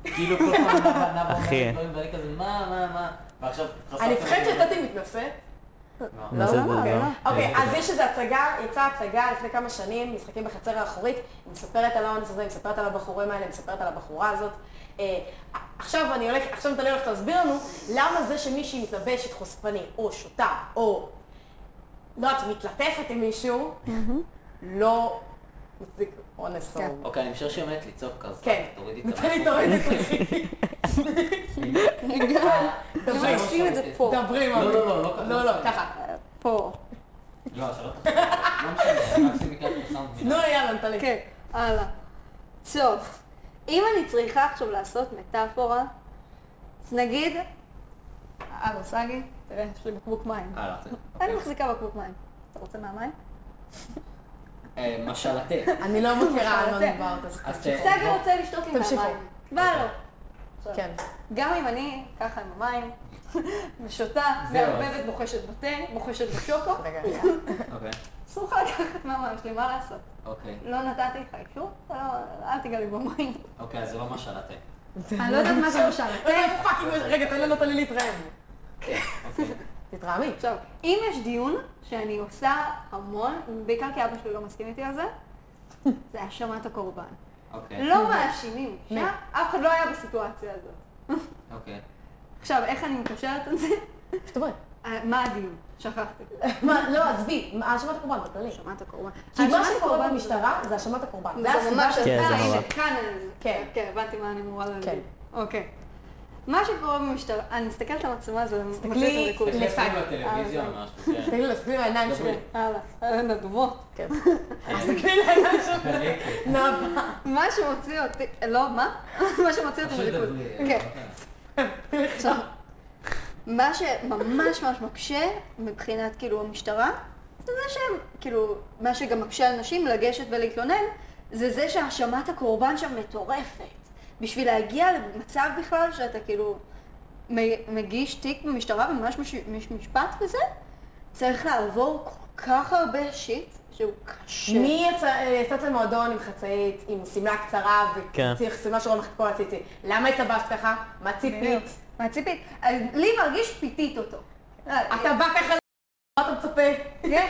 A: כאילו כל פעם נאוה נאוה
C: אחי.
A: אומרת דברים ואני כזה, מה, מה, מה, ועכשיו חשפתם
B: אני
A: לי-
B: חושבת שיצאתי מתנשאת.
A: לא.
C: מה זה,
D: לא,
C: זה
D: לא.
C: לא.
B: אוקיי, אז יש איזו הצגה, יצאה הצגה לפני כמה שנים, משחקים בחצר האחורית, היא מספרת על האונס הזה, היא מספרת על הבחורים האלה, היא מספרת על הבחורה הזאת. אה, עכשיו אני הולכת, עכשיו נתנאל הולך להסביר לנו למה זה שמישהי מתלבשת חושפני, או שותה, או לא יודעת, מתלטפת עם מישהו, לא מצדיק אונס או...
D: כן.
A: אוקיי, אני משער שהיא עומדת לצעוק, אז
B: כן.
A: רק תורידי את
B: נתן לי תוריד את זה. דברי,
D: שים את זה פה.
B: דברי,
A: לא,
B: מאמי.
A: לא, לא, לא ככה.
B: לא, לא, ככה.
D: פה.
A: לא, שלא תחשבי, לא משנה, רק שימי ככה סאונד.
B: נו, לא, יאללה, נתן לי.
H: כן, הלאה. טוב, אם אני צריכה עכשיו לעשות מטאפורה, אז נגיד, אהלו סגי, תראה, יש לי בקבוק מים.
B: אה.
A: הלאה, אה, לא, זה-
H: אני מחזיקה בקבוק מים. אתה רוצה מהמים?
A: אה, משל התה.
B: אני לא מכירה על מה
H: זה.
B: דיברת. אז
A: אז
B: תמשיכו.
H: סגי רוצה לשתות לי
B: תמשיכו.
H: מהמים. בא לו.
B: כן.
H: גם אם אני ככה עם המים, ושותה,
A: זהו, אז-
H: מערבבת, בוחשת בתה, בוחשת בשוקו,
B: רגע, רגע.
A: אוקיי,
H: אסור לך לקחת מהמים שלי, מה לעשות?
A: אוקיי,
H: לא נתתי לך אישור, אתה לא, אל תיגע לי במים.
A: אוקיי, אז זה לא משל התה.
H: אני לא יודעת מה זה משל.
B: רגע, פאקינג, רגע, תן לנו, תן לי להתרעם.
A: אוקיי.
B: תתרעמי.
H: עכשיו, אם יש דיון שאני עושה המון, בעיקר כי אבא שלי לא מסכים איתי על זה, זה האשמת הקורבן.
C: כן.
A: אוקיי,
H: לא מאשימים אישה, אף אחד לא היה בסיטואציה הזאת.
A: אוקיי.
H: עכשיו, איך אני מקשרת את זה?
B: שתדברי.
H: אה, מה הדיון? שכחתי.
B: מה, לא, עזבי, האשמת הקורבן, בכללי.
H: האשמת הקורבן.
B: כי מה שקורה במשטרה זה האשמת הקורבן.
H: זה ממש...
C: כן, זה
H: אה,
C: נורא.
H: הנה, כאן אני...
B: כן.
H: כן. כן, הבנתי מה אני אמורה להגיד.
B: כן.
H: אוקיי. מה שקורה במשטרה, אני מסתכלת על המצלמה הזו, אני מוצאת
B: תסתכלי
H: את זה לכולם.
B: לפ-
A: לפעמים בטלוויזיה או
B: אה,
A: משהו, כן.
B: תן לי להסביר לעיניים שלי.
H: הלאה. אה, הן אדומות.
B: כן. אז אוקיי. תסתכלי לעיניים שלי.
F: כן.
A: דלקת.
B: נאווה.
H: מה שמוציא אותי, לא, מה? מה שמוציא אותי
A: עכשיו
B: אוקיי.
F: אוקיי.
H: מריכוז.
A: דברי,
H: כן.
A: אוקיי.
H: עכשיו, מה שממש ממש מקשה מבחינת כאילו המשטרה, זה זה שהם, כאילו, מה שגם מקשה על נשים לגשת ולהתלונן, זה זה שהאשמת הקורבן שם מטורפת. בשביל להגיע למצב בכלל שאתה כאילו מ- מגיש תיק במשטרה וממש מש, מש, משפט וזה, צריך לעבור כל כך הרבה שיט שהוא קשה.
B: מי יצא- אה, יצאת למועדון עם חצאית, עם שמלה קצרה,
C: כן.
B: וצריך שמלה שרומחת כל הציצי? למה התלבשת ככה? מה ציפית?
H: בדיוק. מה ציפית? אז לי מרגיש פיתית אותו. אה,
B: אתה בא ככה ל... מה אתה מצפה?
H: כן?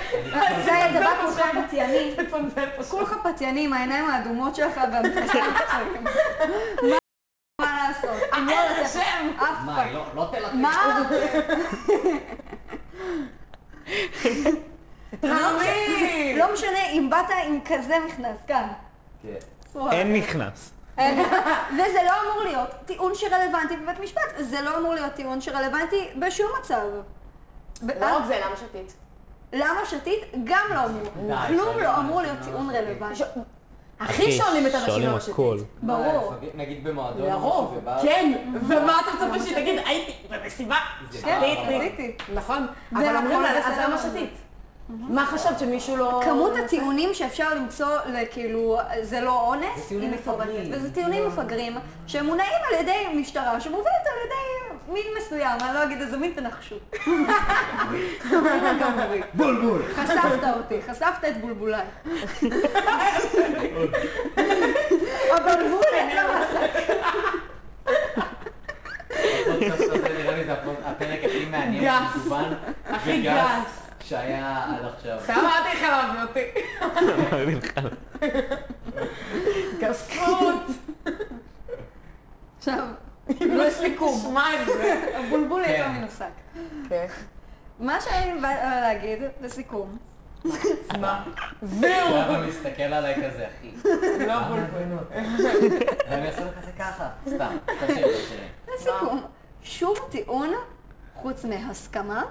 H: זה היה דבר כל כך פתייני.
B: תצנזר פשוט.
H: כולך פתייני עם העיניים האדומות שלך והמכנסיים הקצרים. מה מה לעשות? אני לא יודעת.
B: השם!
H: אף
F: מה,
H: פעם.
F: היא לא- לא תלטף?
H: מה? לא
B: תרמי!
H: משנה- לא משנה אם באת עם כזה מכנס כאן.
F: כן.
C: אין נכנס.
H: וזה לא אמור להיות טיעון שרלוונטי בבית משפט. זה לא אמור להיות טיעון שרלוונטי בשום מצב. אה,
B: לא רק זה, למה שתית?
H: למה שתית? גם לא אמור.
F: די,
H: כלום
F: שואלים
H: לא
F: אנשים
H: אמור להיות
F: למה
H: טיעון
F: שתית.
H: רלוונטי.
B: הכי שואלים את הנשים
C: שואלים
B: למה שתית.
C: הכל.
H: ברור.
F: מה, לפעמים- נגיד במועדון.
B: לרוב,
F: שבא-
B: כן. ומה אתה מצפה שהיא תגיד? הייתי במסיבה,
F: זה
H: כן,
B: שתיתי.
H: שתיתי.
B: נכון, אבל
H: והכל
B: אומרים לה, אז
H: בסדר
B: למה
H: גמור."
B: שתית? מה חשבת שמישהו לא...
H: כמות הטיעונים שאפשר למצוא, לכאילו, זה לא אונס, היא
F: טיעונים
H: מפגרים.
F: מפגרים. לא-
H: וזה טיעונים מפגרים, שמונעים על ידי משטרה, שמובלת על ידי מין מסוים, אני לא אגיד איזה מין, תנחשו.
F: בולבול.
H: חשפת אותי, חשפת את בולבוליי. הבולבול יצא
F: לא-
H: מהשק.
F: הפודקאסט הזה נראה לי זה הפוד- הפרק הכי מעניין,
B: גס.
F: מגוון
B: הכי
F: וגס
B: גס.
F: שהיה עד עכשיו.
B: אתה אמרתי לך להביא אותי.
C: אמרתי לך.
B: גסות.
H: עכשיו,
B: לא יש לי קום. מה עם זה?
H: הבולבול יצא
F: כן.
H: מן השק. מה שאני באה להגיד, לסיכום,
B: מה? זהו.
F: למה מסתכל עליי כזה, אחי?
B: לא
F: למה
B: בולבול.
F: הבאנו אותך? ואני אעשה לך את זה ככה. סתם, תשאיר, תשאיר.
H: לסיכום, שום טיעון חוץ מהסכמה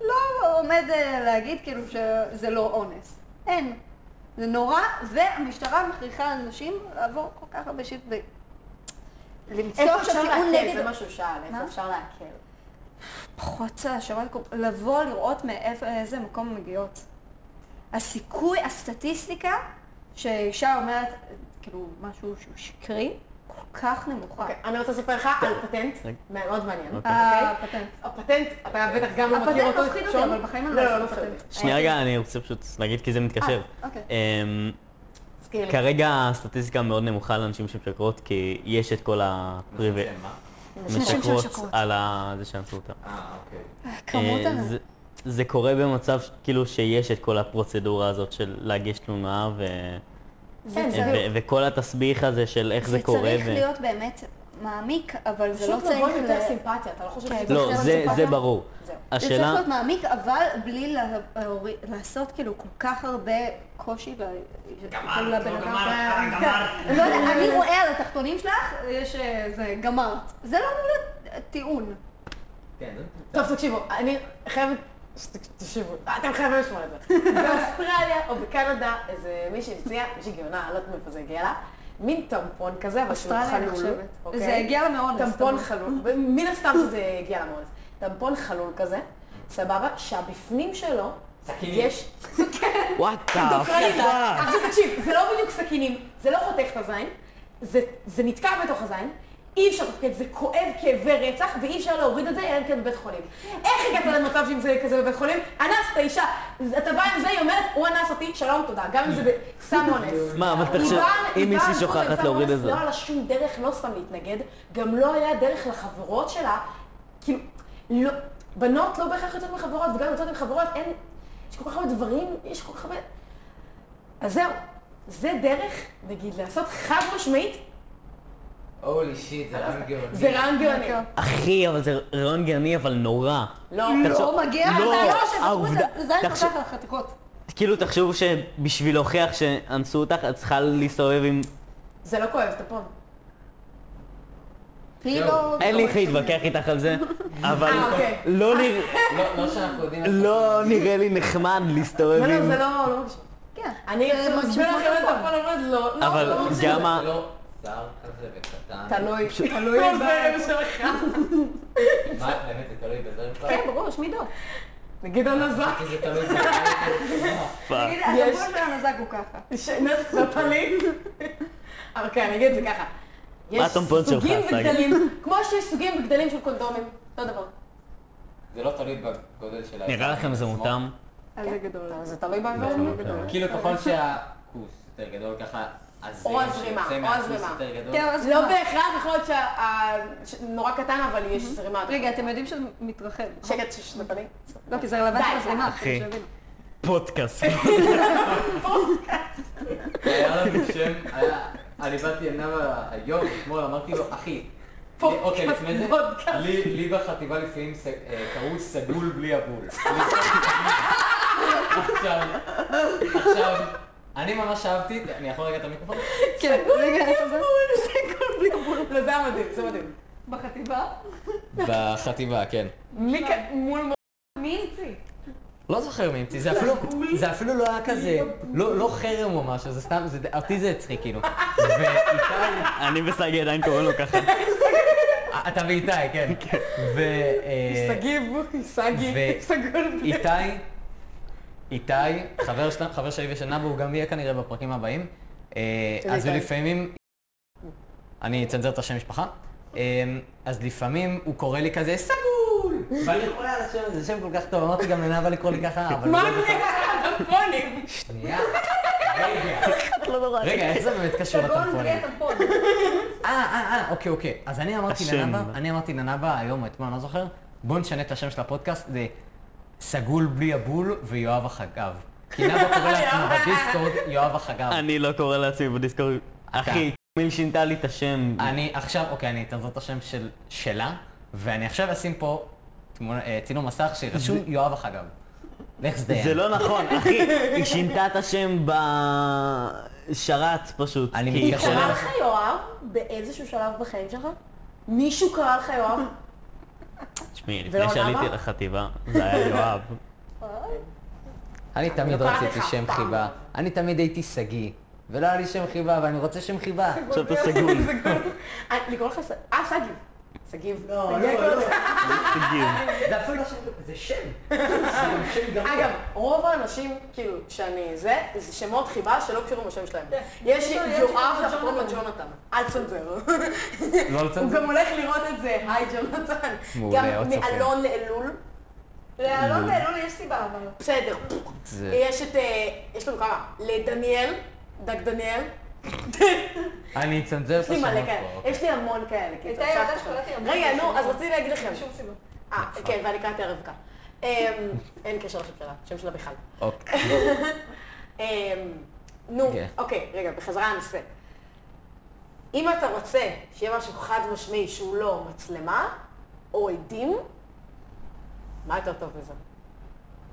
H: לא עומד אה, להגיד כאילו שזה לא אונס. אין. זה נורא, והמשטרה מכריחה אנשים לעבור כל כך הרבה שיט ו... למצוא
B: איפה
H: עכשיו
B: אפשר
H: טיעון
B: להקל?
H: נגד...
B: זה מה שהוא שאל, איפה
H: מה?
B: אפשר להקל?
H: פחות האשמת קורבן, לבוא לראות מאיפה, איזה מקום הן מגיעות. הסיכוי, הסטטיסטיקה שאישה אומרת, כאילו, משהו שהוא שקרי, כל כך נמוכה.
B: אוקיי, אני רוצה לספר לך על פטנט מאוד מעניין,
C: אוקיי.
B: אוקיי?
H: הפטנט.
B: הפטנט, אתה בטח גם לא מכיר
H: הפטנט
B: אותו.
H: מפחיד אותי,
B: שום-
H: אבל בחיים אני
B: לא,
H: לא
B: לא, לא
H: אעשה
B: מפחיד
H: פטנט.
B: אותי.
C: שנייה רגע, אני רוצה פשוט להגיד כי זה מתקשר.
H: אה, אוקיי.
C: אמ,
B: תזכיר לי.
C: כרגע הסטטיסטיקה מאוד נמוכה לנשים שמשקרות, כי יש את כל הפריווילגיות.
F: שם, כן, מה?
C: משקרות
H: שמשקרות.
C: על ה- זה שאנסו אותם.
F: אה, אוקיי.
H: כמות
C: אה,
H: ה...
C: זה- זה קורה במצב ש- כאילו שיש את כל הפרוצדורה הזאת של להגיש תלונה ו-
H: כן,
C: ו- ו- וכל התסביך הזה של איך זה קורה.
H: צריך
C: ו-
H: להיות באמת מעמיק, אבל זה לא
B: פשוט
H: צריך... כן.
B: לבוא עם יותר
H: ל-
B: סימפתיה, אתה לא חושב שזה...
C: לא,
H: צריך
C: זה- זה
H: להיות סימפתיה.
C: ברור.
B: זהו.
H: זה צריך
C: השאלה,
H: להיות מעמיק, אבל בלי לה- להוריד- לעשות כאילו כל כך הרבה קושי ל- כאילו, לבן אדם. כן. לא יודע, אני רואה על התחתונים שלך, יש איזה גמרת. זה לא אמור להיות אה, טיעון.
F: כן,
B: טוב, תקשיבו, אני חייבת... שת- תקשיבו, אתם חייבים לשמוע את זה.
H: לא.
B: באוסטרליה או בקנדה, איזה מישהי המציאה, מישהי גאונה, אני לא יודעת מאיפה זה הגיע לה, מין טמפון כזה, אבל שהוא
H: אוסטרליה, אני
B: חלול.
H: חושבת.
B: אוקיי?
H: זה הגיע לה מאונס,
B: טמפון
H: אתה
B: חלול, מן הסתם שזה הגיע לה מאונס. טמפון חלול כזה, סבבה, שהבפנים שלו,
F: סכינים.
B: יש...
C: וואט
B: דוקרנים. אוקיי,
C: אוקיי,
B: עכשיו תקשיב, זה לא בדיוק סכינים, זה לא חותך את הזין, זה, זה נתקע בתוך הזין, אי אפשר לתפקד, זה כואב כאבי רצח, ואי אפשר להוריד את זה, אלא אם כן בבית חולים. איך הגעת למצב שעם זה כזה בבית חולים? אנסת אישה, אתה בא עם זה, היא אומרת, הוא אנס אותי, שלום, תודה, גם אם זה בסם אונס.
C: מה, אבל
B: היא
C: תחשוב,
B: באה- היא
C: אם מישהי
B: באה עם
C: שוכחת
B: סם
C: להוריד
B: אונס,
C: את זה.
B: לא היה לה שום דרך לא סתם להתנגד, גם לא היה דרך לחברות שלה, כאילו, לא, בנות לא בהכרח יוצאות מחברות, וגם אם יוצאות עם חברות, אין, יש כל כך הרבה דברים, יש כל כך הרבה... אז זהו, זה דרך, נגיד, לעשות חד משמעית,
F: הולי שיט,
A: לא
F: זה רעיון גאוני.
C: כן.
B: זה רעיון גאוני.
C: אחי, אבל זה רעיון גאוני, אבל נורא.
B: לא,
C: תחשוב-
H: לא מגיע,
C: לא,
H: אתה לא יושב,
C: העובדה-
H: בחוץ, זין כל
C: תחשוב-
H: כך על חתיכות.
C: כאילו, תחשוב שבשביל להוכיח שאנסו אותך, את צריכה להסתובב עם...
B: זה לא כואב, טפון.
H: היא
F: זהו.
H: לא...
C: אין לי איך להתווכח איתך על זה, אבל
B: אה, אוקיי.
C: לא נראה...
F: לא לא שאנחנו יודעים...
C: לא נראה לי נחמד להסתובב
B: לא, לא,
C: עם...
B: זה לא, לא מרגיש.
H: כן.
B: אני
H: זה
B: עכשיו
H: מרגיש
B: מסביר
H: כמו
B: לכם את
H: טמפון.
B: טפון, אומרת לא, לא,
C: אבל
B: לא מרגיש.
C: גם
F: זה
C: ה...
F: לא-
A: קצר כזה וקטן.
B: תלוי, תלוי בזרם שלך.
A: מה, באמת, זה תלוי בזרם שלך?
D: כן, ברור, יש מידות.
B: גדעון עזק,
A: כי זה תלוי בזרם
H: לא-
C: פאק.
D: תגיד,
B: יש. לא.
D: הגבול של הנזק הוא ככה.
B: נפלים. אוקיי, אני אגיד את זה ככה.
C: מה
B: יש
C: הטמפון שלך,
B: סוגים
C: סגי?
B: וגדלים, כמו שיש סוגים וגדלים של קונדומים, אותו דבר.
A: זה לא תלוי בגודל של ה...
C: נראה לכם זה מותאם?
H: אז אה, זה גדול.
B: כן? זה תלוי בעבירות.
A: כאילו ככל שהכוס יותר גדול ככה, אז
B: או הזרימה,
A: שיוצא
B: או
A: מהכוס
B: הזרימה.
A: יותר גדול.
H: כן, אז
B: לא
H: מה? Mm-hmm.
B: בהכרח, יכול להיות שנורא קטן, אבל יש זרימה.
H: רגע, אתם יודעים שזה מתרחב. נכון.
B: שקט שנתני.
H: לא, כי זה רלוונטי
B: די,
H: לזרימה,
C: אחי.
H: שתבינו.
C: פודקאסט.
A: היה לנו שם, היה- אני באתי אליו היום, אתמול, אמרתי לו, אחי,
B: פודקאסט,
A: אוקיי, לפני זה,
B: פודקאסט.
A: לי- לי בחטיבה לפעמים ס- אה, קראו סגול בלי הבול. עכשיו, עכשיו, אני ממש אהבתי, אני יכול רגע את המיקרופון?
H: כן, רגע, איפה זה?
B: לא, זה היה מדהים, זה מדהים. בחטיבה?
A: בחטיבה, כן.
B: מי כ- מול מ-
A: לא זוכר מי המציא, זה אפילו, זה אפילו לא היה כזה, לא, לא חרם או משהו, זה סתם, זה, אותי זה הצחיק כאילו. ואיתי,
C: אני וסגי עדיין קוראים לו ככה.
A: אתה ואיתי, כן. ו... אה,
B: שגיב, סגי,
A: ו-
B: סגול. בלי-
A: איתי, איתי, חבר, של, חבר שלי ושל נבו, הוא גם יהיה כנראה בפרקים הבאים. אה, אז הוא לפעמים, אני אצנזר את השם משפחה, אה, אז לפעמים הוא קורא לי כזה סגול! ואני יכולה על השם הזה, שם כל כך טוב, אמרתי גם לנאווה לקרוא לי ככה, אבל...
B: מה
A: לא
B: זה? הטמפונים.
A: שנייה. רגע, רגע, איך זה באמת קשור לטלפונים? אה, אה, אה, אוקיי, אוקיי. אז אני אמרתי
C: השם.
A: לנאבה, אני אמרתי לנאבה היום או אתמול, אני לא זוכר, בוא נשנה את השם של הפודקאסט, זה סגול בלי הבול ויואב החגב. כי נאבה קורא לעצמו בדיסקורד יואב החגב.
C: אני לא קורא לעצמי בדיסקורד. אחי, מיל שינתה לי את השם.
A: כן. אני עכשיו, אוקיי, אני אתן זאת השם של שלה, ואני עכשיו אשים פה תמונה- אה, צילום מסך שרשום יואב החגב. לך זדיין.
C: זה לא נכון, אחי, היא שינתה את השם בשרת פשוט.
A: אני
C: כי
A: מתייחס-
C: היא
B: קרא
C: חולה.
B: לך יואב באיזשהו שלב בחיים שלך? מישהו קרא לך יואב?
C: תשמעי,
B: ולא
C: לפני שעליתי
B: נאווה?
C: לחטיבה, זה היה יואב.
A: אני תמיד
B: לא קראתי
A: רציתי
B: לך
A: שם
B: אף פעם.
A: חיבה. אני תמיד הייתי שגיא. ולא היה לי שם חיבה, ואני רוצה שם חיבה.
C: עכשיו אתה סגול.
B: אה, לקרוא לך ס... אה, סגיב. סגיב.
C: תגיב.
A: לא, זה אפילו לא שם, זה שם.
B: אגב, רוב האנשים, כאילו, שאני זה, זה שמות חיבה שלא קשורים לשם שלהם. כן. לא, יש לי יואב שאנחנו קוראים לו ג'ונתן. אל תצנזר.
A: לא
B: הוא
A: לצנזר.
B: גם הולך לראות את זה, היי ג'ונתן.
A: מעולה,
B: גם
A: עוד צופה.
B: מאלון לאלול.
G: לאלון ואלון יש סיבה אבל.
B: בסדר.
A: זה-
B: יש את, אה, יש לנו כמה, לדניאל, דג דניאל.
A: אני אצנזר את
B: יש לי מלא
A: השמות
B: כאלה,
A: פה.
B: יש לי המון כאלה. כי
G: הייתה
B: זה
G: ילדה
B: עכשיו-
G: שקראתי לה מלכה.
B: רגע, נו, אז רציתי להגיד לכם.
G: שום סיבה.
B: אה, כן, ואני קראתי לה רבקה. אמ, אין קשר לשם שלה, שם שלה בכלל.
A: אוקיי.
B: אמ, נו,
A: כן.
B: אוקיי, רגע, בחזרה לנושא. אם אתה רוצה שיהיה משהו חד משמעי שהוא לא מצלמה, או עדים, מה יותר טוב מזה?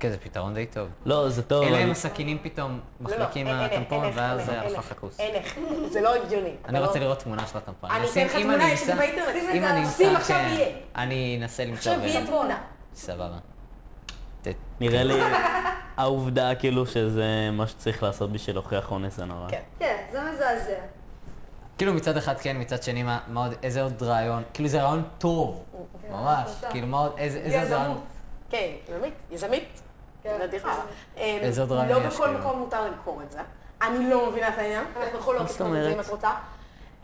A: כן, זה פתרון די טוב.
C: לא, זה טוב.
A: אלה עם
C: אבל-
A: הסכינים פתאום,
B: לא, לא,
A: מחליקים
B: אין- אין-
A: מהטמפון,
B: אין- אין-
A: ואז
B: אין-
A: זה
B: אין-
A: הפך לכוס.
B: אין איך, זה לא הגיוני.
A: אני
B: אתה
A: רוצה
B: לא-
A: לראות תמונה של הטמפון.
B: אני אתן לך
A: אשים- אם
B: תמונה,
A: אני
B: יש לי
A: אנסה-
B: באינטרנט. שים את
A: אם אני
B: זה על-
A: אנסה,
B: שים, עכשיו
A: כן.
B: יהיה.
A: אני אנסה למצוא
B: עכשיו יהיה
A: ולא.
B: תמונה.
A: סבבה. ת-
C: נראה לי העובדה כאילו שזה מה שצריך לעשות בשביל להוכיח אונס זה נורא.
B: כן.
G: כן, זה מזעזע.
A: כאילו מצד אחד כן, מצד שני, מה מה עוד, איזה עוד רעיון? כאילו זה רעיון טוב, ממש.
G: תודה.
A: כאילו מה עוד, איזה איזה עוד רעיון?
B: כן, יזמית, יזמית.
G: כן.
B: נדירה.
A: איזה עוד רעיון
B: לא
A: יש,
B: בכל
A: כאילו?
B: מקום מותר למכור את זה. אני לא מבינה את העניין,
G: אה.
B: אנחנו יכולות
C: זאת
B: לקנות את זה אם
C: אומרת?
B: את רוצה.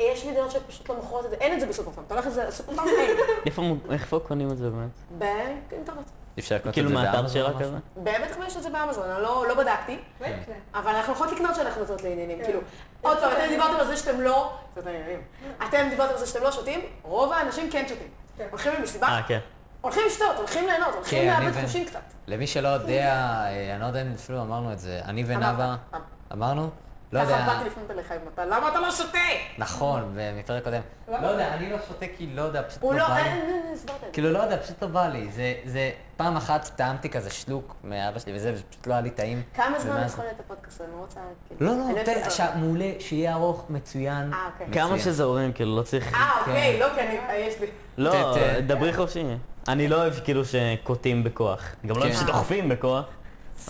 B: אה, יש מדינות שאת פשוט לא מוכרות את זה, אין את זה בסופרפארם. אתה הולך לזה לסופרפארם, אין.
C: איפה מו- איפה קונים את זה באמת?
B: באינטרנט.
A: אפשר לקנות את
C: כאילו
A: זה
C: מהאתר
A: באמזון או
C: שלה
A: משהו?
C: כזה?
B: באמת גם יש את זה באמזון, אני לא לא בדקתי.
G: כן.
B: אבל אנחנו יכולות לקנות שאנחנו נותנות לעניינים, כאילו, עוד פעם, אתם דיברתם על זה שאתם לא, זאת העניינים,
G: אה.
B: אתם דיברתם על זה שאתם לא שותים, רוב האנשים כן שותים. הולכים למסיבה,
C: אה, כן.
B: הולכים לשתות, הולכים ליהנות, הולכים
A: כן, אני
B: לאבד
A: ו-
B: חושים קצת.
A: למי שלא יודע, אה, אני לא יודע אם אפילו אמרנו את זה, אני ונאווה,
B: אמרת.
A: אמרנו? לא
B: אמ- ככה
A: יודע,
B: באתי לפנות אליך עם אתה, למה אתה לא שותה?
A: נכון, מפרק קודם. לא יודע, אני לא שותה כי לא יודע, פשוט
B: הוא
A: לא
B: לא,
A: בא
B: אה,
A: לי.
B: אה, אה, הסברת את זה.
A: כאילו, לא יודע, פשוט לא בא לי. זה, זה, פעם אחת טעמתי כזה שלוק מאבא שלי וזה, וזה פשוט לא היה לי טעים.
B: כמה זמן
A: ומאז-
B: יכול להיות הפודקאסט? אני לא רוצה... כאילו,
A: לא,
B: אני
A: לא,
B: יודעת
A: תן,
B: שזה-
A: עכשיו, מעולה, שיהיה ארוך, מצוין.
B: אה, אוקיי.
A: מצוין.
C: כמה שזורים, כאילו, לא צריך...
B: אה,
A: כן.
B: אוקיי, לא, כי אני, אה, יש לי.
C: לא,
A: ת- ת-
C: דברי חופשי. אני לא אוהב כאילו שקוטעים בכוח. גם לא אוהב
A: כן.
C: שדוחפים בכוח.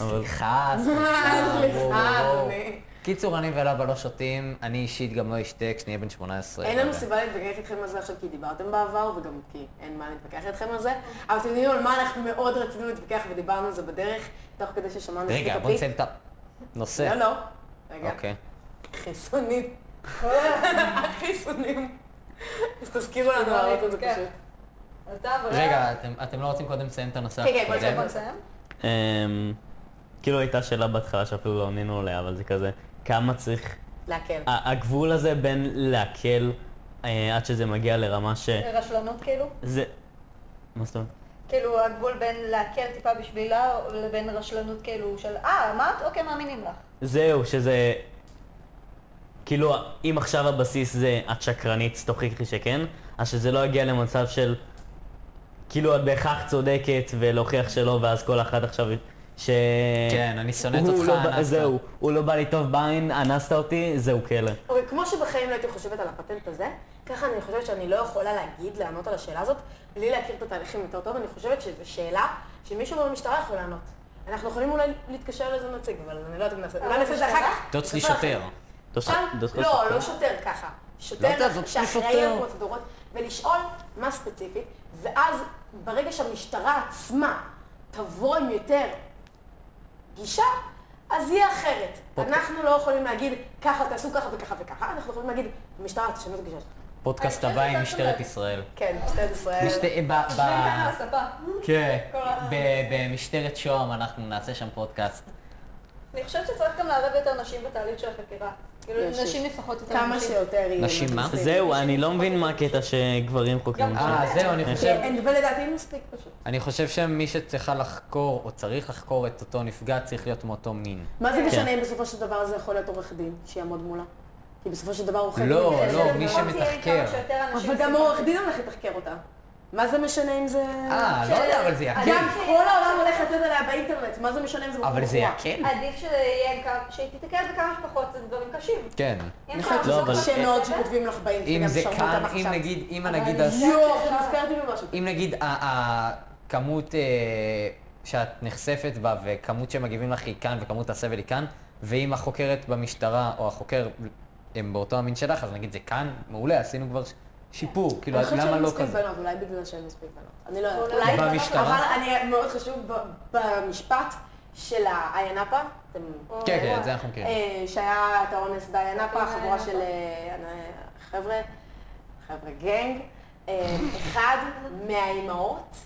C: אבל
A: סליחה, סליחה,
B: אה,
A: וואו,
B: סליחה,
A: וואו, וואו.
B: אדוני.
A: קיצור, אני ולבה לא שותים, אני אישית גם לא אשתה כשנהיה בן 18.
B: אין
A: לא
B: לנו
A: יודע.
B: סיבה להתווכח איתכם על זה עכשיו כי דיברתם בעבר, וגם כי אין מה להתווכח איתכם על זה, אבל אתם יודעים על מה אנחנו מאוד רצינו להתווכח ודיברנו על זה בדרך, תוך כדי ששמענו את
A: רגע,
B: הפי.
A: בוא נציין את הנושא.
B: לא, לא. רגע.
A: אוקיי.
B: חיסונים. חיסונים. אז תזכירו לנו
G: כבר
B: להראות את זה כן.
G: התווכח.
B: פשוט.
G: אז אתה אבל...
A: רגע, אתם- אתם לא רוצים קודם לציין את הנושא
B: כן, כן, בוא
A: הקודם?
B: נסיים, בוא נסיים.
G: נסיים?
C: אמ, כאילו הייתה שאלה בהתחלה שאפילו לא ענינו עליה, אבל זה כזה, כמה צריך...
B: להקל.
C: ה- הגבול הזה בין להקל אה, עד שזה מגיע לרמה ש...
G: רשלנות כאילו?
C: זה... מה זאת אומרת?
G: כאילו הגבול בין להקל טיפה בשבילה לבין רשלנות כאילו של אה, אמרת? אוקיי, מאמינים לך.
C: זהו, שזה... כאילו, אם עכשיו הבסיס זה את שקרנית, תוכיחי שכן, אז שזה לא יגיע למצב של... כאילו, את בהכרח צודקת ולהוכיח שלא, ואז כל אחת עכשיו... ש...
A: כן, אני שונאת
C: הוא
A: אותך,
C: לא בא-
A: אנסת.
C: זהו, הוא לא בא לי טוב בעין, אנסת אותי, זהו כלא.
B: אוקיי, כמו שבחיים לא הייתי חושבת על הפטנט הזה, ככה אני חושבת שאני לא יכולה להגיד, לענות על השאלה הזאת, בלי להכיר את התהליכים יותר טוב, אני חושבת שזו שאלה שמישהו במשטרה יכול לענות. אנחנו יכולים אולי להתקשר לאיזה נציג, אבל אני לא יודעת אם נעשה, אולי נעשה את זה אחר כך.
A: תוץ לי
B: נעשה אחר
A: שוטר.
C: תוס-
B: שם,
C: תוס-
B: לא, לא שוטר ככה.
A: לא יודעת,
B: שוטר
A: זאת
B: שאחראי
A: שוטר.
B: על פרוצדורות, ולשאול מה ספציפית, ואז ברגע שהמשטרה עצמה תבוא עם יותר גישה, אז יהיה אחרת.
A: אוקיי.
B: אנחנו לא יכולים להגיד ככה תעשו ככה וככה וככה, אנחנו יכולים להגיד המשטרה תשנו את הגישה. שלך."
A: פודקאסט
G: אני
A: הבא עם
G: חושבת שזה
A: משטרת
G: צודק.
A: ישראל.
B: כן, משטרת ישראל.
A: משת- ב- ב-
G: יושבים כאן על הספה.
A: כן,
G: כל ה-
A: ב- במשטרת שוהם אנחנו נעשה שם פודקאסט.
B: אה,
G: אני חושבת שצריך גם לערב יותר נשים בתהליך של החקירה. כאילו,
B: יש. לא,
G: נשים נפחות יותר.
B: כמה
G: נשים.
B: שיותר יהיו...
A: נשים מה?
B: מתנסים.
C: זהו, אני לא מבין מה הקטע שגברים חוקרים.
G: גם-
C: שם.
A: אה, זהו, אני חושב...
B: כן, ולדעתי מספיק פשוט.
A: אני חושב שמי שצריכה לחקור, או צריך לחקור את אותו נפגע, צריך להיות מאותו מין.
B: מה זה משנה אם בסופו של דבר זה יכול להיות עורך דין שיעמוד מולה? כי בסופו של דבר הוא חלק
A: לא,
H: כן,
B: מזה.
A: לא, מי
G: שלפחות יהיה כמה
A: שמתחקר.
G: שיותר אנשים
B: אבל גם
G: מסביב.
B: עורך דין הולך לתחקר אותה. מה זה משנה אם זה...
H: כן.
A: אה, לא יודע, אבל זה
B: גם
A: יקל.
B: כל העולם הולך לצאת עליה באינטרנט, מה זה משנה אם זה בחורה?
A: אבל זה
C: כן.
A: יקל.
G: עדיף שזה יהיה כמה- שהיא תתקל בכמה שפחות, זה דברים קשים.
A: כן.
G: אם
B: יכול
G: אפשר
C: לא,
B: להיות
C: אבל-
G: לעשות
B: קשה מאוד
G: כסף,
B: שכותבים לך
A: אם
B: באינסטגרם,
A: זה
B: שרמו
A: כאן,
B: אותם
A: אם
B: עכשיו.
A: נגיד, אם נגיד, הס-
B: יואו, עכשיו נזכרתי במשהו.
A: אם נגיד ה- ה- הכמות אה, שאת נחשפת בה וכמות שמגיבים לך היא כאן וכמות הסבל היא כאן, ואם החוקרת במשטרה או החוקר הם באותו המין שלך, אז נגיד זה כאן, מעולה, עשינו כבר ש- שיפור, כאילו
B: אני
A: אז
B: חושבת
A: למה
B: שאין
A: לא
B: מספיק
A: כזה?
B: בנות, אולי בגלל שאין מספיק בנות. אני לא יודעת.
A: אולי- במשטרה?
B: אבל אני מאוד חשוב ב- במשפט של האיינאפה, אתם...
A: כן, כן, את זה אנחנו מכירים.
B: אה, שהיה את האונס באיינאפה, חבורה של אה, חבר'ה, חבר'ה גנג. אה, אחד מהאימהות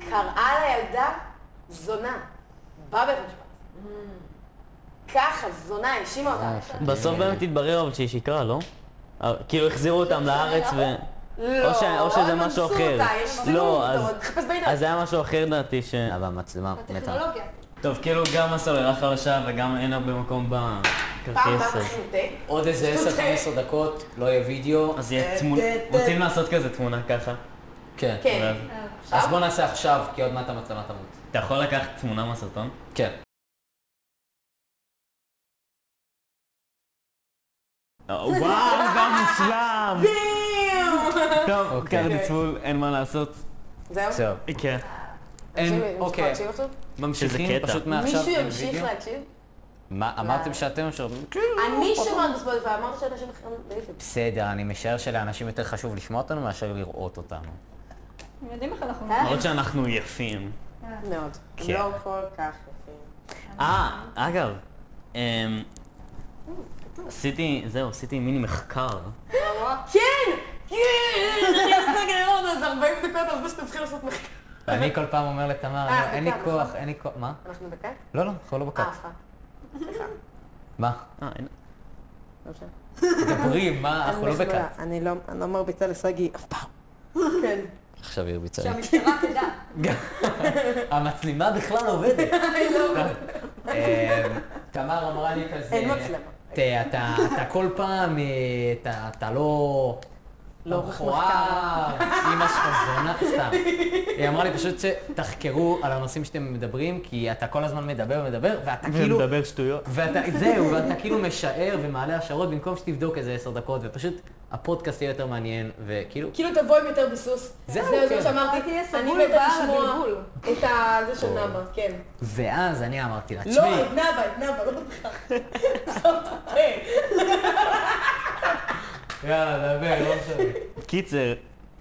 B: קראה לילדה זונה בבית המשפט. ככה, זונה, האשימה אותה.
A: אה.
C: בסוף באמת התברר אבל שהיא שיקרה, לא? אה, כאילו החזירו אותם לארץ ו...
B: לא,
C: או ש- או שזה
B: הם
C: משהו
B: אנסו
C: אחר.
B: אותה, יש צילום,
C: לא, אז-
B: אתה תחפש באינטרנט.
C: אז זה היה משהו אחר לדעתי ש...
A: אבל המצלמה מתה.
G: טכנולוגיה.
C: טוב, כאילו גם הסוללה חלשה וגם אין הרבה מקום
B: פעם
C: בכרטיס.
B: פעם עשינו טייק.
A: עוד איזה 10-15 דקות, לא יהיה וידאו.
C: אז יהיה תמונה, רוצים לעשות כזה תמונה ככה.
A: כן.
B: כן.
C: ואז-
A: אז בוא נעשה עכשיו, כי עוד מעט המצלמה תמות.
C: אתה יכול לקחת תמונה מהסרטון?
A: כן.
C: וואו, כבר מושלם! טוב,
A: אוקיי.
C: ככה תצפול, אין מה לעשות.
B: זהו?
A: זהו.
C: כן.
A: אין,
B: תקשיבי, מישהו
A: אוקיי.
B: מקשיב עכשיו?
A: ממשיכים
C: קטע.
A: פשוט מעכשיו.
B: מישהו
A: עם
B: ימשיך
A: וידאו.
B: להקשיב?
A: מה, אמרתם שאתם שם?
B: אני שמעתי בספוטיפיי, אמרת שאנשים אחרים לא ביוטיוב.
A: בסדר, אני משער שלאנשים יותר חשוב לשמוע אותנו מאשר לראות אותנו.
G: אתם יודעים איך אנחנו...
C: למרות שאנחנו יפים.
B: מאוד.
C: כן.
B: לא כל כך יפים.
C: אה, אגב, אמ, עשיתי, זהו, עשיתי מיני מחקר.
B: כן! כן! אני עושה גרעון, אז 40 דקות, אז זה שאתם צריכים לעשות מחקר.
A: אני כל פעם אומר לתמר,
B: אה,
A: אין לי
B: דקה,
A: כוח,
B: נכון?
A: אין לי כוח, מה?
B: אנחנו דקה?
A: לא, לא, אנחנו לא בקו.
B: אה, אפה. סליחה.
A: מה?
C: אה, אין-
B: לא משנה.
A: דברי, מה? אה, אנחנו לא
B: אני
A: בקו.
B: נחמדה. אני לא- אני לא מרביצה לסגי אף פעם. כן.
A: עכשיו היא הרביצה לי.
G: שהמשטרה תדע.
A: המצלמה בכלל לא עובדת. אמ, תמר אמרה לי כזה...
B: אין מצלמה.
A: "ת- אתה אתה כל פעם, אה, אתה- אתה לא...
B: לא
A: מכוער, אמא שלך זונה, סתם. היא אמרה לי פשוט שתחקרו על הנושאים שאתם מדברים, כי אתה כל הזמן מדבר ומדבר, ואתה כאילו...
C: ומדבר שטויות.
A: ואתה, זהו, ואתה כאילו משער ומעלה השערות במקום שתבדוק איזה עשר דקות, ופשוט
F: הפודקאסט יהיה יותר מעניין, וכאילו,
B: כאילו תבוא עם יותר ביסוס.
F: זהו,
B: זה
F: כן.
B: מה שאמרתי,
H: תהיה
B: אני
H: סגול
B: מתה
H: ובעל
B: לשמוע
H: הגלגול.
B: את ה... זה של נאמה, כן.
F: ואז אני אמרתי לה,
B: לא,
F: תשמעי,
B: את נאבה, את נאבה, לא אותך. סתום את הפה.
F: יאללה, דבר, לא משנה.
C: קיצר,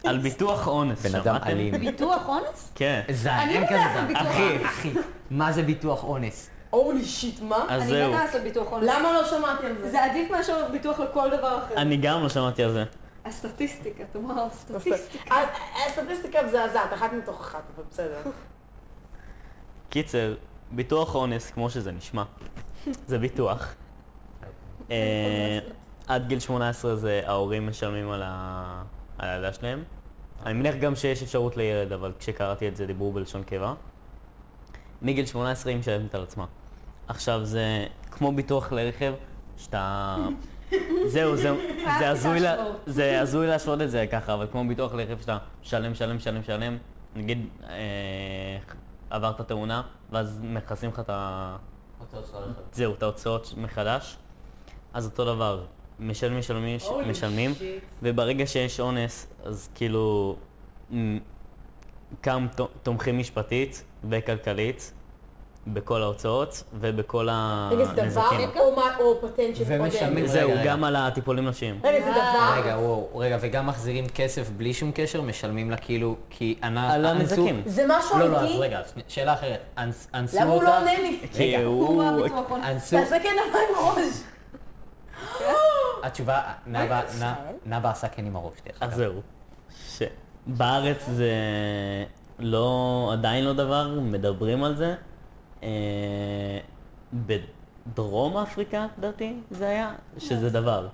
C: על ביטוח אונס,
F: בן אדם
C: שמעתם?
F: אלים.
H: ביטוח אונס?
C: כן.
F: זין,
H: אני
F: אין
B: לא
H: יודעת
F: כזה זין.
H: על ביטוח
F: אחי, אחי, מה זה ביטוח אונס?
B: הולי שיט, מה?
C: אז
H: אני
C: זהו.
H: לא טס לביטוח אונס.
B: למה לא שמעתי על זה?
H: זה עדיף מאשר ביטוח לכל דבר אחר.
C: אני גם לא שמעתי על זה.
H: הסטטיסטיקה, תאמר, הסטטיסטיקה.
B: אה, הסטטיסטיקה מזעזעת, אחת מתוך אחת, אבל בסדר.
C: קיצר, ביטוח אונס, כמו שזה נשמע, זה ביטוח. אה, עד גיל 18 זה ההורים משלמים על ה- על הילדה שלהם. אני מניח גם שיש אפשרות לילד, אבל כשקראתי את זה דיברו בלשון קבע. מגיל 18 היא משלמת על עצמה. עכשיו זה כמו ביטוח לרכב, שאתה... זהו, זהו, זה הזוי לה- זה הזוי להשוות את זה ככה, אבל כמו ביטוח לרכב שאתה משלם, משלם, משלם, משלם, נגיד אה, עברת תאונה, ואז מכסים לך את ה... זהו, את ההוצאות מחדש. אז אותו דבר, משלמים, משלמים,
B: Holy
C: משלמים,
B: shit.
C: וברגע שיש אונס, אז כאילו מ- גם ת- תומכים משפטית וכלכלית בכל ההוצאות ובכל
B: רגע, זה
C: הנזקים.
B: דבר או מה- או פטנט של
F: ומשלמים-
B: קודם?
C: זהו,
F: רגע, רגע.
C: גם על הטיפולים נפשיים.
B: רגע, זה דבר?
A: רגע, וואו, רגע, וגם מחזירים כסף בלי שום קשר, משלמים לה כאילו, כי אנס...
C: על הנזקים.
B: זה משהו
A: לא, לא, אז
B: אמיתי?
A: רגע, אז שאלה אחרת. אנס- אנסו אותה...
B: למה הוא לא עונה לי?
C: כי הוא...
H: ביטוח אונס.
A: אנסו...
B: תעשה כן עליי עם הראש.
A: התשובה, נאבה- נאבה עשה כן עם הראש, דרך
C: אז
A: אגב.
C: זהו. שבארץ זה לא, עדיין לא דבר, מדברים על זה. אה, בדרום אפריקה, לדעתי, זה היה, שזה דבר.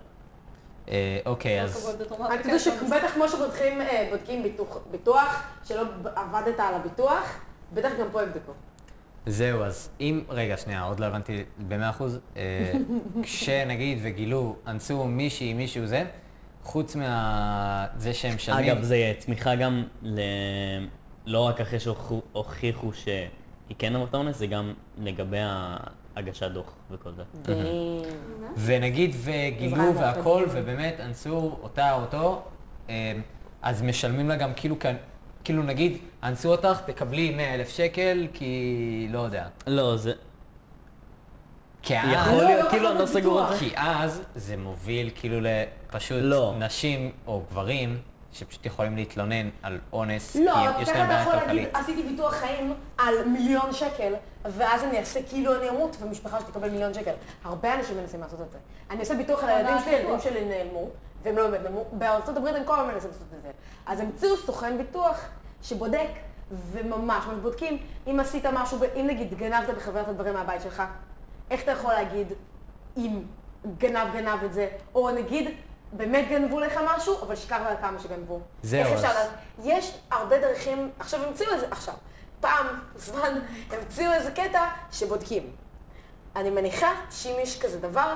A: אה, אוקיי, אז...
G: כן,
B: רק תדעו שבטח כמו שבודקים אה, בודקים ביטוח- ביטוח, שלא ב- עבדת על הביטוח, בטח גם פה יבדקו.
A: זהו, אז אם, רגע, שנייה, עוד לא הבנתי במאה אחוז. אה, כשנגיד וגילו, אנסו מישהי, מישהו זה, חוץ מה... זה שהם משלמים...
C: אגב, זה צמיחה גם ל... לא רק אחרי שהוכיחו שהיא כן עברת אונס, זה גם לגבי הגשת דוח וכל זה.
A: ונגיד וגילו והכל, ובאמת אנסו אותה או אותו, אה, אז משלמים לה גם כאילו כאן, כאילו נגיד, אנסו אותך, תקבלי 100 אלף שקל, כי לא יודע.
C: לא, זה...
A: כי
C: יכול
A: אז,
C: להיות, כאילו, אני לא סגור על זה.
A: כי אז זה מוביל כאילו לפשוט
C: לא.
A: נשים או גברים שפשוט יכולים להתלונן על אונס,
B: לא,
A: כי
B: אבל
A: יש
B: ככה
A: להם
B: אתה
A: בעיה
B: יכול להגיד,
A: כלכלית.
B: עשיתי ביטוח חיים על מיליון שקל, ואז אני אעשה כאילו אני אמות, ומשפחה שלי תקבל מיליון שקל. הרבה אנשים מנסים לעשות את זה. אני עושה ביטוח על הילדים שלי, הילדים שלי נעלמו, והם לא באמת נעלמו. בארצות הברית הם כל הזמן מנסים לעשות את זה. אז המציאו סוכן ביטוח שבודק, וממש, ממש בודקים, אם עשית משהו, ב- אם נגיד גנבת בחברת הדברים מהבית שלך, איך אתה יכול להגיד אם גנב גנב את זה, או נגיד... באמת גנבו לך משהו, אבל שיקרת על כמה שגנבו.
A: זהו,
B: איך אפשר
A: אז-
B: לדעת? יש הרבה דרכים, עכשיו המציאו איזה, עכשיו, פעם, זמן, המציאו איזה קטע שבודקים. אני מניחה שאם יש כזה דבר,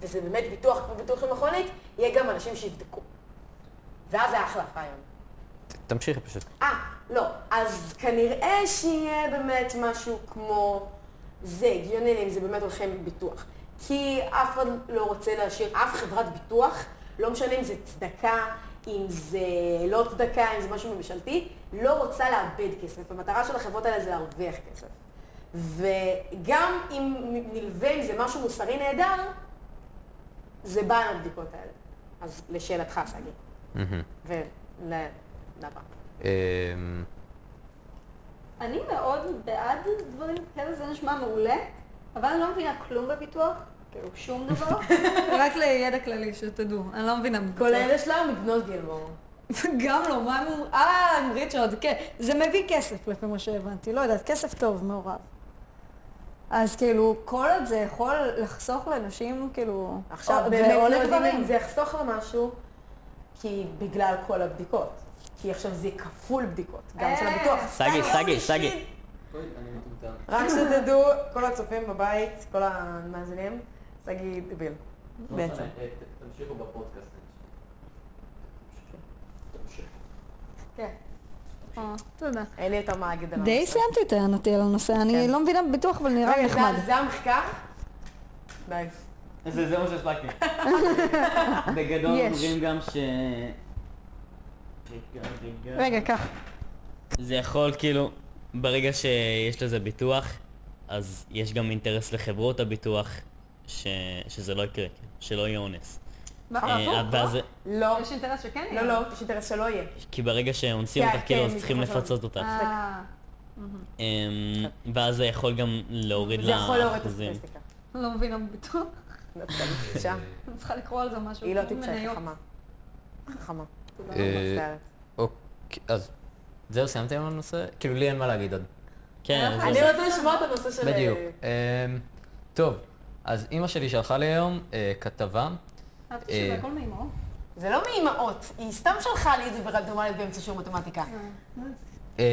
B: וזה באמת ביטוח כמו ביטוח למכונית, יהיה גם אנשים שיבדקו. ואז זה אחלה רעיון.
A: תמשיכי פשוט.
B: אה, לא, אז כנראה שיהיה באמת משהו כמו זה הגיוני אם זה באמת הולכים עם ביטוח. כי אף אחד לא רוצה להשאיר, אף חברת ביטוח, לא משנה אם זה צדקה, אם זה לא צדקה, אם זה משהו ממשלתי, לא רוצה לאבד כסף. המטרה של החברות האלה זה להרוויח כסף. וגם אם נלווה עם זה משהו מוסרי נהדר, זה בא עם הבדיקות האלה. אז לשאלתך, סגי. ולנבא.
A: אמ,
H: אני מאוד בעד דברים כאלה, זה נשמע מעולה, אבל אני לא מבינה כלום בביטוח, כאילו שום דבר.
I: רק לידע כללי, שתדעו, אני לא מבינה.
B: כל אלה שלנו מגנות גילמור.
I: גם לא, מה הם אמרו? אה, עם ריצ'רד, כן. זה מביא כסף לפי מה שהבנתי, לא יודעת, כסף טוב מעורב. אז כאילו, כל עוד זה יכול לחסוך לנשים, כאילו...
B: עכשיו
I: או-
B: באמת
I: או
B: לא יודעים
I: לגברים.
B: אם זה יחסוך לה משהו, כי בגלל כל הבדיקות. כי עכשיו זה יהיה כפול בדיקות, גם
D: אה.
G: אה,
B: של הביטוח.
G: לא
C: סגי, סגי, סגי.
B: רק שתדעו, כל הצופים בבית, כל המאזינים, סגי דביל.
F: לא
B: בעצם.
F: אה, תמשיכו בפודקאסט.
I: תודה.
B: כן. אין לי יותר מה להגיד עליו.
I: די סיימתי את
B: כן.
I: טענתי על הנושא, אני לא מבינה בביטוח, אבל נראה לי
B: רגע,
I: נחמד.
B: זה- זה המחקר? נייס.
C: זה זה מה שהספקתי. בגדול
D: יש.
C: אומרים גם ש... רגע, רגע.
D: רגע, ככה.
C: זה יכול כאילו, ברגע שיש לזה ביטוח, אז יש גם אינטרס לחברות הביטוח ש... שזה לא יקרה, שלא יהיה אונס. אה, ואז,
B: לא,
H: יש אינטרס שכן
B: לא,
H: אה,
B: לא, יש אינטרס שלא יהיה.
C: כי ברגע שאונסים
B: כן,
C: אותך, כאילו,
B: כן, אה.
C: אז צריכים
B: מתחשב.
C: לפצות אותך. אמ, ואז זה יכול גם להוריד
B: זה יכול להוריד את
C: לאחוזים.
B: הסטטיסטיקה.
H: לא מבינה בביטוח.
B: דווקא אני אישה.
H: אני צריכה לקרוא על זה משהו.
B: היא אוקיי. לא טיפשה,
H: מניות.
B: חכמה. חכמה.
A: אה, אוקיי, אז זהו, סיימתם עם הנושא? כאילו, לי אין מה להגיד עוד.
C: כן, אז
B: אני
C: זה-
B: רוצה לשמוע את הנושא של... אה,
A: בדיוק. אמ, טוב, אז אימא שלי שלחה לי היום אה, כתבה.
H: אה, תקשיבי,
A: אה,
H: הכל מאימהות.
B: זה לא מאימהות, היא סתם שלחה לי את זה ברנדומלית באמצע שיעור מתמטיקה.
A: אמ,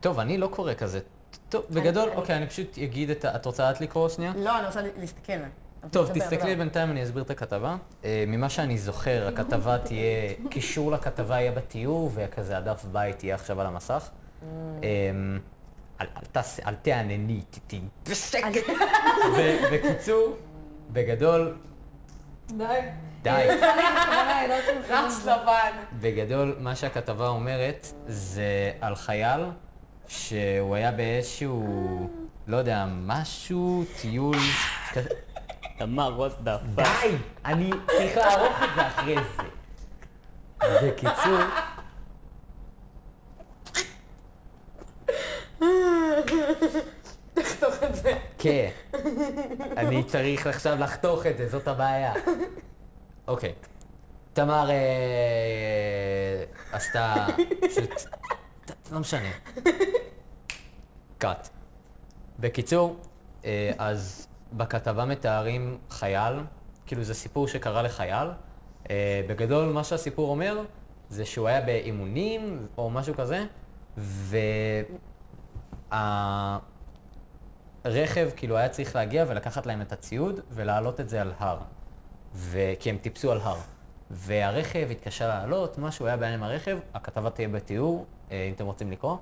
A: טוב, אני לא קורא כזה. טוב, בגדול, אוקיי, אני פשוט אגיד את ה... את רוצה את לקרוא שנייה?
B: לא, אני רוצה להסתכל. אבל
A: טוב,
B: תדבר,
A: תסתכלי
B: תדבר.
A: בינתיים, אני אסביר את הכתבה. אה, ממה שאני זוכר, הכתבה תהיה, קישור לכתבה יהיה בתיאור, וכזה הדף בית יהיה עכשיו על המסך. אמ, אל- אל תעשה- אל תענני, ת- ת- בשקט. ב- בקיצור, בגדול,
H: די.
A: די.
H: אה, לא יודעת אם זה-
B: רץ לבן.
A: בגדול, מה שהכתבה אומרת זה על חייל שהוא היה באיזשהו, לא יודע, משהו, טיול... כזה-
B: לא-
C: תמר, what the fuck.
A: די! אני צריך לערוך את זה אחרי זה. בקיצור...
B: תחתוך את זה.
A: כן. אני צריך עכשיו לחתוך את זה, זאת הבעיה. אוקיי. תמר אה, עשתה... פשוט... ת- לא משנה. קאט. בקיצור, אה, אז בכתבה מתארים חייל, כאילו זה סיפור שקרה לחייל. אה, בגדול, מה שהסיפור אומר זה שהוא היה באימונים או משהו כזה, וה... רכב כאילו היה צריך להגיע ולקחת להם את הציוד ולהעלות את זה על הר. ו... כי הם טיפסו על הר. והרכב התקשה לעלות, משהו היה בעיה עם הרכב, הכתבה תהיה בתיאור, אה, אם אתם רוצים לקרוא.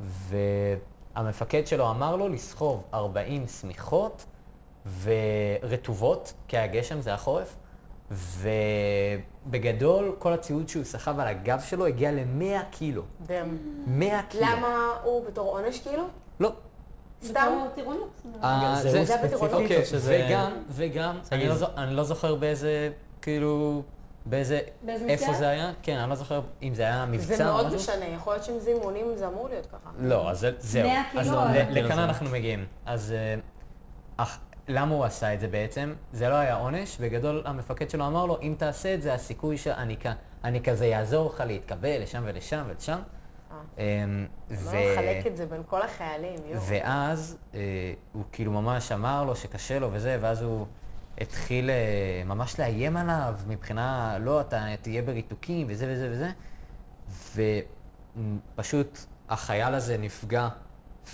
A: והמפקד שלו אמר לו לסחוב 40 שמיכות ורטובות, כי הגשם זה החורף. ובגדול, כל הציוד שהוא סחב על הגב שלו הגיע ל-100 קילו.
B: דם.
A: 100 קילו.
B: למה הוא בתור עונש כאילו?
A: לא,
B: סתם?
H: בתור טירונות.
A: אה,
C: זה
A: זה
C: הוא
A: ספציפית,
B: ספציפית,
A: אוקיי,
C: או שזה-
A: וגם, וגם, אני לא
C: תגיד.
A: זו- אני לא זוכר באיזה, כאילו, באיזה,
H: באיזה
A: איפה
H: מסגרת?
A: זה היה, כן, אני לא זוכר אם זה היה מבצע או משהו.
B: זה מאוד משנה, יכול להיות שעם זה אימונים זה אמור להיות ככה.
A: לא, אז זה- זהו.
H: 100
A: אז
H: קילו,
A: ל-
H: אבל-
A: לכאן אנחנו מגיעים. אז אה, אך- למה הוא עשה את זה בעצם? זה לא היה עונש, בגדול המפקד שלו אמר לו, אם תעשה את זה, הסיכוי שאני כ- אני כזה יעזור לך להתקבל לשם ולשם ולשם. אה,
B: לא
A: ו-
B: לחלק את זה בין כל החיילים, יואו.
A: ואז אה, הוא כאילו ממש אמר לו שקשה לו וזה, ואז הוא התחיל אה, ממש לאיים עליו מבחינה, לא, אתה תהיה בריתוקים וזה וזה וזה, ופשוט החייל הזה נפגע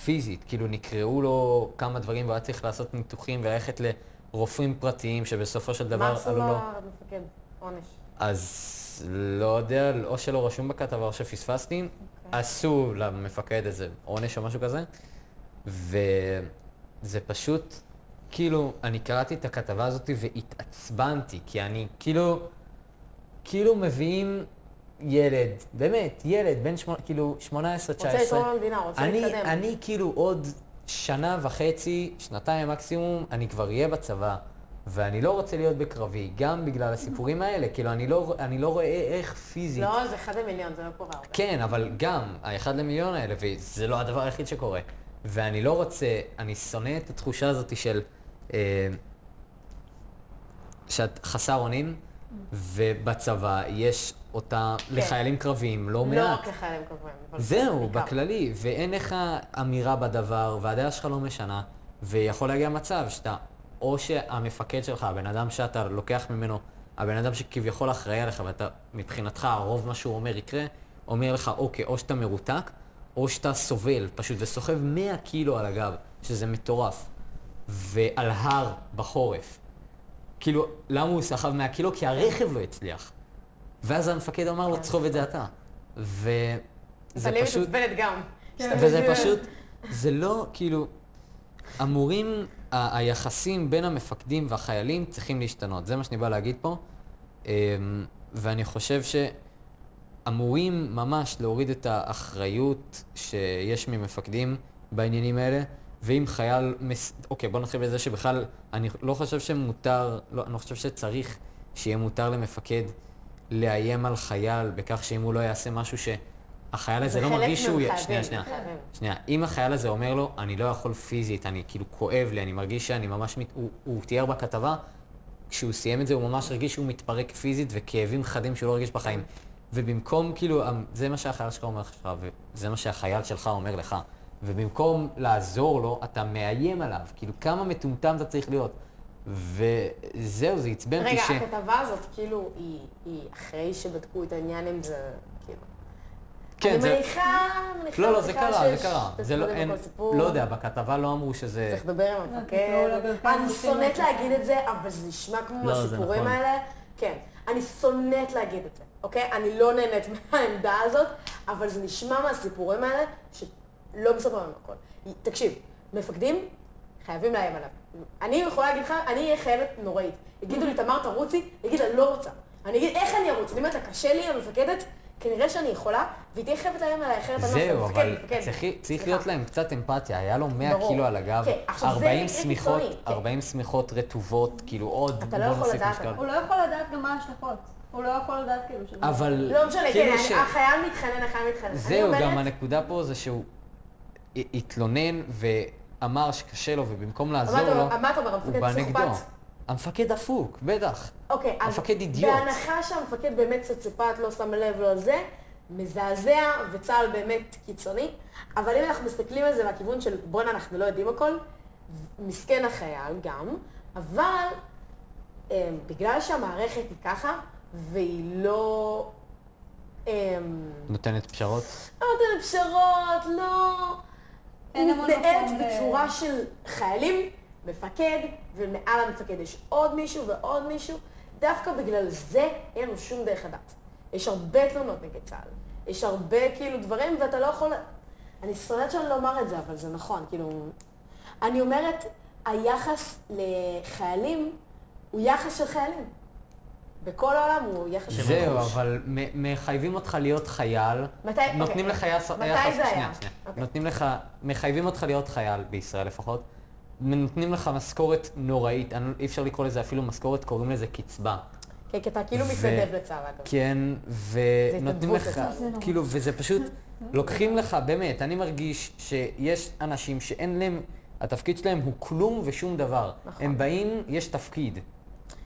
A: פיזית, כאילו נקראו לו כמה דברים והוא היה צריך לעשות ניתוחים וללכת לרופאים פרטיים שבסופו של
B: מה
A: דבר לא.
B: עשו
A: עלו
B: לו
A: לו...
B: המפקד? עונש.
A: אז לא יודע, או שלא רשום בכתבה או שפספסתי,
B: אוקיי.
A: עשו למפקד איזה עונש או משהו כזה, וזה פשוט, כאילו, אני קראתי את הכתבה הזאת והתעצבנתי, כי אני כאילו, כאילו מביאים ילד, באמת, ילד בן שמונה, כאילו, 18, 19.
B: רוצה לתרום למדינה, רוצה
A: אני,
B: להתקדם.
A: אני כאילו עוד שנה וחצי, שנתיים מקסימום, אני כבר אהיה בצבא, ואני לא רוצה להיות בקרבי, גם בגלל הסיפורים האלה, כאילו, אני לא, אני לא רואה איך פיזית...
B: לא, זה אחד למיליון, זה לא קורה הרבה.
A: כן, אבל גם, האחד למיליון האלה, וזה לא הדבר היחיד שקורה. ואני לא רוצה, אני שונא את התחושה הזאת של... אה, שאת חסר אונים, ובצבא יש אותה לחיילים קרביים, לא מעט.
B: לא רק לחיילים כמובן. אבל
A: זהו,
B: בעיקר.
A: בכללי, ואין לך אמירה בדבר, והדעה שלך לא משנה, ויכול להגיע מצב שאתה, או שהמפקד שלך, הבן אדם שאתה לוקח ממנו, הבן אדם שכביכול אחראי עליך, ואתה, מבחינתך, הרוב מה שהוא אומר יקרה, אומר לך, אוקיי, או שאתה מרותק, או שאתה סובל, פשוט, וסוחב 100 קילו על הגב, שזה מטורף, ועל הר בחורף. כאילו, למה הוא סחב 100 קילו? כי הרכב לא הצליח. ואז המפקד אמר לו, תסחוב את זה אתה. וזה
B: אבל היא
A: פשוט... כן.
B: מתעצבנת גם. כן.
A: וזה פשוט, זה לא, כאילו, אמורים, ה- היחסים בין המפקדים והחיילים צריכים להשתנות, זה מה שאני בא להגיד פה. אמ, ואני חושב שאמורים ממש להוריד את האחריות שיש ממפקדים בעניינים האלה, ואם חייל... מס... אוקיי, בוא נתחיל בזה שבכלל, אני לא חושב שמותר, לא, אני לא חושב שצריך שיהיה מותר למפקד לאיים על חייל בכך שאם הוא לא יעשה משהו שהחייל הזה לא
B: חלק
A: מרגיש שהוא... יהיה-
B: מהם
A: שנייה,
B: חייבים,
A: שנייה.
B: חייבים.
A: שנייה, אם החייל הזה אומר לו, אני לא יכול פיזית, אני כאילו כואב לי, אני מרגיש שאני ממש, מת... הוא, הוא תיאר בכתבה, כשהוא סיים את זה הוא ממש הרגיש שהוא מתפרק פיזית וכאבים חדים שהוא לא הרגיש בחיים. ובמקום, כאילו, המ- זה מה שהחייל שלך אומר לך, וזה מה שהחייל שלך אומר לך. ובמקום לעזור לו, אתה מאיים עליו. כאילו, כמה מטומטם אתה צריך להיות. וזהו, זה עצבן אותי
B: רגע,
A: ש...
B: הכתבה הזאת, כאילו, היא, היא אחרי שבדקו את העניין אם זה, כאילו...
A: כן,
B: אני
A: זה-
B: מניחה, מניחה,
A: לא, לא,
B: מניחה
A: זה קרה,
B: שיש
A: זה קרה. זה לא,
B: תסבירים
A: אין...
B: בכל סיפור.
A: לא יודע, בכתבה לא אמרו שזה...
B: צריך לדבר עם המפקד.
I: תקראו לה בפעם
B: אני
I: ראשונה.
B: שונאת להגיד את זה, אבל זה נשמע כמו
C: לא, זה
B: הסיפורים
C: נכון.
B: האלה. כן. אני שונאת להגיד את זה, אוקיי? אני לא נהנית מהעמדה הזאת, אבל זה נשמע מהסיפורים האלה שלא מספרים לנו הכל. תקשיב, מפקדים חייבים לאיים עליו. אני יכולה להגיד לך, אני אהיה חיילת נוראית. יגידו לי, תמר, תרוצי, אגיד לה, לא רוצה. אני אגיד, איך אני ארוץ? אני אומרת לה, קשה לי, המפקדת, כנראה שאני יכולה, והיא תהיה חייבת לאיים עליי, אחרת אני לא
A: זהו,
B: יכולה,
A: אבל
B: מפקד, מפקד.
A: צריך- צריך
B: סליחה.
A: להיות להם קצת אמפתיה, היה לו 100
B: ברור.
A: קילו על הגב,
B: כן, עכשיו זה
A: 40
B: מקרה
A: שמיכות,
B: קיצוני, כן.
A: 40 שמיכות רטובות, כאילו עוד,
B: אתה לא
A: בוא
B: יכול
A: נוסיף
B: לדעת,
A: משקל.
I: הוא לא יכול לדעת גם מה ההשלכות. הוא לא יכול לדעת כאילו שזה...
A: אבל
B: לא משנה, כן,
A: כאילו ש...
B: אני- החייל מתחנן, החייל מתחנן. אני
A: זהו, גם
B: אומרת-
A: הנקודה פה זה שהוא ה- התלונן ואמר שקשה לו, ובמקום לעזור
B: מה אתה
A: לו,
B: אומר- מה אתה אומר,
A: לא. הוא
B: המפקד
A: בא
B: פסיכופת?
A: נגדו. המפקד דפוק, בטח.
B: אוקיי, אז
A: המפקד אידיוט.
B: בהנחה שהמפקד באמת סוציופט, לא שם לב, לא זה, מזעזע, וצה"ל באמת קיצוני, אבל אם אנחנו מסתכלים על זה מהכיוון של בואנה, אנחנו לא יודעים הכל, מסכן החייל גם, אבל אה, בגלל שהמערכת היא ככה, והיא לא... אה,
A: נותנת פשרות.
B: לא נותן פשרות, לא...
I: אין
B: הוא
I: המון
B: מתנהג
I: מקום ל-
B: בצורה של חיילים, מפקד, ומעל המפקד יש עוד מישהו ועוד מישהו. דווקא בגלל זה אין לנו שום דרך לדעת. יש הרבה תלונות נגד צה"ל. יש הרבה כאילו דברים, ואתה לא יכול... אני שונאת שאני לא אומר את זה, אבל זה נכון, כאילו... אני אומרת, היחס לחיילים הוא יחס של חיילים. בכל העולם הוא יחס של חיילים.
A: זהו, אבל מ- מחייבים אותך להיות חייל.
B: מתי-
A: נותנים
B: אוקיי.
A: לך יחס...
B: מתי
A: יחס-
B: זה היה?
A: שנייה, שנייה.
B: אוקיי.
A: נותנים לך... מחייבים אותך להיות חייל, בישראל לפחות. נותנים לך משכורת נוראית, אני- לא- אי אפשר לקרוא לזה אפילו משכורת, קוראים לזה קצבה.
B: כן, כי אתה כאילו
A: ו-
B: מתנדב לצה"ל, אגב.
A: כן, ונותנים
B: התנדבות
A: לך,
B: לצה"ל. זה
A: כאילו, וזה פשוט, לוקחים לך, באמת, אני מרגיש שיש אנשים שאין להם, התפקיד שלהם הוא כלום ושום דבר.
B: נכון.
A: הם באים, יש תפקיד.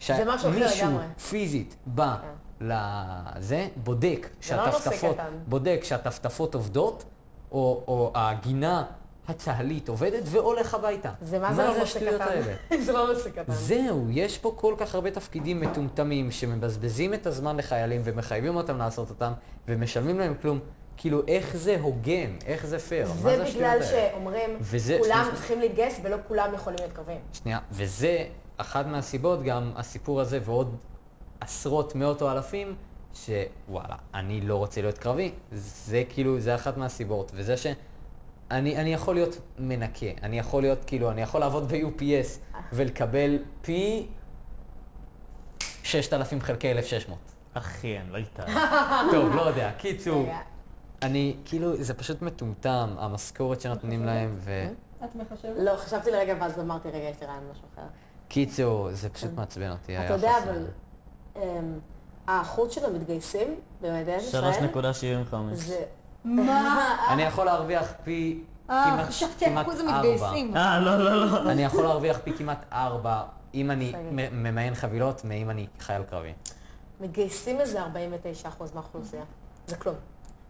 B: זה משהו אחר
A: מישהו
B: לגמרי. אה.
A: פיזית בא לזה, בודק
B: לא נושא
A: שהטפטפות,
B: קטן.
A: בודק שהטפטפות עובדות, או, או הגינה הצהלית עובדת, והולך הביתה.
B: זה מה זה לא נושא
A: השטויות האלה?
B: קטן? זה לא נושא קטן.
A: זהו, יש פה כל כך הרבה תפקידים מטומטמים שמבזבזים את הזמן לחיילים ומחייבים אותם לעשות אותם ומשלמים להם כלום. כאילו, איך זה הוגן? איך זה פייר? מה
B: זה
A: זה השטויות
B: בגלל
A: האלה?
B: שאומרים,
A: וזה-
B: כולם
A: שנייה.
B: צריכים להתגייס ולא כולם יכולים להיות קרובים.
A: שנייה, וזה אחת מהסיבות גם, הסיפור הזה ועוד עשרות, מאות או אלפים, שוואלה, אני לא רוצה להיות קרבי, זה כאילו, זה אחת מהסיבות. וזה ש... אני, אני יכול להיות מנקה, אני יכול להיות, כאילו, אני יכול לעבוד ב-UPS ולקבל פי 6,000 חלקי 1,600.
C: אחי, אני לא איתה.
B: אה,
A: טוב, לא יודע, קיצור.
B: רגע.
A: אני, כאילו, זה פשוט מטומטם, המשכורת שנותנים להם, ו...
I: את מחשבת?
B: לא, חשבתי לרגע ואז אמרתי, רגע, יש לי רעיון משהו אחר.
A: קיצור, זה פשוט מעצבן אותי,
B: Mm. אתה יודע,
A: היחס
B: אבל
A: הזה.
B: אמ, האחוז של המתגייסים במדינת ישראל,
C: 3.75.
B: זה...
I: מה?
A: אני יכול להרוויח פי
I: אה,
A: כמעט
I: חשבתי
A: כמעט
I: אחוז
A: ארבע.
I: המתגייסים.
C: אה, לא, לא, לא.
A: אני יכול להרוויח פי כמעט ארבע, אם אני
B: בסדר.
A: מ- ממיין חבילות, מאם אני חייל קרבי.
B: מתגייסים איזה 49 אחוז מהאוכלוסייה. זה כלום.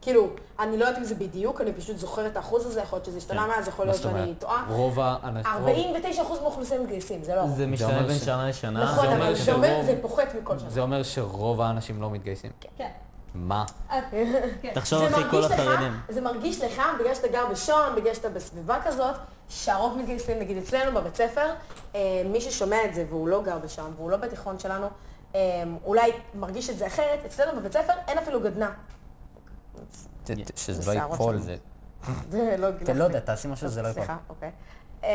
B: כאילו, אני לא יודעת אם זה בדיוק, אני פשוט זוכרת את האחוז הזה, יכול להיות שזה השתנה
C: כן.
B: מאז, יכול
A: מה
B: להיות
A: זאת
B: שאני
A: אומרת?
B: טועה.
A: רוב האנשים...
B: 49 אחוז מהאוכלוסייה מתגייסים, זה לא אחוז.
C: זה משתנה
A: אומר
C: בין
A: ש-
C: שנה לשנה.
B: נכון,
A: זה אומר
B: אבל זה
A: שרוב-
B: אומר- זה פוחת מכל שנה.
A: זה אומר שרוב האנשים לא מתגייסים.
I: כן.
A: מה?
C: תחשוב,
B: זה
C: אחי, כל
B: מרגיש לך-
C: החרדים.
B: זה מרגיש לך, בגלל שאתה גר בשוהם, בגלל שאתה בסביבה כזאת, שהרוב מתגייסים, נגיד אצלנו בבית ספר, אה, מי ששומע את זה והוא לא גר בשוהם והוא לא בתיכון שלנו, אה, אולי מרגיש את זה אחרת, אצלנו בבית ספר אין אפילו גדנ"ע.
A: ת- ת- שזה לא
B: בשערות
A: ייפול,
B: שלנו.
A: זה...
B: זה לא
A: אתה לא יודע, תעשי משהו שזה לא ייפול.
B: סליחה, אוקיי. אמ,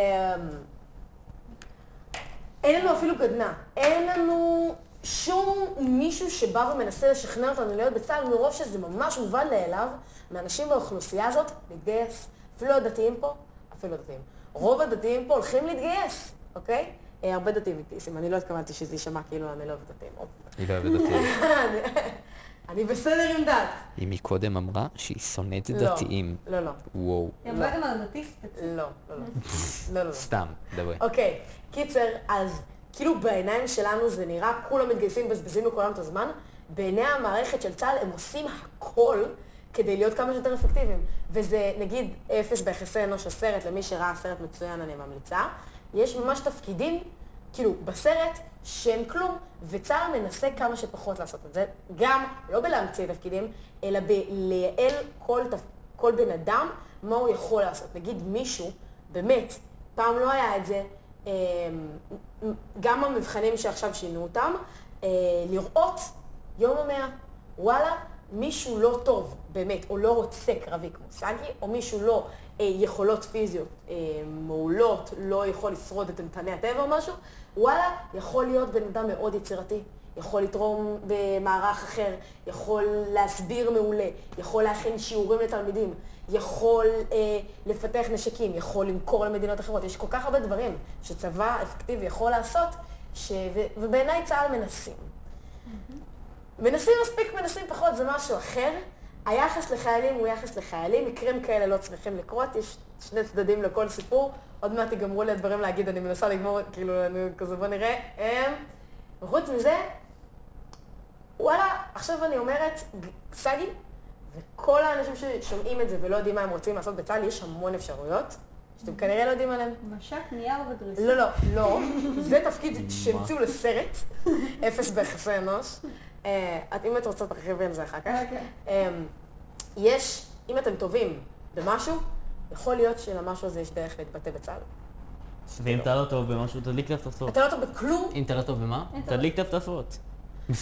B: אין לנו אפילו גדנ"ע, אין לנו שום מישהו שבא ומנסה לשכנע אותנו להיות בצה"ל, מרוב שזה ממש מובן מאליו, מאנשים באוכלוסייה הזאת להתגייס. אפילו לא הדתיים פה, אפילו לא הדתיים. רוב הדתיים פה הולכים להתגייס, אוקיי? אה, הרבה דתיים מתגייסים, אני לא התכוונתי שזה יישמע כאילו אני לא אוהבת דתיים. אופ.
A: היא לא אוהבת אותי.
B: אני בסדר עם דת.
A: היא מקודם אמרה שהיא שונאת
B: לא,
A: דתיים.
B: לא, לא.
A: וואו.
I: היא עברה גם על דתי ספציפי.
B: לא, לא, לא. לא, לא, לא.
A: סתם, דברי.
B: אוקיי, קיצר, אז כאילו בעיניים שלנו זה נראה, כולם מתגייסים, מבזבזים לכולם את הזמן, בעיני המערכת של צה"ל הם עושים הכל כדי להיות כמה שיותר אפקטיביים. וזה נגיד אפס ביחסי אנוש הסרט, למי שראה סרט מצוין אני ממליצה. יש ממש תפקידים, כאילו, בסרט, שהם כלום, וצה"ל מנסה כמה שפחות לעשות את זה, גם לא בלהמציא תפקידים, אלא בלייעל כל, תפ... כל בן אדם, מה הוא יכול לעשות. נגיד מישהו, באמת, פעם לא היה את זה, אמ, גם המבחנים שעכשיו שינו אותם, אה, לראות יום המאה, וואלה, מישהו לא טוב, באמת, או לא רוצה קרבי כמו סגי, או מישהו לא אה, יכולות פיזיות אה, מעולות, לא יכול לשרוד את אימתני הטבע או משהו, וואלה, יכול להיות בן אדם מאוד יצירתי. יכול לתרום במערך אחר, יכול להסביר מעולה, יכול להכין שיעורים לתלמידים, יכול אה, לפתח נשקים, יכול למכור למדינות אחרות. יש כל כך הרבה דברים שצבא אפקטיבי יכול לעשות, ש... ו... ובעיניי צה"ל מנסים. מנסים מספיק, מנסים פחות, זה משהו אחר. היחס לחיילים הוא יחס לחיילים, מקרים כאלה לא צריכים לקרות, יש שני צדדים לכל סיפור. עוד מעט יגמרו לי הדברים להגיד, אני מנסה לגמור, כאילו, אני כזה, בוא נראה. אמ, וחוץ מזה, וואלה, עכשיו אני אומרת, ג- סגי, וכל האנשים ששומעים את זה ולא יודעים מה הם רוצים לעשות בצה"ל, יש המון אפשרויות, שאתם כנראה לא יודעים עליהן.
H: משק נייר וגריסה.
B: לא, לא, לא. זה תפקיד שהמציאו לסרט, אפס ביחסי אנוש. אה, את- אם את רוצה, תרחיבי על זה אחר כך.
H: אוקיי.
I: כן.
B: אה, יש, אם אתם טובים במשהו, יכול להיות שלמשהו הזה יש דרך להתבטא בצה"ל.
C: ואם אתה לא טוב במשהו, תדליק את
B: אתה
C: הפצצות.
B: לא טוב בכלום?
A: אם אתה לא טוב במה?
C: תדליק את הפצצות.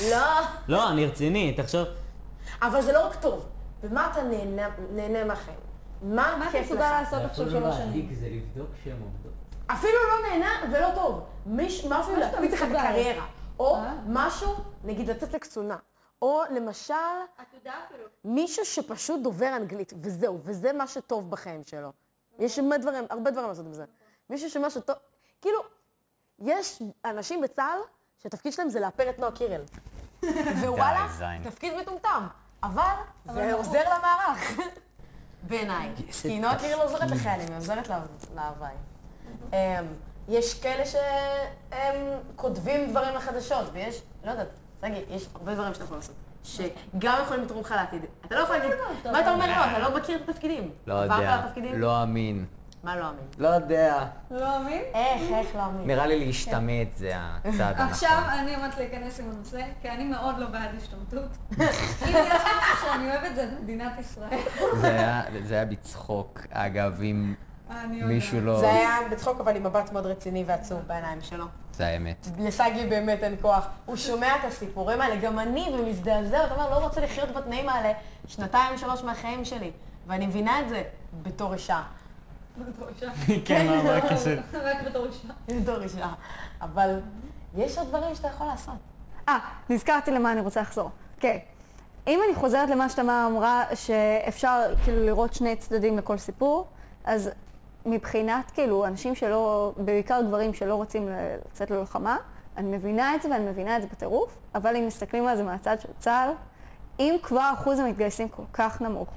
B: לא.
C: לא, אני רציני, תחשוב.
B: אבל זה לא רק טוב. במה אתה נהנה- נהנה מהחיים? מה
H: מה אתה
B: כיף
H: מסוגל
B: לך?
H: לעשות עכשיו
C: לא
H: שלוש שנים?
F: זה לבדוק שהן עובדות.
B: אפילו לא נהנה ולא טוב. מיש, משהו
H: שאתה
B: להקפיץ לך את
H: מסוגל.
B: הקריירה. או
H: אה.
B: משהו, נגיד לצאת לקצונה. או למשל... מישהו שפשוט דובר אנגלית, וזהו, וזה מה שטוב בחיים שלו. יש הרבה דברים, הרבה דברים לעשות עם זה. מישהו שמה שטוב, כאילו, יש אנשים בצה"ל שהתפקיד שלהם זה לאפר את נועה קירל. ווואלה,
A: זין.
B: תפקיד מטומטם, אבל זה עוזר למערך. בעיניי. כי נועה קירל לא עוזרת לחיילים, היא עוזרת לה- להוואי. אמ, יש כאלה שהם כותבים דברים לחדשות, ויש, לא יודעת, תגיד, יש הרבה דברים שאתה יכול לעשות, שגם יכולים לתרום לך לעתיד. אתה לא יכול להגיד, מה אתה אומר לא? אתה לא מכיר את התפקידים.
A: לא
B: עברת על
A: יודע.
B: התפקידים?
A: לא אמין.
B: מה לא אמין?
A: לא יודע.
H: כן.
I: לא אמין?
B: איך, איך לא אמין?
A: נראה לי להשתמט זה הצעד
I: עכשיו
A: הנכון.
I: אני עומדת להיכנס עם הנושא, כי אני מאוד לא בעד השתמטות. אם יש משהו שאני אוהבת זה מדינת ישראל.
A: זה היה- זה היה בצחוק, אגב, אם
I: אני יודעת.
A: מישהו לא...
B: זה היה בצחוק, אבל עם מבט מאוד רציני ועצוב בעיניים שלו.
A: זה האמת.
B: לסגי באמת אין כוח. הוא שומע את הסיפורים האלה, גם אני, ומזדעזע, אתה אומר, לא רוצה לחיות בתנאים האלה שנתיים, שלוש מהחיים שלי. ואני מבינה את זה בתור אישה.
I: בתור אישה.
C: כן, מה, מה הקשר?
I: רק בתור אישה.
B: בתור אישה. אבל יש עוד דברים שאתה יכול לעשות.
D: אה, נזכרתי למה אני רוצה לחזור. כן. אם אני חוזרת למה שתמר אמרה, שאפשר כאילו לראות שני צדדים לכל סיפור, אז מבחינת כאילו אנשים שלא, בעיקר גברים שלא רוצים ל- לצאת ללוחמה, אני מבינה את זה ואני מבינה את זה בטירוף, אבל אם מסתכלים על זה מהצד של צה"ל, אם כבר אחוז המתגייסים כל כך נמוך,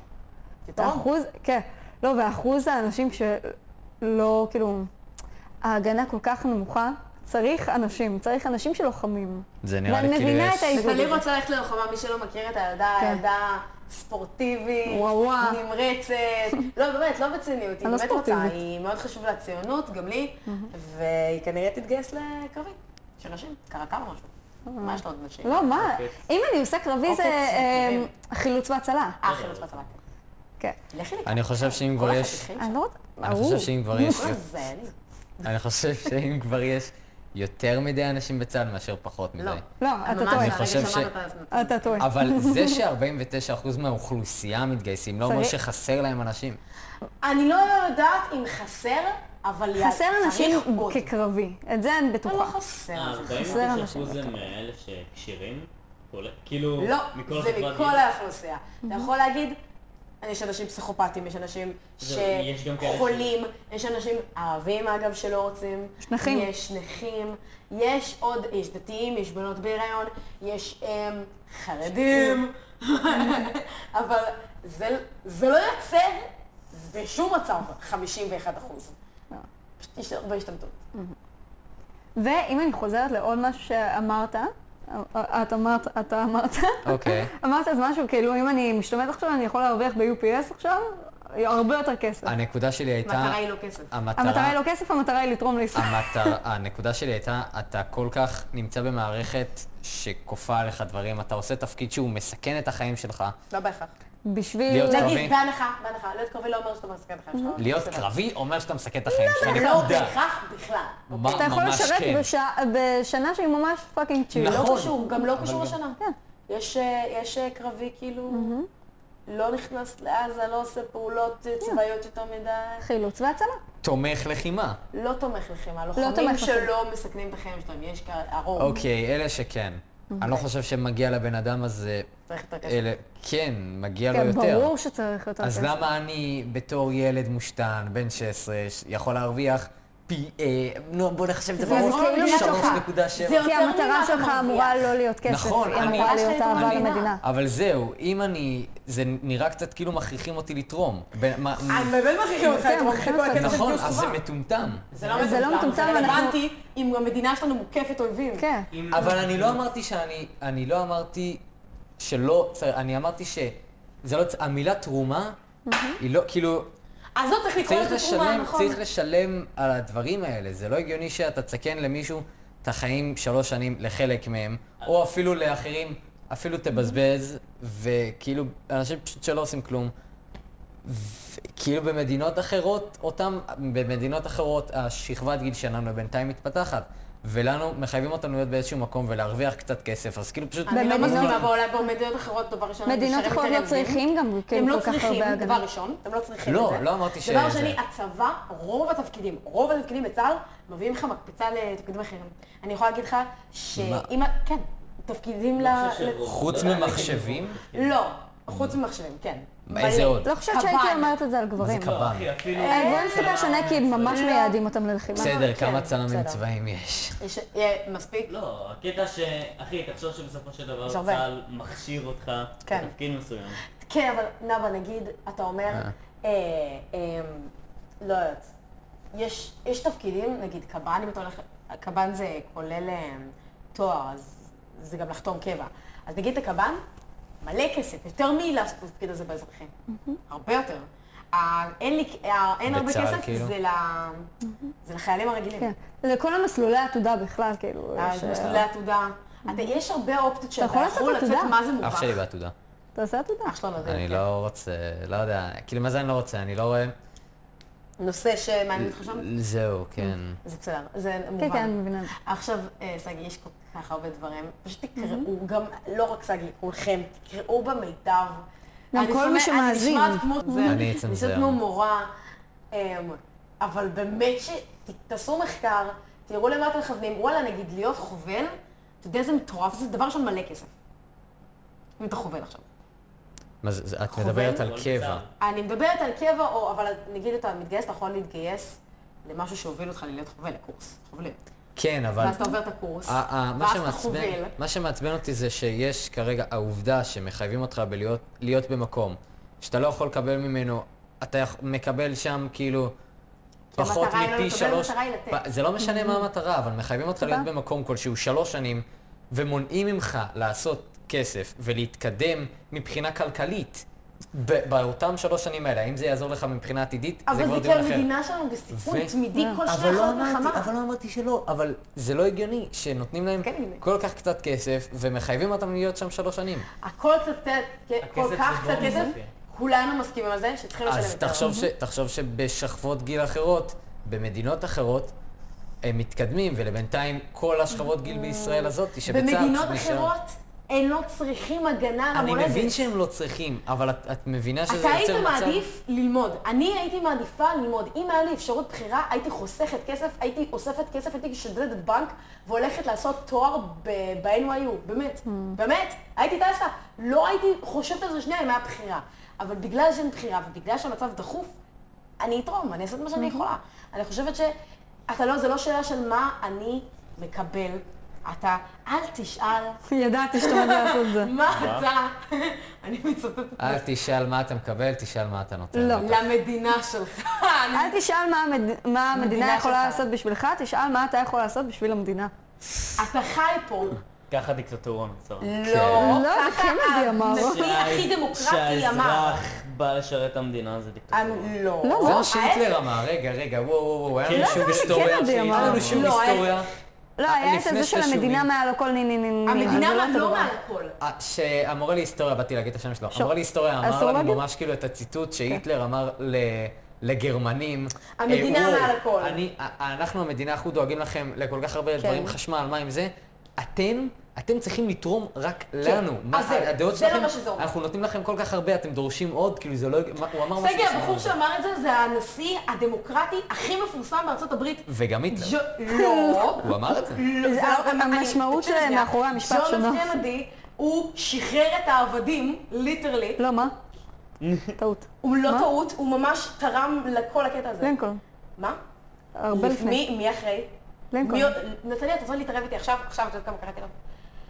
D: האחוז, כן, לא, ואחוז האנשים שלא, כאילו, ההגנה כל כך נמוכה, צריך אנשים, צריך אנשים שלוחמים.
A: זה נראה לי
D: ואני
A: כאילו
D: מבינה
A: יש-
D: את האיגוד.
B: אני רוצה ללכת ללוחמה, מי שלא מכיר את הילדה,
D: כן.
B: הילדה ספורטיבית,
D: וואו, וואו.
B: נמרצת. לא, באמת, לא בציניות, היא
D: אני לא
B: באמת רוצה,
D: ספורטיבית.
B: היא מאוד חשובה לציונות, גם לי, והיא כנראה תתגייס לקרבי, של נשים, קרקל או משהו. מה יש לה עוד נשים?
D: אה. לא, מה?
B: אוקיי.
D: אם אני עושה קרבי
B: עוקץ,
D: זה אה,
B: קרבים.
D: חילוץ והצלה.
B: אה, חילוץ והצלה. כן.
D: כן.
B: לכי לקרבי.
A: אני חושב שאם כבר
B: כל
A: יש...
B: החתיכים
D: אני
B: שם.
D: לא רוצה...
A: אני
D: ההוא.
A: חושב שאם כבר יש...
B: מה זה, אני-
A: אני חושב שאם כבר יש יותר מדי אנשים בצה"ל מאשר פחות מדי.
B: לא.
D: לא, אתה
B: ממש,
D: טועה.
A: אני חושב
B: הרגע
A: ש-
B: שמענו את ה-
D: אתה טועה.
A: אבל זה ש-49% מהאוכלוסייה מתגייסים לא אומר
D: צריך-
A: שחסר להם אנשים.
B: אני לא יודעת אם חסר, אבל יא-
D: חסר אנשים
B: צריך עוד.
D: כקרבי, את זה אני
B: אבל לא
D: בטוחה.
B: חסר.
C: אה, 49%
D: חסר אנשים
C: הם אה, אלה שכשירים? כל- כאילו,
B: לא,
C: מכל
B: זה
C: חברת
B: מכל
C: גיל.
B: האוכלוסייה. אתה יכול להגיד, יש אנשים פסיכופטים, יש אנשים
C: זהו, יש גם כאלה ש-
B: שחולים, יש אנשים ערבים אגב שלא רוצים.
D: יש נכים.
B: יש נכים, יש עוד, יש דתיים, יש בנות בהיריון, יש אמ, חרדים, אבל זה- זה לא יוצא בשום מצב 51 אחוז.
D: אה.
B: פשוט יש הרבה השתמטות.
D: ואם אני חוזרת לעוד משהו שאמרת, את אמרת, אתה אמרת,
A: אוקיי.
D: אמרת אז משהו, כאילו אם אני משתמט עכשיו, אני יכול להרוויח ב-UPS עכשיו, הרבה יותר כסף.
F: הנקודה שלי הייתה...
B: מטרה היא לא כסף.
A: אה.
D: המטרה היא לא כסף, המטרה היא לתרום לישראל.
A: המטר... הנקודה שלי הייתה, אתה כל כך נמצא במערכת שכופה עליך דברים, אתה עושה תפקיד שהוא מסכן את החיים שלך.
B: לא בהכרח.
D: בשביל...
A: להיות קרבי,
B: נגיד, בהנחה, בהנחה, להיות קרובי לא אומר שאתה מסכן את החיים שלך.
A: אוקיי. להיות קרבי אומר שאתה מסכן את החיים שלך,
B: לא
A: נקודה.
B: בהכרח בכלל.
A: מה-
D: אתה יכול
A: ממש
D: לשרת
A: כן.
D: בשע- בשנה שהיא ממש פאקינג צ'יל.
B: לא
A: נכון.
B: קשור, גם לא קשור לשנה.
D: כן.
B: יש, אה, יש אה, קרבי כאילו, לא נכנס לעזה, לא עושה פעולות
D: כן.
B: אה, צבאיות יותר מדי,
D: חילוץ והצלה.
A: תומך לחימה.
B: לא תומך לחימה,
D: תומך
B: לוחמים
D: לחימה.
B: שלא מסכנים את החיים שלהם, יש כאלה, הרוב.
A: אוקיי, אלה שכן. אני לא חושב שמגיע לבן אדם הזה,
B: צריך יותר כסף.
A: אלה, כן, מגיע לו
D: כן,
A: יותר.
D: ברור אוקיי. שצריך יותר
A: אז
D: כסף.
A: למה אני בתור ילד מושתן, בן 16, ש- יכול להרוויח פי... אה, נו, בוא נחשב את זה
D: זה כאילו מתוכה.
B: זה
A: 3.7.
D: כי
B: יותר ממה
D: המטרה
B: אתה
D: שלך
B: מרוויח.
D: אמורה לא להיות כסף.
A: נכון,
D: היא
A: אני-
D: אמורה
B: המטרה
D: להיות
B: שלך היא
D: אהבה
B: למדינה.
D: למדינה.
A: אבל זהו, אם אני... זה נראה קצת כאילו מכריחים אותי לתרום. ב- מה-
B: אז אה, באמת מכריחים אותך,
D: כן,
B: אתה מכריח
D: מכריחים
B: כל
D: אותך.
B: הקטע של
A: נכון,
B: גיוס
A: אז זה
B: חובה.
A: מטומטם.
B: זה לא מטומטם,
D: זה לא מטומטם,
B: זה
D: אנחנו-
B: רלוונטי אם המדינה שלנו מוקפת אויבים.
D: כן.
A: אבל אני לא אמרתי שאני... אני לא אמרתי שלא צריך... אני אמרתי ש... זה לא... צ- המילה תרומה היא לא... כאילו...
B: אז לא צריך לקרוא
A: צריך
B: לזה תרומה,
A: לשלם,
B: נכון?
A: צריך לשלם על הדברים האלה. זה לא הגיוני שאתה תסכן למישהו את החיים שלוש שנים לחלק מהם, או אפילו לאחרים, אפילו תבזבז, וכאילו, אנשים פשוט שלא עושים כלום. ו- כאילו במדינות אחרות, אותם, במדינות אחרות, השכבת גיל שלנו בינתיים מתפתחת, ולנו, מחייבים אותנו להיות באיזשהו מקום ולהרוויח קצת כסף, אז כאילו פשוט...
B: אני לא
D: במדינות-
B: מסכימה בעולם, במדינות אחרות, דבר ראשון, הם
D: מדינות
B: נשארים
D: אחרות
B: יותר
D: לא צריכים גם
B: הם
D: כאילו
B: לא
D: כל כך
B: צריכים,
D: הרבה
B: דבר
D: הגנה.
B: ראשון, אתם לא צריכים
A: לא,
B: את זה.
A: לא אמרתי ש-
B: דבר
A: זה-
B: שני, הצבא, רוב התפקידים, רוב התפקידים בצה"ל, מביאים לך מקפצה לתפקידים אחרים. אני יכולה להגיד לך שאם... ה- כן, תפקידים ל...
C: אני חושב
B: ל-
C: שרוב-
A: חוץ
C: לא יודע,
A: ממחשבים?
B: לא, חוץ ממחשבים, כן.
A: איזה
B: מלא.
A: עוד?
D: לא חושבת שהייתי
B: קב"ן.
D: אומרת את זה על גברים.
A: זה קב"ן.
C: לא, אחי, אפילו...
B: אה,
D: על גברים זה טיפה שונה, כי ממש
B: לא.
D: מייעדים אותם ללחימה.
A: בסדר,
B: כן,
A: כמה צלמים
B: בסדר.
A: צבאיים יש?
B: יש- אה, מספיק?
C: לא, הקטע ש... אחי, תחשוב שבסופו של דבר
B: יש הרבה.
C: צה"ל מכשיר אותך
B: כן.
C: לתפקיד מסוים.
B: כן, אבל נאוה, נגיד, אתה אומר, אה, אה, לא יודעת, יש, יש תפקידים, נגיד קב"ן, אם אתה הולך, קב"ן זה כולל אה, תואר, אז זה גם לחתום קבע. אז נגיד את הקב"ן, מלא כסף, יותר מלתפקיד הזה באזרחים, הרבה יותר. ה- אין לי, ה- אין הרבה
A: בצה"ל,
B: כסף,
A: כאילו?
B: זה ל- זה לחיילים הרגילים.
D: כן. לכל המסלולי עתודה בכלל, כאילו.
B: ה-
D: יש,
B: אה, מסלולי עתודה. אתה- יש הרבה אופציות שאתה
D: יכול לעשות
B: יכול לצאת
D: עתודה.
B: מה זה מוכרח.
A: אח שלי בעתודה.
D: אתה עושה עתודה.
B: אח שלו נדיר.
A: אני
B: כן.
A: לא רוצה, לא יודע, כאילו מה זה אני לא רוצה, אני לא רואה...
B: נושא שמעניין אותך שם?
A: זהו, כן.
B: זה בסדר, זה מובן.
D: כן, כן, אני מבינה.
B: עכשיו, אה, סגי, יש כל כך הרבה דברים, פשוט תקראו, גם, לא רק סגי, כולכם, תקראו במיטב.
D: גם
B: אני
D: כל מי
B: שונא-
D: שמאזין.
B: אני נשמעת כמו זה,
A: אני אצנזר.
B: נשמעת כמו מורה, אמ, אבל באמת שתעשו מחקר, תראו למה אתם מכוונים, וואלה, נגיד להיות חובל, אתה יודע איזה מטורף, זה דבר ראשון מלא כסף. אם אתה חובל עכשיו.
A: מה זה, זה- את
B: חובל?
A: מדברת על
C: כל
A: קבע.
C: צה"ל.
B: אני מדברת על קבע, או, אבל נגיד אתה מתגייס, אתה יכול להתגייס למשהו שהוביל אותך ללהיות חובל, לקורס, חובלים.
A: כן, אבל...
B: ואז אתה עובר את הקורס,
A: אה, אה, מה
B: ואז אתה
A: שמעצבן-
B: חובל.
A: מה שמעצבן אותי זה שיש כרגע העובדה שמחייבים אותך בלהיות להיות במקום שאתה לא יכול לקבל ממנו, אתה יכ- מקבל שם כאילו פחות
B: המטרה היא לא
A: מפי
B: לקבל,
A: שלוש...
B: המטרה היא לתת.
A: פ-
B: Mm-hmm.
A: זה לא משנה מה המטרה, אבל מחייבים אותך להיות במקום כלשהו שלוש שנים ומונעים ממך לעשות כסף ולהתקדם מבחינה כלכלית. ב- באותם שלוש שנים האלה, האם זה יעזור לך מבחינה עתידית?
B: אבל
A: כבר
B: זה כן כי
A: דיון אחר.
B: המדינה שלנו בסיכון
A: ו-
B: תמידי כל שנה
A: אבל לא,
B: אחת
A: אמרתי,
B: מלחמה.
A: אבל לא אמרתי שלא, אבל זה לא הגיוני שנותנים להם
B: כן הגיוני.
A: כל כך קצת כסף ומחייבים אותם להיות שם שלוש שנים.
B: הכל קצת, כן, כל
C: זה
B: כך קצת
C: בונוס,
B: כסף,
C: כן.
B: כולנו מסכימים על זה שצריכים לשלם
A: אז
B: יותר.
A: תחשוב, ש, תחשוב שבשכבות גיל אחרות, במדינות אחרות, הם מתקדמים, ולבינתיים כל השכבות גיל בישראל הזאת, שבצד
B: אה, במדינות אחרות אינו צריכים הגנה על
A: אני
B: המולדת.
A: מבין שהם לא צריכים, אבל את, את מבינה שזה
B: אתה
A: יוצר
B: היית
A: מצב...
B: מעדיף ללמוד. אני הייתי מעדיפה ללמוד. אם היה לי אפשרות בחירה, הייתי חוסכת כסף, הייתי אוספת כסף, הייתי שודדת בנק והולכת לעשות תואר ב- ב-NYU. באמת,
A: Mm.
B: באמת, הייתי טסה. לא הייתי חושבת על זה שנייה אם היה בחירה. אבל בגלל שאין בחירה ובגלל שהמצב דחוף, אני אתרום, אני אעשה את מה שאני
A: Mm-hmm.
B: יכולה. אני חושבת ש... אתה לא, זה לא שאלה של מה אני מקבל. אתה, אל תשאל
H: ידעתי שאתה מגיע לעשות את זה.
B: מה אתה, אני מצטטת
A: אל תשאל מה אתה מקבל, תשאל מה אה, אתה נותן. כן.
H: לא.
B: למדינה שלך. אני
D: אל תשאל מה המד- מה המדינה
B: המדינה
D: יכולה
B: שלך.
D: לעשות בשבילך, תשאל מה אתה יכול לעשות בשביל המדינה.
B: אתה חי פה.
C: ככה דיקטטורה נוצרה.
B: לא,
D: לא, זה קנדי אמר.
B: הנשיא הכי דמוקרטי אמר.
C: שהאזרח בא לשרת את המדינה זה דיקטטורה.
B: אני- לא.
D: לא,
A: זה
D: לא,
A: מה שהיטלר אמר, רגע, רגע, וואו, וואו, וואו, היה לנו
C: כן,
A: שום
D: זה
A: היסטוריה,
D: קנדי אמר.
A: היה לנו שום
B: לא,
A: היסטוריה.
D: לא, היה את
A: לפני
D: זה של
A: שש
D: המדינה
A: שנים.
D: מעל הכל ני ני ני ני. זה
B: המדינה
D: אותו
B: לא
D: דבר.
B: מעל הכל.
A: אה, שהמורה להיסטוריה, באתי להגיד את השם שלו, המורה להיסטוריה
D: אסור
A: אמר לנו
D: להגיד?
A: ממש כאילו את הציטוט שהיטלר אמר ל... לגרמנים.
B: כן. המדינה
A: אה, וואו,
B: מעל הכל. כן.
A: אני, א- אנחנו המדינה, אנחנו דואגים לכם לכל כך הרבה דברים, חשמל, מים, זה. אתם, אתם צריכים לתרום רק לנו. מה,
B: כן.
A: אה,
B: אז זהו,
A: הדעות
B: זה לא
A: שלכם,
B: מה שזה אומר.
A: אנחנו נותנים לכם כל כך הרבה, אתם דורשים עוד, כאילו זה לא... מה- הוא אמר משהו
B: סגי,
A: בסגנון
B: הבחור
A: הזה.
B: שאמר את זה, זה הנשיא הדמוקרטי הכי מפורסם בארצות הברית.
A: וגם היטלר.
B: ג'ו- לא.
A: הוא אמר את זה.
B: לא, זה
D: זה-
B: לא- אני-
D: המשמעות
B: תקשיב
D: שלהם
B: שנייה.
D: מאחורי המשפט
B: ג'ון
D: שונה.
B: אף קנדי, הוא שחרר את העבדים, ליטרלי.
D: לא, מה? טעות.
B: הוא לא
D: מה?
B: טעות, הוא ממש תרם לכל הקטע הזה.
D: לינקולן.
B: מה?
D: הרבה לפני.
B: מי- מי אחרי?
D: לינקולן.
B: מי עוד- נתניה, את רוצה להתערב איתי עכשיו? עכשיו, את יודעת כמה קראתי לו?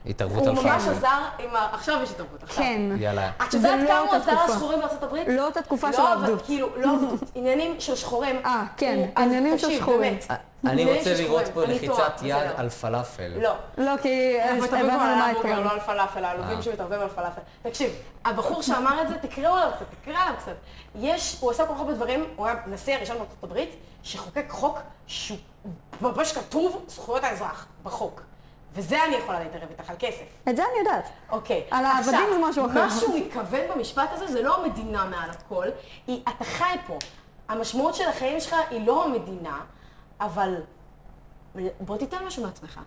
A: התערבות
B: הוא
A: על
B: ממש
A: פאנל.
B: עזר עם ה... עכשיו יש התערבות, עכשיו.
D: כן.
A: יאללה.
B: את יודעת
D: זה לא
B: כמה הוא
D: אותה
B: עזר
D: תקופה.
B: לשחורים בארצות הברית?
D: לא אותה תקופה של
B: לא, אבל
D: העבדות.
B: כאילו, לא עבדות, עניינים של שחורים.
D: אה, כן,
B: הוא- אז
D: עניינים של
B: תקשיב,
D: שחורים.
B: באמת.
A: אה, אני
B: עניינים
A: רוצה
B: של
A: לראות
B: שחורים,
A: פה
B: אני טועה,
A: לחיצת יד
B: בסדר.
A: על פלאפל.
B: לא.
D: לא, כי אה,
B: אנחנו מדברים
D: הבנו
B: כבר על
D: למה
B: ההמבורגר,
D: התכוונו.
B: לא על פלאפל, העלובים
A: אה.
B: שמתערבב על פלאפל. תקשיב, הבחור שאמר את זה, תקראו עליו קצת, תקרא עליו קצת. יש, הוא עשה כל כך הרבה דברים, הוא היה הנשיא הראשון בארצות הברית, שחוקק חוק שהוא ממש כתוב זכויות האזרח, בחוק. וזה אני יכולה להתערב איתך על כסף.
D: את זה אני יודעת.
B: אוקיי.
D: על
B: עכשיו,
D: העבדים זה משהו אחר.
B: מה שהוא התכוון במשפט הזה זה לא המדינה מעל הכל, היא אתה חי פה. המשמעות של החיים שלך היא לא המדינה, אבל בוא תיתן משהו מעצמך.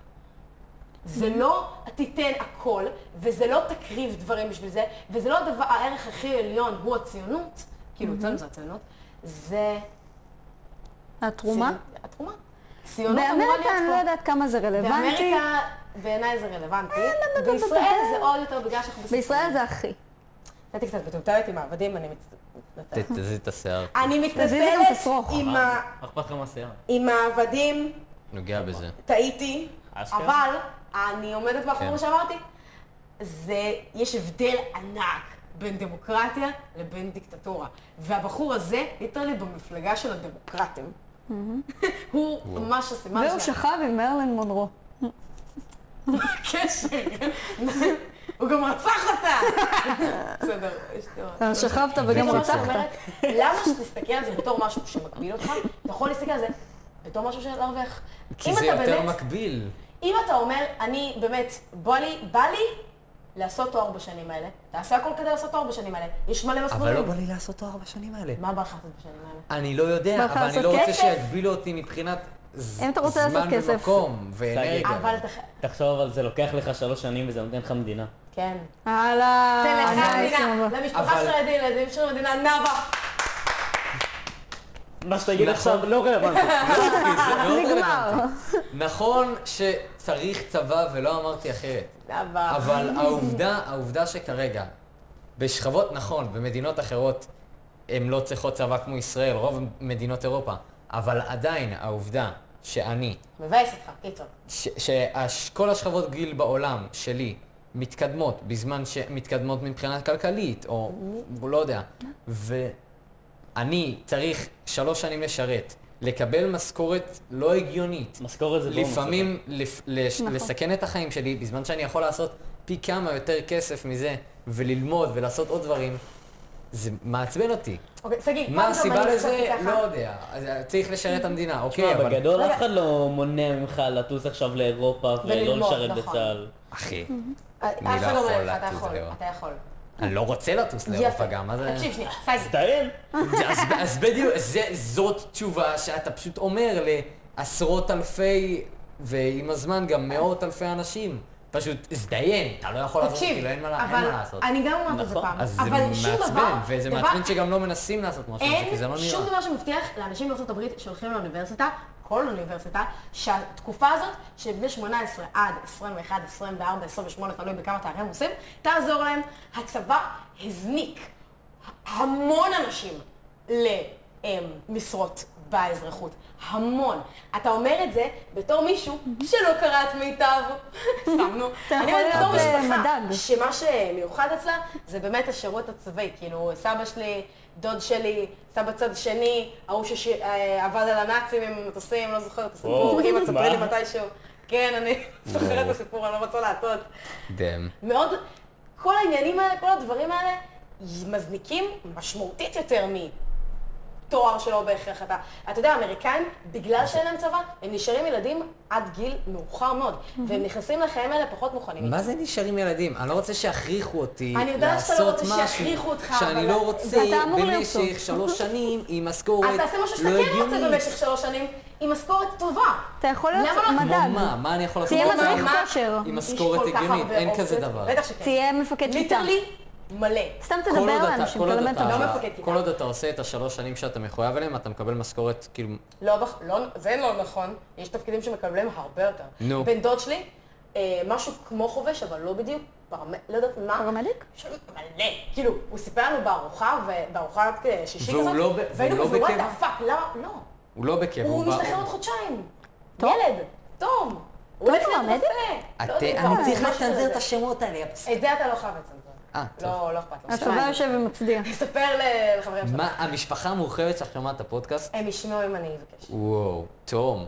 B: זה
D: Mm-hmm.
B: לא תיתן הכל, וזה לא תקריב דברים בשביל זה, וזה לא הדבר, הערך הכי עליון הוא הציונות, כאילו
D: Mm-hmm.
B: אצלנו זה הציונות, זה...
D: התרומה?
B: צי- התרומה. ציונות אמורה
D: באמריקה אני לא
B: להיות פה.
D: יודעת כמה זה רלוונטי.
B: באמריקה בעיניי זה רלוונטי,
D: לא, לא, לא,
B: בישראל
D: לא.
B: זה עוד יותר בגלל שאנחנו בסיפור.
D: בישראל זה הכי.
B: הייתי קצת מטומטמת עם העבדים, אני מתנצלת.
A: תזיז את השיער,
B: אני
D: תזיזי גם את
B: מתנצלת
D: השרוך.
B: עם
C: מה?
B: ה-
C: מה אכפת לך מהשיער?
B: עם העבדים,
A: נוגע בזה.
B: טעיתי,
C: אשכרה?
B: אבל אני עומדת מאחורי
A: כן.
B: מה שאמרתי. זה, יש הבדל ענק בין דמוקרטיה לבין דיקטטורה. והבחור הזה, ליטרלי במפלגה של הדמוקרטים. הוא ממש הסימן
D: והוא שכב עם מרלין מונרו.
B: קשר. הוא גם רצח אותה! בסדר, יש תיאוריה.
D: אה, שכבת וגם
B: זה מה שאני
D: רצחת.
B: אומרת, למה שתסתכל על זה בתור משהו שמגביל אותך, אתה יכול להסתכל על זה בתור משהו של להרוויח.
A: כי
B: אם
A: זה
B: אתה
A: יותר
B: באמת-
A: מקביל.
B: אם אתה אומר, אני באמת, בא לי, בא לי לעשות תואר בשנים האלה, תעשה הכל כדי לעשות תואר בשנים האלה. יש מלא
A: אבל לא
B: מסלולים.
A: בא לי לעשות תואר בשנים האלה.
B: מה בא לך לעשות בשנים האלה?
A: אני לא יודע,
D: בא לך
A: אבל אני
D: לעשות
A: לא רוצה
D: כסף?
A: שיגבילו אותי מבחינת ז-
D: אם אתה רוצה
A: זמן
D: לעשות כסף.
A: ומקום ואנרגיה.
B: אבל אתה... ח-
C: תחשוב על זה, לוקח לך שלוש שנים וזה נותן לך מדינה.
B: כן.
D: הלאה.
B: תן לך
D: נייס,
B: מדינה,
D: סבבה.
B: למשפחה
A: אבל-
B: של הילדים, לילדים של המדינה, נאווה.
C: מה שתגיד עכשיו לא רלוונטי.
D: נגמר.
A: נכון שצריך צבא ולא אמרתי אחרת.
B: נאווה.
A: אבל העובדה, העובדה שכרגע, בשכבות, נכון, במדינות אחרות הן לא צריכות צבא כמו ישראל, רוב מדינות אירופה, אבל עדיין העובדה שאני,
B: מבאס אותך, קיצור.
A: שכל השכבות גיל בעולם שלי מתקדמות בזמן שמתקדמות מבחינה כלכלית, או לא יודע, ואני צריך שלוש שנים לשרת, לקבל משכורת לא הגיונית.
C: משכורת זה בונוס. אוקיי.
A: לפעמים לפ- לש- לסכן את החיים שלי בזמן שאני יכול לעשות פי כמה יותר כסף מזה, וללמוד ולעשות עוד דברים, זה מעצבן אותי.
B: אוקיי, שגיא, פעם
A: מה
B: גם
A: הסיבה
B: אני
A: לזה?
B: חשבתי
A: לא
B: ככה.
A: יודע. אז צריך לשרת את המדינה, אוקיי,
C: תשמע,
A: אבל...
C: כן, בגדול אף אחד לא מונע ממך לטוס עכשיו לאירופה ולא
B: וללמוד,
C: לשרת
B: נכון.
C: בצה"ל.
A: אחי,
B: אף
A: אני
B: אחד
A: לא
B: לא אומר
A: יכול
B: לך, אתה
A: לטוס
B: יכול,
A: לאירופה.
B: אתה יכול.
A: אני לא רוצה לטוס לאירופה גם, מה זה...
B: תקשיב שנייה, סייז,
C: תטייל.
A: אז, אז בדיוק, זה, זאת תשובה שאתה פשוט אומר לעשרות אלפי, ועם הזמן גם מאות אלפי אנשים. פשוט הזדיין, אתה לא יכול לעשות,
B: תקשיב,
A: כאילו אין מה אין מה
B: אבל
A: לעשות.
B: אני גם אמרתי את זה
C: נכון,
B: פעם,
A: אז זה
B: אבל שום דבר,
A: מעצבן, וזה
B: דבר-
A: מעצבן שגם לא מנסים לעשות משהו, על זה, כי זה לא
B: אין
A: נראה.
B: שום דבר שמבטיח לאנשים בארצות הברית שהולכים לאוניברסיטה, כל אוניברסיטה, שהתקופה הזאת, שבני 18 עד 21, 24, 28, תלוי בכמה תארים הם עושים, תעזור להם. הצבא הזניק המון אנשים למשרות באזרחות. המון. אתה אומר את זה בתור מישהו שלא קרא את מיטב. סתם, נו.
D: אתה
B: אני
D: יכול
B: אומרת בתור
D: להיות, אה,
B: משפחה,
D: מדד.
B: שמה שמיוחד אצלה זה באמת השירות הצבאי. כאילו, סבא שלי, דוד שלי, סבא צד שני, ההוא שעבד על הנאצים עם מטוסים, לא זוכרת,
C: וואו,
B: הסיפור, אמא תספרי לי
C: מה?
B: מתישהו. כן, אני זוכרת את הסיפור, אני לא רוצה להטות.
A: דאם.
B: מאוד, כל העניינים האלה, כל הדברים האלה, מזניקים משמעותית יותר מתואר שלא בהכרח אתה. אתה יודע, האמריקאים, בגלל שאין להם צבא, הם נשארים ילדים עד גיל מאוחר מאוד, והם נכנסים לחיים האלה פחות מוכנים.
A: מה זה נשארים ילדים? אני לא רוצה שיכריחו אותי
B: אני יודעת שאתה לא
A: לעשות
B: רוצה
A: משהו
B: שיכריחו אותך, אבל-
A: שאני לא רוצה
D: ואתה אמור
A: במשך
D: לרצות.
A: שלוש שנים עם משכורת
B: אז תעשה משהו שאתה
A: לא
B: כן רוצה
A: הגיונית.
B: במשך שלוש שנים, עם משכורת טובה.
D: אתה יכול להיות
B: למה לא?
A: כמו
D: מדד.
A: מה? מה אני יכול לעשות?
D: תהיה
A: מה-
D: מדריך
A: מה-
D: כושר.
A: עם
B: יש
A: משכורת
B: כל כך
A: הגיונית,
B: הרבה
A: אין
B: אופציות.
A: כזה דבר.
B: בטח שכן.
D: תהיה מפקד כיתה.
B: ליטרלי מלא.
D: סתם
A: כל עוד
D: תדבר
A: אתה-
D: לאנשים,
A: כל עוד
D: תלמד
A: אתה-
D: אותם.
B: לא מפקד כיתה.
A: כל עוד אתה עושה את השלוש שנים שאתה מחויב אליהם, אתה מקבל משכורת, כאילו,
B: לא, בח- לא, זה לא נכון, יש תפקידים שמקבלים הרבה יותר.
A: נו.
B: בן דוד שלי, אה, משהו כמו חובש, אבל לא בדיוק, פרמ... לא יודעת מה.
D: פרמדיק?
B: שהוא מלא. כאילו, הוא סיפר לנו בארוחה, ו- בארוחת אה, שישי
A: והוא
B: כזאת,
A: לא ב-
B: והיינו
A: והוא לא
B: כזה, וואט
A: בקבע?"
B: דה פאק, למה? לא.
A: הוא לא בקבע,
B: הוא
A: בא-
B: משתחרר עוד חודשיים. ילד, תום. הוא
D: תום
B: הולך להיות
D: פרמדיק?
B: רופא. לא
A: את-
B: יודעת
A: אני
B: מה,
A: צריך
B: משהו
A: לצנזר
B: כזה.
A: את השמות האלה.
B: את זה אתה לא חייב לצנזר.
A: אה,
B: לא, לא אכפת לו.
D: הצבא יושב ומצדיע.
B: תספר ל- לחברים שלך.
A: מה, המשפחה המורחבת שלך שומעת את הפודקאסט?
B: הם ישמעו אם אני אבקש.
A: וואו, תום.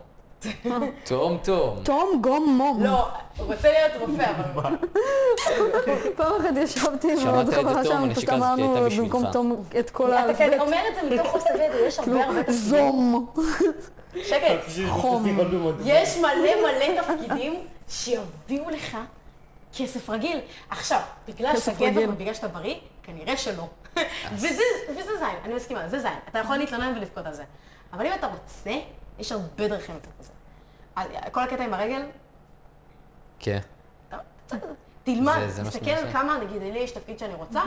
A: תום תום.
D: תום גום מום.
B: לא, הוא רוצה להיות רופא, אבל...
D: פעם אחת ישבתי עם
A: שמעת
D: עוד
A: את
D: חברה
A: זה, תום?
D: שם,
A: אני
D: פשוט
A: שיקרתי, היא
D: אמרנו
A: הייתה בשבילך.
D: במקום תום את כל
B: אתה
D: האלפבית.
B: כזה אומר את זה מתוך חוסר ידע, יש הרבה הרבה תפקידים.
D: זום.
B: שקט.
D: חום.
B: יש מלא מלא תפקידים שיביאו לך כסף רגיל. עכשיו, בגלל
D: כסף
B: שאתה גבר
D: רגיל.
B: ובגלל שאתה בריא, כנראה שלא. וזה וזה זין, אני מסכימה, זה זין. אתה יכול להתלונן ולבכות על זה. אבל אם אתה רוצה, יש הרבה דרכים לצאת מזה. כל הקטע עם הרגל,
A: כן.
B: תלמד,
A: זה- זה מה
B: תסתכל
A: שאני
B: על
A: עושה.
B: כמה, נגיד, לי יש תפקיד שאני רוצה,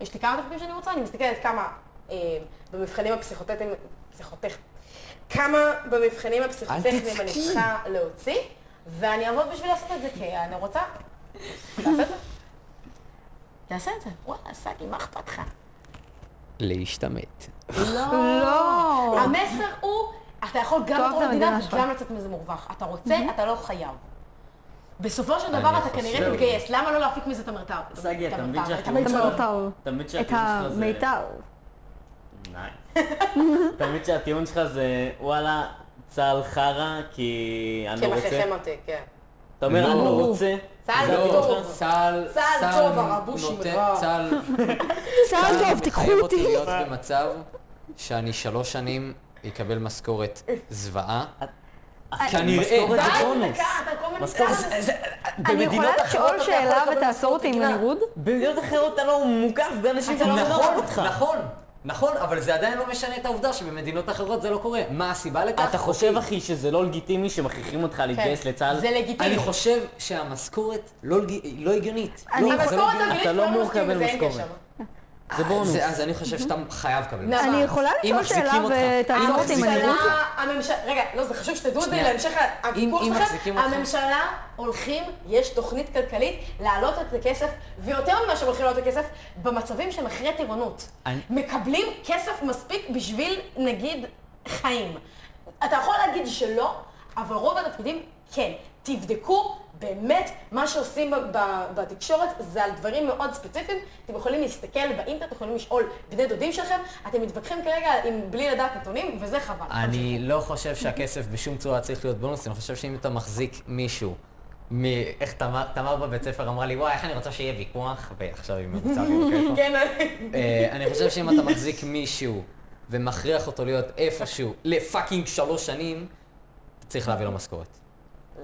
B: יש לי כמה תפקידים שאני רוצה, אני מסתכלת כמה אה, במבחנים הפסיכוטטיים, פסיכוטכ... כמה במבחנים הפסיכוטכניים אני צריכה להוציא, ואני אעבוד בשביל לעשות את זה, כי אני רוצה... תעשה את זה. תעשה את זה. וואלה, סגי, מה אכפת לך?
A: להשתמט.
D: לא.
B: המסר הוא, אתה יכול גם
D: תאהב את
B: לתרום למדינה
D: המדינה שלך.
B: וגם לצאת מזה מרווח. אתה רוצה, אתה לא חייב. בסופו של דבר
J: אני
B: אתה כנראה
J: חושב-
B: תתגייס, למה לא להפיק מזה את המרתר?
J: סגי, אתה מבין
B: המרתר, את
J: שהחיבור
B: המרתר.
J: שלך-
D: המרתר.
C: תמיד
D: את
C: שהטיעון שלך זה...
D: המיטב.
C: נייס. תמיד שהטיעון שלך זה, וואלה, צה"ל חרא, כי אני
B: כי
C: לא
B: הם
C: רוצה.
B: מכריחים אותי, כן.
C: אתה אומר, אני לא רוצה.
B: צה"ל
C: זה
B: זה
C: הטיעון
B: טוב.
C: שלך?
A: צה"ל,
B: לא- צה"ל טוב, הרבושים
A: נותן-
B: רע.
A: צה"ל,
D: צה"ל טוב, תיקחו
A: מחייב אותי לא
D: אותי.
A: להיות במצב שאני שלוש שנים אקבל משכורת
B: אה.
A: זוועה. כנראה.
C: משכורת
B: די,
C: זה בונוס.
B: דקה, Oh אתה כל הזמן
C: משכורת
B: נתקע
C: זה-
B: בזה.
C: זה-
D: אני
C: במדינות
D: יכולה
C: אחרות
D: לשאול
C: אתה
D: שאלה
C: יכול לקבל
D: ותאסור אותי עם
C: משכורת
D: נירוד?
C: במדינות אחרות אתה לא מוקף באנשים
B: אתה לא
C: שלא
B: מוכר.
C: אוהבים אותך.
A: נכון, נכון, אבל זה עדיין לא משנה את העובדה שבמדינות אחרות זה לא קורה. מה הסיבה לכך? אוקיי.
C: אתה חושב, אחי, שזה לא לגיטימי שמכריחים אותך להתגייס לצה"ל?
B: כן. זה לגיטימי.
A: אני חושב שהמשכורת לא לג- היא לא הגיונית.
D: אני-
A: לא, זה לא
B: המשכורת
A: הגיוני.
B: הגלית
C: אתה לא
B: כולנו
C: אמור
B: מסכימים,
C: לקבל
B: זה אין
C: משכורת.
B: קשר.
C: זה בונוס.
A: זה- אז אני חושב שאתה חייב לקבל משכורת.
D: אני יכולה
A: אם
D: לשאול
A: מחזיקים
D: שאלה
A: אותך.
D: ותעצור אותי עם הנירוד?
B: הממשלה, הממשלה, רגע, לא, זה חשוב שתדעו את זה
A: שנייה.
B: להמשך
A: אם-
B: הוויכוח
A: אם
B: שלכם.
A: מחזיקים אותך-
B: הממשלה הולכים, יש תוכנית כלכלית להעלות את הכסף, ויותר ממה שהם הולכים להעלות את הכסף, במצבים שהם אחרי טירונות.
A: אני-
B: מקבלים כסף מספיק בשביל, נגיד, חיים. אתה יכול להגיד שלא, אבל רוב התפקידים כן. תבדקו באמת מה שעושים ב- ב- בתקשורת זה על דברים מאוד ספציפיים. אתם יכולים להסתכל באינטרנט, יכולים לשאול בני דודים שלכם. אתם מתווכחים כרגע עם בלי לדעת נתונים, וזה חבל. תמשיכו.
A: אני לא חושב שהכסף בשום צורה צריך להיות בונוס, אני חושב שאם אתה מחזיק מישהו, מ... איך תמר, תמר בבית ספר אמרה לי, וואי, איך אני רוצה שיהיה ויכוח, ועכשיו היא מרוצה אוקיי? ממנו.
B: כן,
A: אה, אני חושב שאם אתה מחזיק מישהו ומכריח אותו להיות איפשהו לפאקינג שלוש שנים, אתה צריך להביא לו משכורת.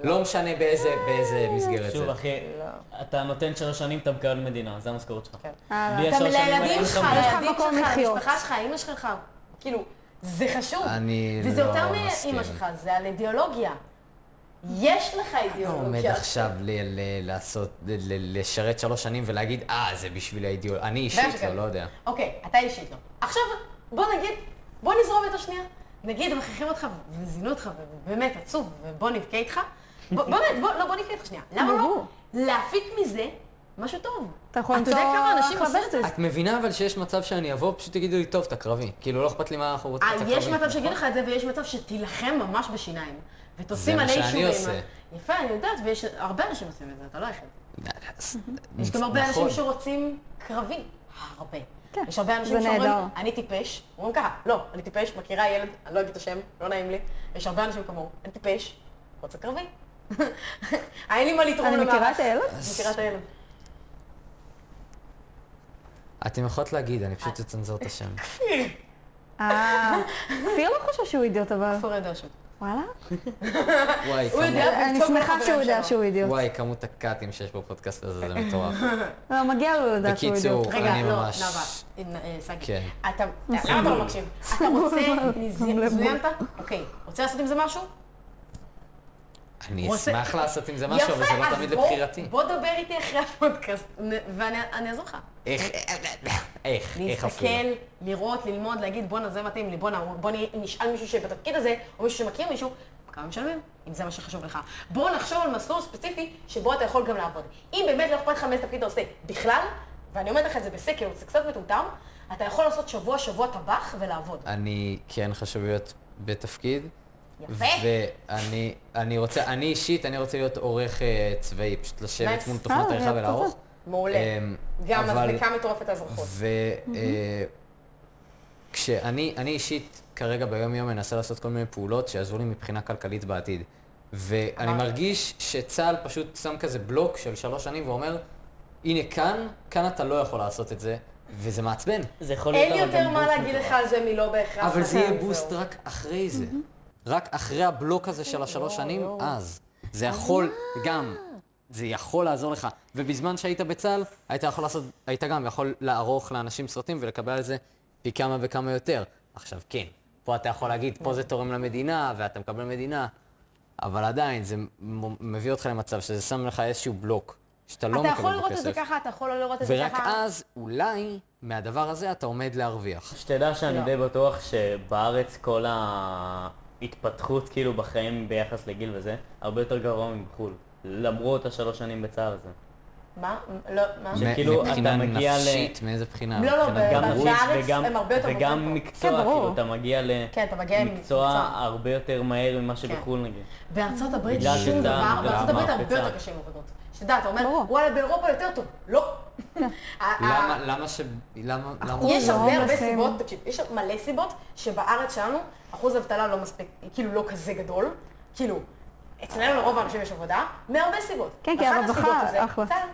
A: לא משנה באיזה, באיזה מסגרת זה.
C: שוב, אחי, אתה נותן שלוש שנים, אתה מקבל מדינה, זה המשכורת שלך.
B: לא. כן.
C: בלי
B: גם
C: השלוש שנים האלה
B: לילדים
C: אין
B: שלך, לא-
C: לך
D: יש לך
B: לילדים
D: מקום
B: שלך,
D: לחיות.
B: למשפחה שלך, אמא שלך, כאילו, זה חשוב.
A: אני
B: וזה
A: לא
B: יותר מאמא
A: מסכים.
B: שלך, זה על אידיאולוגיה. יש לך
A: אתה לא, עומד
B: אידיאולוגיה.
A: עכשיו ל- ל- לעשות, ל- ל- לשרת שלוש שנים ולהגיד, אה, זה בשביל האידיאול... אני אישית
B: באשכרה.
A: לא, לא יודע.
B: אוקיי, אתה אישית לא. עכשיו, בוא נגיד, בוא נזרום איתו שנייה. נגיד, מכריחים אותך, וזינו אותך, ובאמת עצוב, ובוא נבכה איתך. בוא- באמת, בוא, לא, בוא נבכה איתך שנייה. למה לא
D: ברור.
B: להפיק מזה משהו טוב?
D: אתה יכול
B: אתה יודע
D: למצוא
B: כמה אנשים
D: אחלה
B: עושים את זה?
A: את מבינה אבל שיש מצב שאני אבוא, פשוט תגידו לי, טוב, אתה קרבי. כאילו, לא אכפת לי מה אנחנו רוצים,
B: אה,
A: אתה קרבי.
B: יש מצב שיגיד לך את זה, ויש מצב שתילחם ממש בשיניים. ותשים
A: זה מה
B: עלי
A: שאני
B: אישורים.
A: עושה.
B: יפה, אני יודעת, ויש הרבה אנשים עושים את זה, אתה לא היחיד. יש גם הרבה
A: נכון.
B: אנשים שרוצים קרבי. הרבה.
D: כן.
B: יש הרבה אנשים
D: זה
B: שאומרים,
D: נהדר.
B: אני טיפש, אומרים ככה, לא, אני טיפש, מכירה ילד, אני לא אגיד את השם, לא נעים לי. יש הרבה אנשים כמוהו, אני טיפש, רוצה קרבי. אין לי מה לתרום
D: אני
B: למערך.
D: מכירה את הילד?
B: מכירה את הילד.
A: אתם יכולות להגיד, אני פשוט אצנזר את השם.
D: אה, כפיר לא חושב שהוא אידיוט אבל.
B: כפור יודע שהוא.
D: וואלה?
A: וואי,
B: הוא
A: כמות-
B: יודע, והוא
D: אני
B: צועק על
D: שמחה
B: החברים
D: שהוא יודע
B: שלו.
D: שהוא אידיוט.
A: וואי, כמות הקאטים שיש בפודקאסט הזה, זה מטורף.
D: לא, מגיע לו לדעת שהוא
A: בקיצור,
D: אידיוט.
K: אה,
B: רגע,
A: אני
B: לא,
A: ממש-
B: נאווה, הנה, אה, סגי.
A: כן.
B: אתה, למה אתה לא מקשיב? אתה רוצה, נזי- זוינת? אוקיי. רוצה לעשות עם זה משהו?
A: אני
B: רוצה-
A: אשמח לעשות עם זה משהו, אבל זה
B: יפה,
A: לא
B: אז
A: תמיד
B: בוא-
A: לבחירתי.
B: בוא דבר איתי אחרי הפודקאסט, נ- ואני אני אעזור לך.
A: איך, איך, איך אפילו.
B: להסתכל, לראות, ללמוד, להגיד בואנה זה מתאים לי, בואנה, בוא נ- נשאל מישהו שבתפקיד הזה, או מישהו שמכיר מישהו, כמה משלמים, אם זה מה שחשוב לך. בוא נחשוב על מסלול ספציפי שבו אתה יכול גם לעבוד. אם באמת לא אכפת לך מאיזה תפקיד אתה עושה בכלל, ואני אומרת לך את זה בסקר, זה קצת מטומטם, אתה יכול לעשות שבוע שבוע טבח ולעבוד.
A: אני כן חשוב להיות בתפקיד.
B: יפה.
A: ואני אני רוצה, אני אישית, אני רוצה להיות עורך אה, צבאי, פשוט לשבת
B: Nice.
A: מול תוכנות
D: אה,
A: עריכה
D: זה
A: ולערוך.
B: מעולה.
A: אמ,
B: גם
A: אבל-
B: הזנקה מטורפת האזרחות.
A: ו... אה, כשאני אני אישית כרגע ביום יום מנסה לעשות כל מיני פעולות שיעזרו לי מבחינה כלכלית בעתיד. ואני מרגיש שצה"ל פשוט שם כזה בלוק של שלוש שנים ואומר, הנה כאן, כאן אתה לא יכול לעשות את זה, וזה מעצבן.
C: זה יכול להיות...
B: אין לי
C: אבל גם
B: יותר מה
C: בוסט
B: להגיד
C: מטורף.
B: לך על זה מלא בהכרח.
A: לא אבל זה
B: זהו.
A: יהיה בוסט רק אחרי זה. רק אחרי הבלוק הזה של השלוש שנים, אז. זה יכול
B: אה.
A: גם, זה יכול לעזור לך. ובזמן שהיית בצה"ל, היית יכול לעשות, היית גם יכול לערוך לאנשים סרטים ולקבל על זה פי כמה וכמה יותר. עכשיו, כן, פה אתה יכול להגיד, פה זה תורם למדינה, ואתה מקבל מדינה, אבל עדיין, זה מ- מביא אותך למצב שזה שם לך איזשהו בלוק, שאתה לא
B: אתה
A: מקבל בו כסף.
B: יכול לראות את זה ככה, אתה יכול לא לראות את זה
A: ורק אה-
B: ככה.
A: אז, אולי, מהדבר הזה אתה עומד להרוויח.
C: שתדע שאני
B: לא.
C: די בטוח שבארץ כל ההתפתחות כאילו בחיים ביחס לגיל וזה, הרבה יותר גרוע מבחו"ל. למרות השלוש שנים בצער הזה.
B: מה? לא, מה?
C: שכאילו, אתה
A: מבחינה
C: מגיע ל-
A: נפשית, מאיזה בחינה?
B: לא, לא,
A: מבחינת
B: ב-
C: גם
A: גמרות?
C: רוץ
B: בארץ
C: וגם,
B: הם הרבה יותר בוחרים פה.
C: וגם מקצוע,
D: כן, ברור.
C: כאילו אתה מגיע
B: כן, אתה מגיע עם
C: למקצוע
B: מקצוע. כן.
C: הרבה יותר מהר ממה שבחו"ל נגיד.
B: בארצות הברית
C: בגלל
B: שום
C: שזה
B: דבר,
C: המדינה
B: בארצות הברית הרבה
C: המהפכה.
B: יותר קשה עם עבודות. שתדע, אתה אומר,
D: ברור.
B: וואלה, באירופה יותר טוב. לא. ה-
A: למה,
B: ה-
A: למה ש... למה, למה...
B: יש
D: לא
B: הרבה הרבה
D: מסכים.
B: סיבות, תקשיב, יש מלא סיבות שבארץ שלנו אחוז האבטלה לא מספיק, כאילו לא כזה גדול, כאילו, אצלנו לרוב האנשים יש עבודה, מהרבה סיבות.
D: כן, כי
B: ואחת
D: הרווחה,
B: הסיבות לזה,
D: אחלה.
B: צה"ל.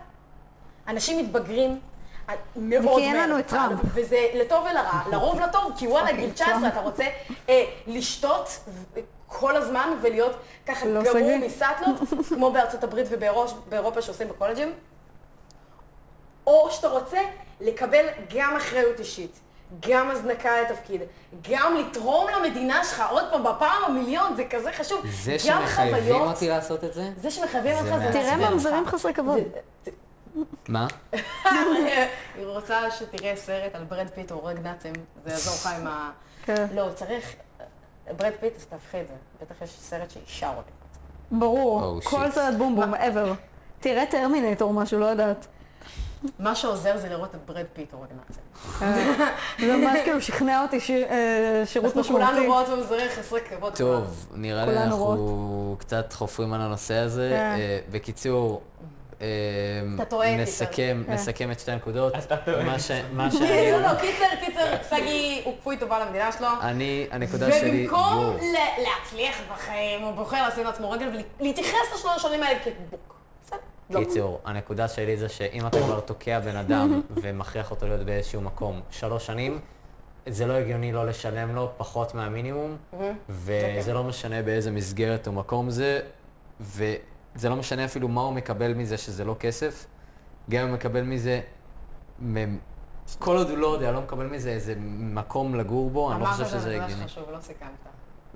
B: אנשים מתבגרים. אה, מאוד
D: כי אין
B: מהר
D: לנו את
B: בצה"ל,
D: טראמפ. אוקיי,
B: וזה לטוב ולרע, לרוב לטוב, כי וואלה, גיל 19 אתה רוצה אה, לשתות ו- כל הזמן ולהיות ככה
D: לא
B: גמור
D: סגי.
B: מסטלות, כמו בארצות הברית ובאירופה שעושים בקולג'ים. או שאתה רוצה לקבל גם אחריות אישית, גם הזנקה לתפקיד, גם לתרום למדינה שלך, עוד פעם, בפעם המיליון, זה כזה חשוב.
A: זה
B: גם
A: שמחייבים
B: חוויות,
A: אותי לעשות את זה?
B: זה שמחייבים
A: זה
B: אותך, זה...
A: מעצבן.
D: תראה
A: מעצבן.
D: ממזרים חסרי כבוד.
A: מה?
B: היא רוצה שתראה סרט על ברד פיט הורג נאצים, זה יעזור לך עם ה...
D: כן.
B: לא, צריך... ברד פיט, אז תהפכי את זה. בטח יש סרט שאישה הורגת.
D: ברור.
A: Oh,
D: כל
A: shit.
D: סרט בום בום, ever. תראה טרמינטור משהו, לא יודעת.
B: מה שעוזר זה לראות את ברד פיט הורג נאצים.
D: זה ממש כאילו שכנע אותי ש- אה, שירות
B: אנחנו
D: משמעותי.
B: כולנו רואות ומזרים חסרי כבוד.
A: טוב, נראה לי
D: כולנו
A: אנחנו קצת חופרים על הנושא הזה.
D: כן.
A: אה, בקיצור, אה,
B: אתה טועה,
A: נסכם,
D: כן.
A: נסכם את שתי הנקודות. אתה טועה. מה שאני...
B: לא, לא, קיצר, קיצר, סגי הוא כפוי טובה למדינה שלו.
A: אני, הנקודה שלי...
B: ובמקום
A: יואו.
B: ל- להצליח בחיים, הוא בוחר לשים לעצמו רגל ולהתייחס לשלוש השנים האלה כבוק.
A: אה,
B: בסדר? לא.
A: קיצור, הנקודה שלי זה שאם אתה כבר תוקע בן אדם ומכריח אותו להיות באיזשהו מקום שלוש שנים, זה לא הגיוני לא לשלם לו פחות מהמינימום,
B: Mm-hmm. אוקיי.
A: וזה לא משנה באיזה מסגרת או מקום זה, וזה לא משנה אפילו מה הוא מקבל מזה שזה לא כסף, גם אם הוא מקבל מזה, מ- כל עוד הוא לא יודע, לא מקבל מזה איזה מקום לגור בו, אני לא
B: אמרת
A: חושב
B: זה
A: שזה
B: נקודה
A: הגיוני.
B: שחשוב, לא סיכמת.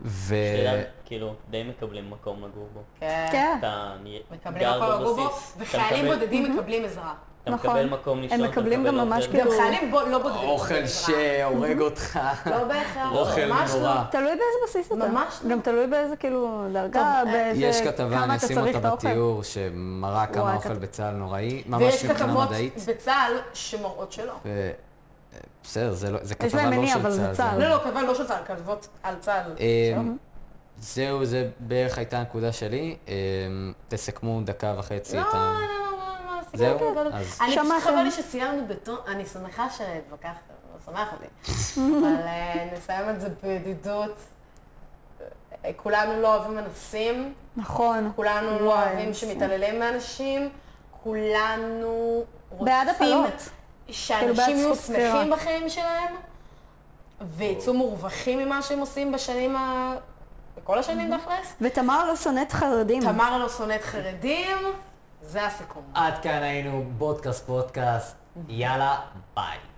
A: ו...
F: אה,
C: שאלה, כאילו, די מקבלים מקום לגור בו.
B: כן.
D: כן.
C: אתה נהיה-
B: מקבלים
C: גר
B: הכל לגור בו,
C: בבסיס, אתה
B: וחיילים
C: מקבל-
B: בודדים מקבלים עזרה.
C: אתה
D: נכון.
C: מקבל מקום
D: הם
C: לישון, אתה
D: מקבלים
C: מקבל
D: גם
C: אוכל.
D: ממש
B: גם
D: כאילו-
B: חיילים בו- לא בודדים.
A: אוכל שהורג אותך.
B: לא בהכרח.
A: אוכל
B: ממש לא.
A: נורא.
D: תלוי באיזה בסיס אתה.
B: ממש לא.
D: גם תלוי באיזה כאילו דרגה, באיזה...
K: יש כתבה,
D: כמה
K: אני
D: אתה
K: אשים
D: צריך את
K: אותה
D: האוכל.
K: בתיאור, שמראה כמה
D: וואי,
K: אוכל
D: כת-
K: בצה"ל נוראי, ממש
B: ויש
K: מבחינה
B: כתבות
K: מדעית.
B: בצה"ל שמראות שלא.
K: ו- בסדר, זה לא- זה
D: להם
K: כתבה לא
D: מניע,
K: של
D: אבל זה
K: צה"ל.
D: צה"ל.
B: לא, לא, כמובן לא של צה"ל, כתבות על צה"ל.
A: אה,
K: אמ, זהו, זה בערך הייתה הנקודה שלי. אמ, תסכמו דקה וחצי
B: לא,
K: את
B: לא,
K: ה...
B: לא, לא, לא, עשיתי
K: זהו,
B: את זה.
K: אז-
B: אני פשוט
D: שמעתם.
B: חבל לי שסיימנו בטון, אני שמחה שהתווכחת, זה משמח אותי. אבל אה, נסיים את זה בידידות. אה, כולנו לא אוהבים אנסים,
D: נכון.
B: כולנו לא
D: וואי,
B: אוהבים
D: אנסים.
B: שמתעללים מאנשים, כולנו
D: בעד
B: רוצים
D: הפלות. כאילו, בעד
B: שאנשים יהיו
D: זכות בחירה.
B: שמחים בחיים שלהם, ויצאו מורווחים ממה שהם עושים בשנים ה... בכל השנים באכלס.
D: ותמר לא שונאת חרדים.
B: תמר לא שונאת חרדים, זה הסיכום.
F: עד כאן היינו בודקאסט פודקאסט, יאללה, ביי.